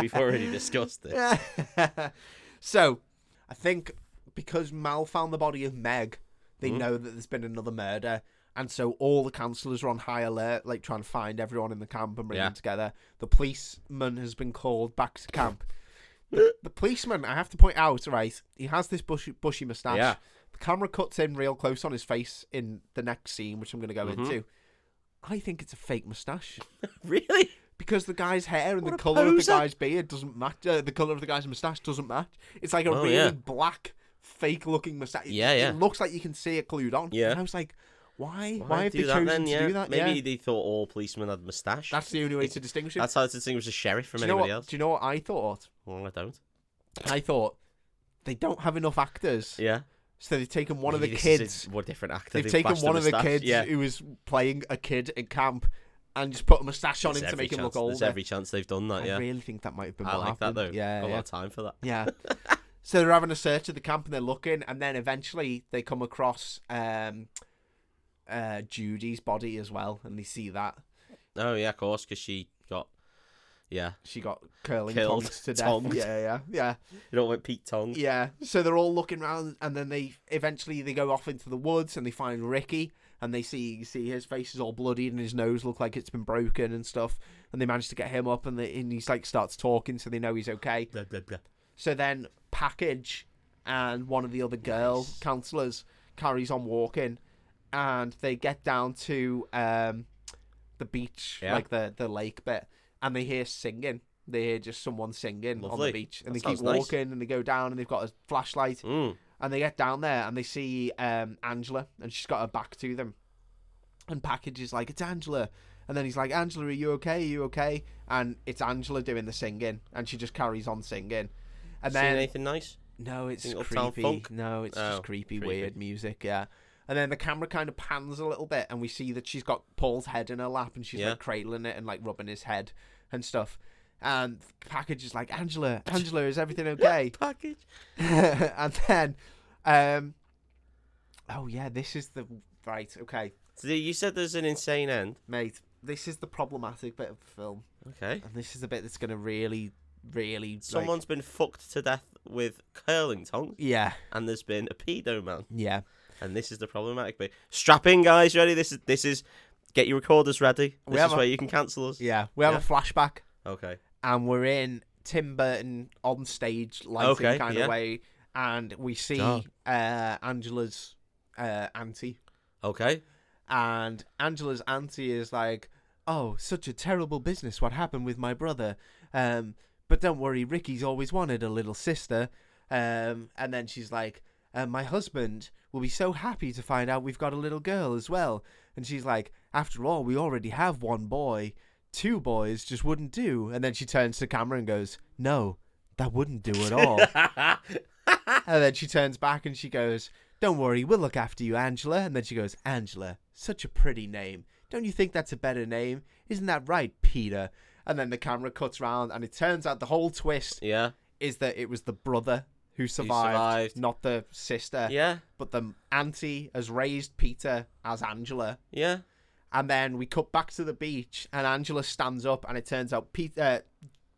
S2: We've already discussed it.
S1: off. so, I think because Mal found the body of Meg, they
S2: Mm-hmm.
S1: know that there's been another murder. And so all the councillors are on high alert, like trying to find everyone in the camp and bring
S2: Yeah.
S1: them together. The policeman has been called back to camp. the, the policeman, I have to point out, right? He has this bushy, bushy moustache.
S2: Yeah.
S1: The camera cuts in real close on his face in the next scene, which I'm going to go
S2: Mm-hmm.
S1: into. I think it's a fake moustache
S2: Really?
S1: because the guy's hair and
S2: What
S1: the
S2: a
S1: color of the
S2: poser.
S1: guy's beard doesn't match. Uh, the color of the guy's moustache doesn't match. It's like a
S2: Oh,
S1: really
S2: yeah.
S1: black, fake-looking moustache.
S2: Yeah, yeah.
S1: It looks like you can see it glued on.
S2: Yeah.
S1: And I was like, why? Why, have
S2: do
S1: they
S2: that
S1: chosen
S2: then,
S1: to
S2: yeah.
S1: do that?
S2: Maybe
S1: yeah.
S2: they thought all policemen had moustache.
S1: that's the only way to distinguish it.
S2: That's how to distinguish a sheriff from
S1: do you know
S2: anybody
S1: what?
S2: else.
S1: Do you know what I thought?
S2: Well, I don't.
S1: I thought they don't have enough actors,
S2: Yeah.
S1: so they've taken one
S2: Maybe
S1: of the
S2: this is a-
S1: kids.
S2: What different actor?
S1: They've
S2: they
S1: taken
S2: bashed
S1: one of the
S2: moustache.
S1: kids
S2: Yeah.
S1: who was playing a kid at camp and just put a moustache on
S2: There's
S1: him to
S2: every
S1: make him look
S2: chance- There's
S1: older.
S2: every chance they've done that.
S1: I
S2: Yeah.
S1: really think that might have been
S2: I
S1: what
S2: like that
S1: happened.
S2: though.
S1: Yeah,
S2: Got a
S1: yeah.
S2: lot of time for that.
S1: Yeah. so they're having a search of the camp and they're looking, and then eventually they come across um, uh, Judy's body as well, and they see that
S2: Oh yeah, of course, because she got. Yeah.
S1: she got curling
S2: Killed,
S1: tongs to death.
S2: tongued.
S1: Yeah, yeah, yeah,
S2: You know what, Pete Tong?
S1: yeah. So they're all looking around, and then they eventually they go off into the woods and they find Ricky, and they see you see his face is all bloodied and his nose look like it's been broken and stuff, and they manage to get him up, and, they, and he's like starts talking, so they know he's okay.
S2: Blah, blah, blah.
S1: So then Package and one of the other girl counsellors carries on walking and they get down to um, the beach,
S2: Yeah.
S1: like the, the lake bit, and they hear singing. They hear just someone singing on the
S2: Lovely.
S1: beach. And
S2: That
S1: they keep
S2: sounds nice.
S1: walking and they go down and they've got a flashlight
S2: Mm.
S1: and they get down there and they see um, Angela and she's got her back to them. And Package is like, It's Angela. And then he's like, Angela, are you okay? Are you okay? And it's Angela doing the singing and she just carries on singing. And
S2: Seen
S1: then
S2: anything nice?
S1: no, it's
S2: Think Uptown
S1: creepy.
S2: Funk?
S1: No, it's
S2: Oh,
S1: just creepy,
S2: creepy.
S1: weird music. Yeah. And then the camera kind of pans a little bit, and we see that she's got Paul's head in her lap, and she's
S2: Yeah.
S1: like cradling it and like rubbing his head and stuff. And the package is like, Angela, Angela, is everything okay?
S2: Package.
S1: and then, um, oh yeah, this is the right. Okay,
S2: So you said there's an insane end.
S1: mate. this is the problematic bit of the film,
S2: Okay.
S1: and this is the bit that's going to really, really. like-
S2: Someone's been fucked to death with curling tongs,
S1: yeah,
S2: and there's been a pedo man,
S1: yeah.
S2: and this is the problematic bit. Strap in, guys. Ready? This is this is. Get your recorders ready.
S1: We
S2: This
S1: have
S2: is
S1: a-
S2: where you can cancel us.
S1: Yeah, we have
S2: Yeah.
S1: a flashback,
S2: Okay.
S1: and we're in Tim Burton on stage lighting
S2: Okay,
S1: kind
S2: yeah.
S1: of way, and we see
S2: Duh.
S1: uh, Angela's uh, auntie,
S2: Okay.
S1: and Angela's auntie is like, "Oh, such a terrible business! What happened with my brother?" Um, but don't worry, Ricky's always wanted a little sister. Um, and then she's like, uh, "My husband will be so happy to find out we've got a little girl as well." And she's like, "After all, we already have one boy. Two boys just wouldn't do." And then she turns to camera and goes, "No, that wouldn't do at all." And then she turns back and she goes, Don't worry, we'll look after you, Angela. And then she goes, Angela, such a pretty name. Don't you think that's a better name? Isn't that right, Peter? And then the camera cuts round, and it turns out the whole twist
S2: yeah.
S1: is that it was the brother who survived,
S2: survived.
S1: not the sister.
S2: Yeah.
S1: But the auntie has raised Peter as Angela.
S2: Yeah.
S1: And then we cut back to the beach, and Angela stands up, and it turns out Peter. Uh,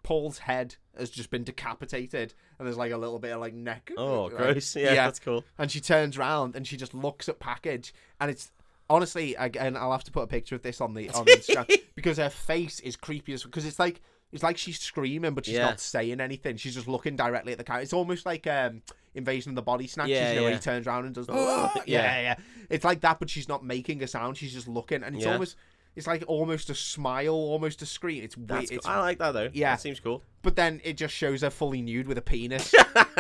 S1: Paul's head has just been decapitated, and there's like a little bit of like neck.
S2: Oh,
S1: like,
S2: gross. Yeah,
S1: yeah.
S2: that's cool.
S1: and she turns round and she just looks at package and it's honestly again i'll have to put a picture of this on the on instagram because her face is creepy as because it's like it's like she's screaming but she's
S2: Yeah.
S1: not saying anything she's just looking directly at the camera it's almost like um invasion of the body snatchers
S2: Yeah,
S1: you know, where
S2: yeah. Oh,
S1: he turns around and does the,
S2: Yeah.
S1: yeah. yeah it's like that but she's not making a sound she's just looking and it's
S2: Yeah.
S1: almost it's like almost a smile almost a scream it's weird
S2: That's cool.
S1: it's
S2: I like that though.
S1: Yeah.
S2: That seems cool.
S1: but then it just shows her fully nude with a penis.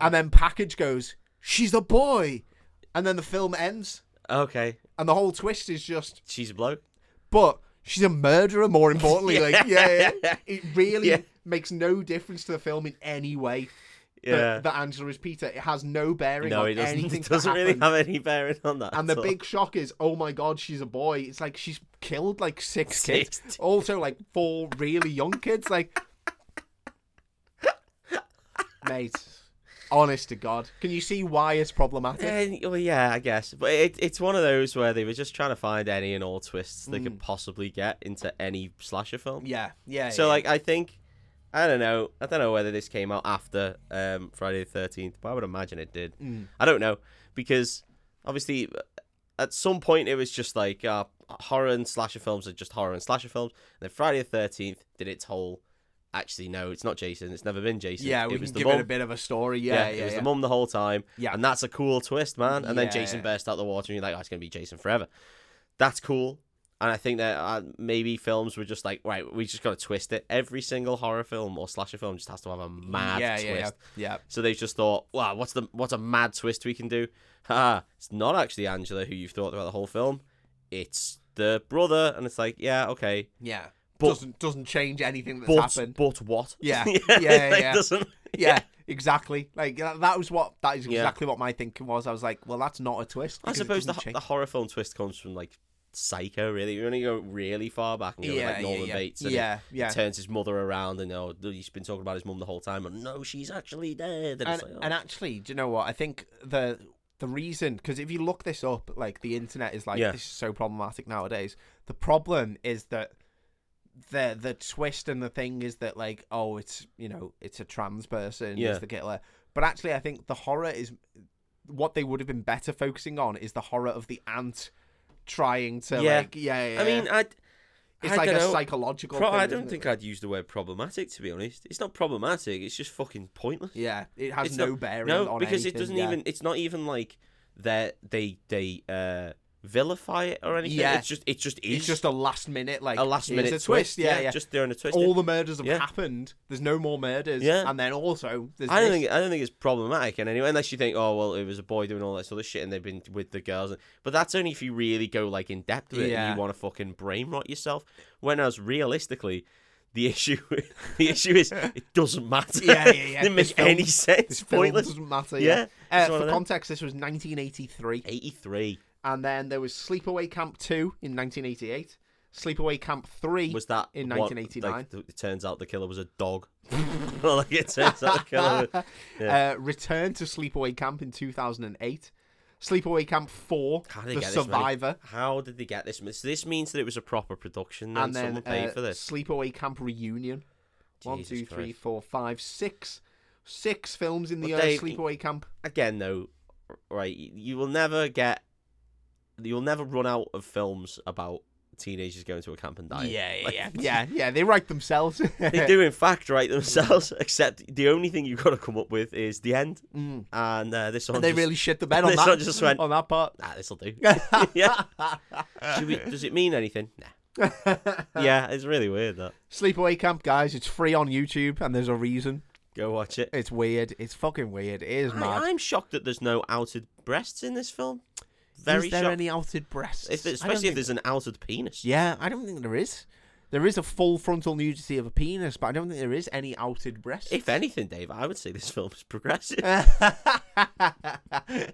S1: and then Package goes, She's a boy. And then the film ends.
S2: Okay.
S1: And the whole twist is just,
S2: She's a bloke.
S1: But she's a murderer, more importantly. Like, yeah, yeah. It really
S2: Yeah.
S1: makes no difference to the film in any way that,
S2: Yeah.
S1: that Angela is Peter. It has no bearing
S2: no,
S1: on
S2: it doesn't.
S1: anything.
S2: It
S1: that
S2: doesn't really
S1: happened.
S2: have any bearing on that.
S1: And
S2: at
S1: the
S2: all.
S1: big shock is, oh my god, she's a boy. It's like she's killed like six,
S2: Six
S1: kids. Also, like four really young kids. Like, mate, honest to God, can you see why it's problematic?
S2: Eh, well, yeah, I guess, but it, it's one of those where they were just trying to find any and all twists they
S1: Hmm.
S2: could possibly get into any slasher film.
S1: Yeah, yeah.
S2: so,
S1: yeah.
S2: like, I think, I don't know, I don't know whether this came out after um, Friday the Thirteenth, but I would imagine it did.
S1: Mm.
S2: I don't know because obviously, uh, at some point, it was just like uh, horror and slasher films are just horror and slasher films. And then Friday the Thirteenth did its whole. Actually, no, it's not Jason. It's never been Jason.
S1: yeah, we
S2: it
S1: can
S2: was the
S1: give
S2: mum.
S1: it a bit of a story.
S2: Yeah,
S1: Yeah, yeah,
S2: it was
S1: yeah.
S2: the mum the whole time.
S1: Yeah.
S2: and that's a cool twist, man. And then
S1: Yeah,
S2: Jason
S1: yeah.
S2: burst out the water, and you're like, oh, it's gonna be Jason forever. That's cool. And I think that uh, maybe films were just like, right, we just gotta twist it. Every single horror film or slasher film just has to have a mad
S1: yeah,
S2: twist.
S1: yeah, yeah, yeah.
S2: So they just thought, wow, what's the what's a mad twist we can do? Ha! It's not actually Angela who you've thought about the whole film. It's the brother, and it's like, yeah, okay,
S1: yeah.
S2: But-
S1: doesn't doesn't change anything that's
S2: but
S1: happened.
S2: but what?
S1: Yeah, yeah, yeah,
S2: like,
S1: yeah.
S2: Doesn't
S1: Yeah, exactly. Like that, that was what that is
S2: Yeah.
S1: exactly what my thinking was. I was like, well, that's not a twist.
S2: I
S1: because it
S2: suppose the,
S1: doesn't
S2: ho-
S1: change-
S2: the horror film twist comes from like Psycho, really. You only go really far back and go with, like Norman
S1: yeah,
S2: Bates,
S1: yeah,
S2: and
S1: yeah,
S2: he
S1: yeah.
S2: turns his mother around, and oh, he's been talking about his mum the whole time, and no, she's actually dead. And,
S1: and,
S2: it's like, oh.
S1: and actually, do you know what? I think the the reason because if you look this up, like the internet is like
S2: Yeah.
S1: this is so problematic nowadays. The problem is that the the twist and the thing is that like oh it's you know it's a trans person
S2: Yeah.
S1: is the killer, but actually I think the horror is what they would have been better focusing on is the horror of the ant trying to
S2: Yeah.
S1: like yeah, yeah
S2: I mean, I.
S1: it's
S2: I
S1: like
S2: don't
S1: a
S2: know.
S1: psychological.
S2: Pro-
S1: thing,
S2: I
S1: isn't
S2: don't
S1: it?
S2: think I'd use the word problematic to be honest. It's not problematic. It's just fucking pointless.
S1: Yeah, it has
S2: It's
S1: no
S2: not-
S1: bearing.
S2: No,
S1: on
S2: because
S1: anything,
S2: it doesn't
S1: yeah.
S2: even. It's not even like that. They they uh vilify it or anything.
S1: Yeah.
S2: It's just it just is
S1: It's just a last minute, like
S2: a last
S1: here's
S2: minute
S1: a twist. Yeah, yeah.
S2: Just throwing a twist. in.
S1: All the murders have
S2: Yeah.
S1: happened. There's no more murders.
S2: Yeah.
S1: and then also there's.
S2: I don't
S1: this.
S2: think I don't think it's problematic in any way, unless you think, oh well, it was a boy doing all that sort of shit, and they've been with the girls. But that's only if you really go like in depth with it and
S1: Yeah.
S2: you want to fucking brain rot yourself. Whereas realistically, the issue the issue is it doesn't matter.
S1: Yeah, yeah, yeah.
S2: it doesn't make
S1: This film-
S2: any sense.
S1: this film
S2: pointless.
S1: doesn't matter.
S2: Yeah,
S1: Yeah.
S2: it's
S1: Uh,
S2: one of
S1: for
S2: them.
S1: context, this was 1983,
S2: Eighty three
S1: and then there was Sleepaway Camp 2 in 1988, Sleepaway Camp 3
S2: was that
S1: in
S2: what-
S1: 1989.
S2: like, th- it turns out the killer was a dog. like it turns out the killer. Was, yeah.
S1: uh, Return to Sleepaway Camp in 2008, Sleepaway Camp Four,
S2: How did they
S1: The
S2: get this many?
S1: Survivor,
S2: How did they get this? much? So this means that it was a proper production. Then,
S1: and then
S2: someone paid
S1: uh,
S2: for this.
S1: Sleepaway Camp Reunion. One,
S2: Jesus
S1: two, three,
S2: Christ.
S1: four, five, six, six films in the
S2: But
S1: uh,
S2: they-
S1: Sleepaway Camp.
S2: Again, though, right? y- You will never get. You'll never run out of films about teenagers going to a camp and dying. Like,
S1: yeah, yeah. They write themselves.
S2: They do, in fact, write themselves. Except the only thing you've got to come up with is the end,
S1: Mm.
S2: and uh, this one.
S1: And they
S2: just-
S1: really shit the bed on
S2: This
S1: that.
S2: one just went-
S1: on that part.
S2: Nah, this'll do. yeah. Should we, does it mean anything? Nah. yeah, it's really weird that.
S1: Sleepaway Camp, guys. It's free on YouTube, and there's a reason.
S2: Go watch it.
S1: It's weird. It's fucking weird. It is mad.
S2: I, I'm shocked that there's no outed breasts in this film. Very
S1: is there
S2: shocked.
S1: any outed breasts?
S2: If,
S1: I don't
S2: especially if
S1: think-
S2: there's an outed penis.
S1: Yeah, I don't think there is. There is a full frontal nudity of a penis, but I don't think there is any outed breasts.
S2: If anything, Dave, I would say this film is progressive. where were you?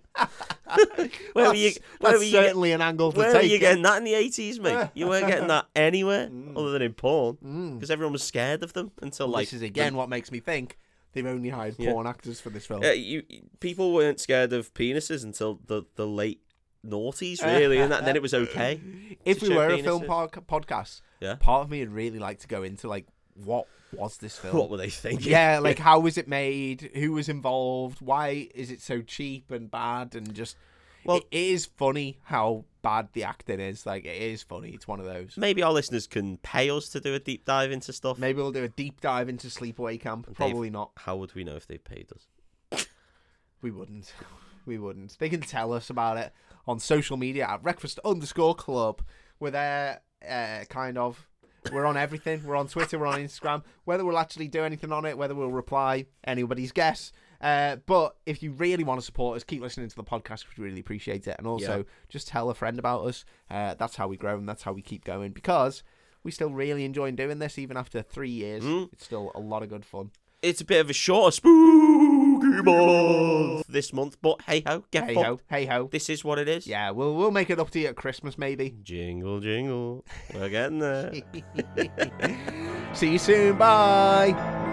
S1: That's-
S2: Where
S1: that's
S2: were you? get-
S1: certainly an angle to
S2: Where were
S1: take. eh?
S2: you
S1: it.
S2: getting that in the eighties, mate? You weren't getting that anywhere other than in porn, because everyone was scared of them until like
S1: Mm. this is again what makes me think they've only hired
S2: Yeah.
S1: porn actors for this film.
S2: Yeah, uh, you people weren't scared of penises until the, the late noughties, really, and that, then it was okay.
S1: if
S2: to
S1: we
S2: show
S1: were a film
S2: penises.
S1: pod- podcast,
S2: Yeah.
S1: part of me would really like to go into like what was this film?
S2: What were they thinking?
S1: yeah, like how was it made? Who was involved? Why is it so cheap and bad? And just well,
S2: Well-
S1: it is funny how bad the acting is. Like it is funny. It's one of those.
S2: Maybe our listeners can pay us to do a deep dive into stuff.
S1: Maybe we'll do a deep dive into Sleepaway Camp. Probably not.
S2: How would we know if they paid us?
S1: We wouldn't. We wouldn't. They can tell us about it on social media at breakfast underscore club. We're there, uh, kind of. We're on everything. We're on Twitter. We're on Instagram. Whether we'll actually do anything on it, whether we'll reply, anybody's guess. Uh, but if you really want to support us, keep listening to the podcast. We really appreciate it. And also,
S2: Yeah.
S1: just tell a friend about us. Uh, that's how we grow and that's how we keep going because we still really enjoy doing this, even after three years. It's still a lot of good fun.
S2: It's a bit of a shorter spooky month this month, but hey ho, get
S1: Hey
S2: fucked.
S1: ho, hey ho.
S2: This is what it is.
S1: Yeah, we'll we'll make it up to you at Christmas maybe.
S2: Jingle, jingle. We're getting there.
S1: See you soon. Bye.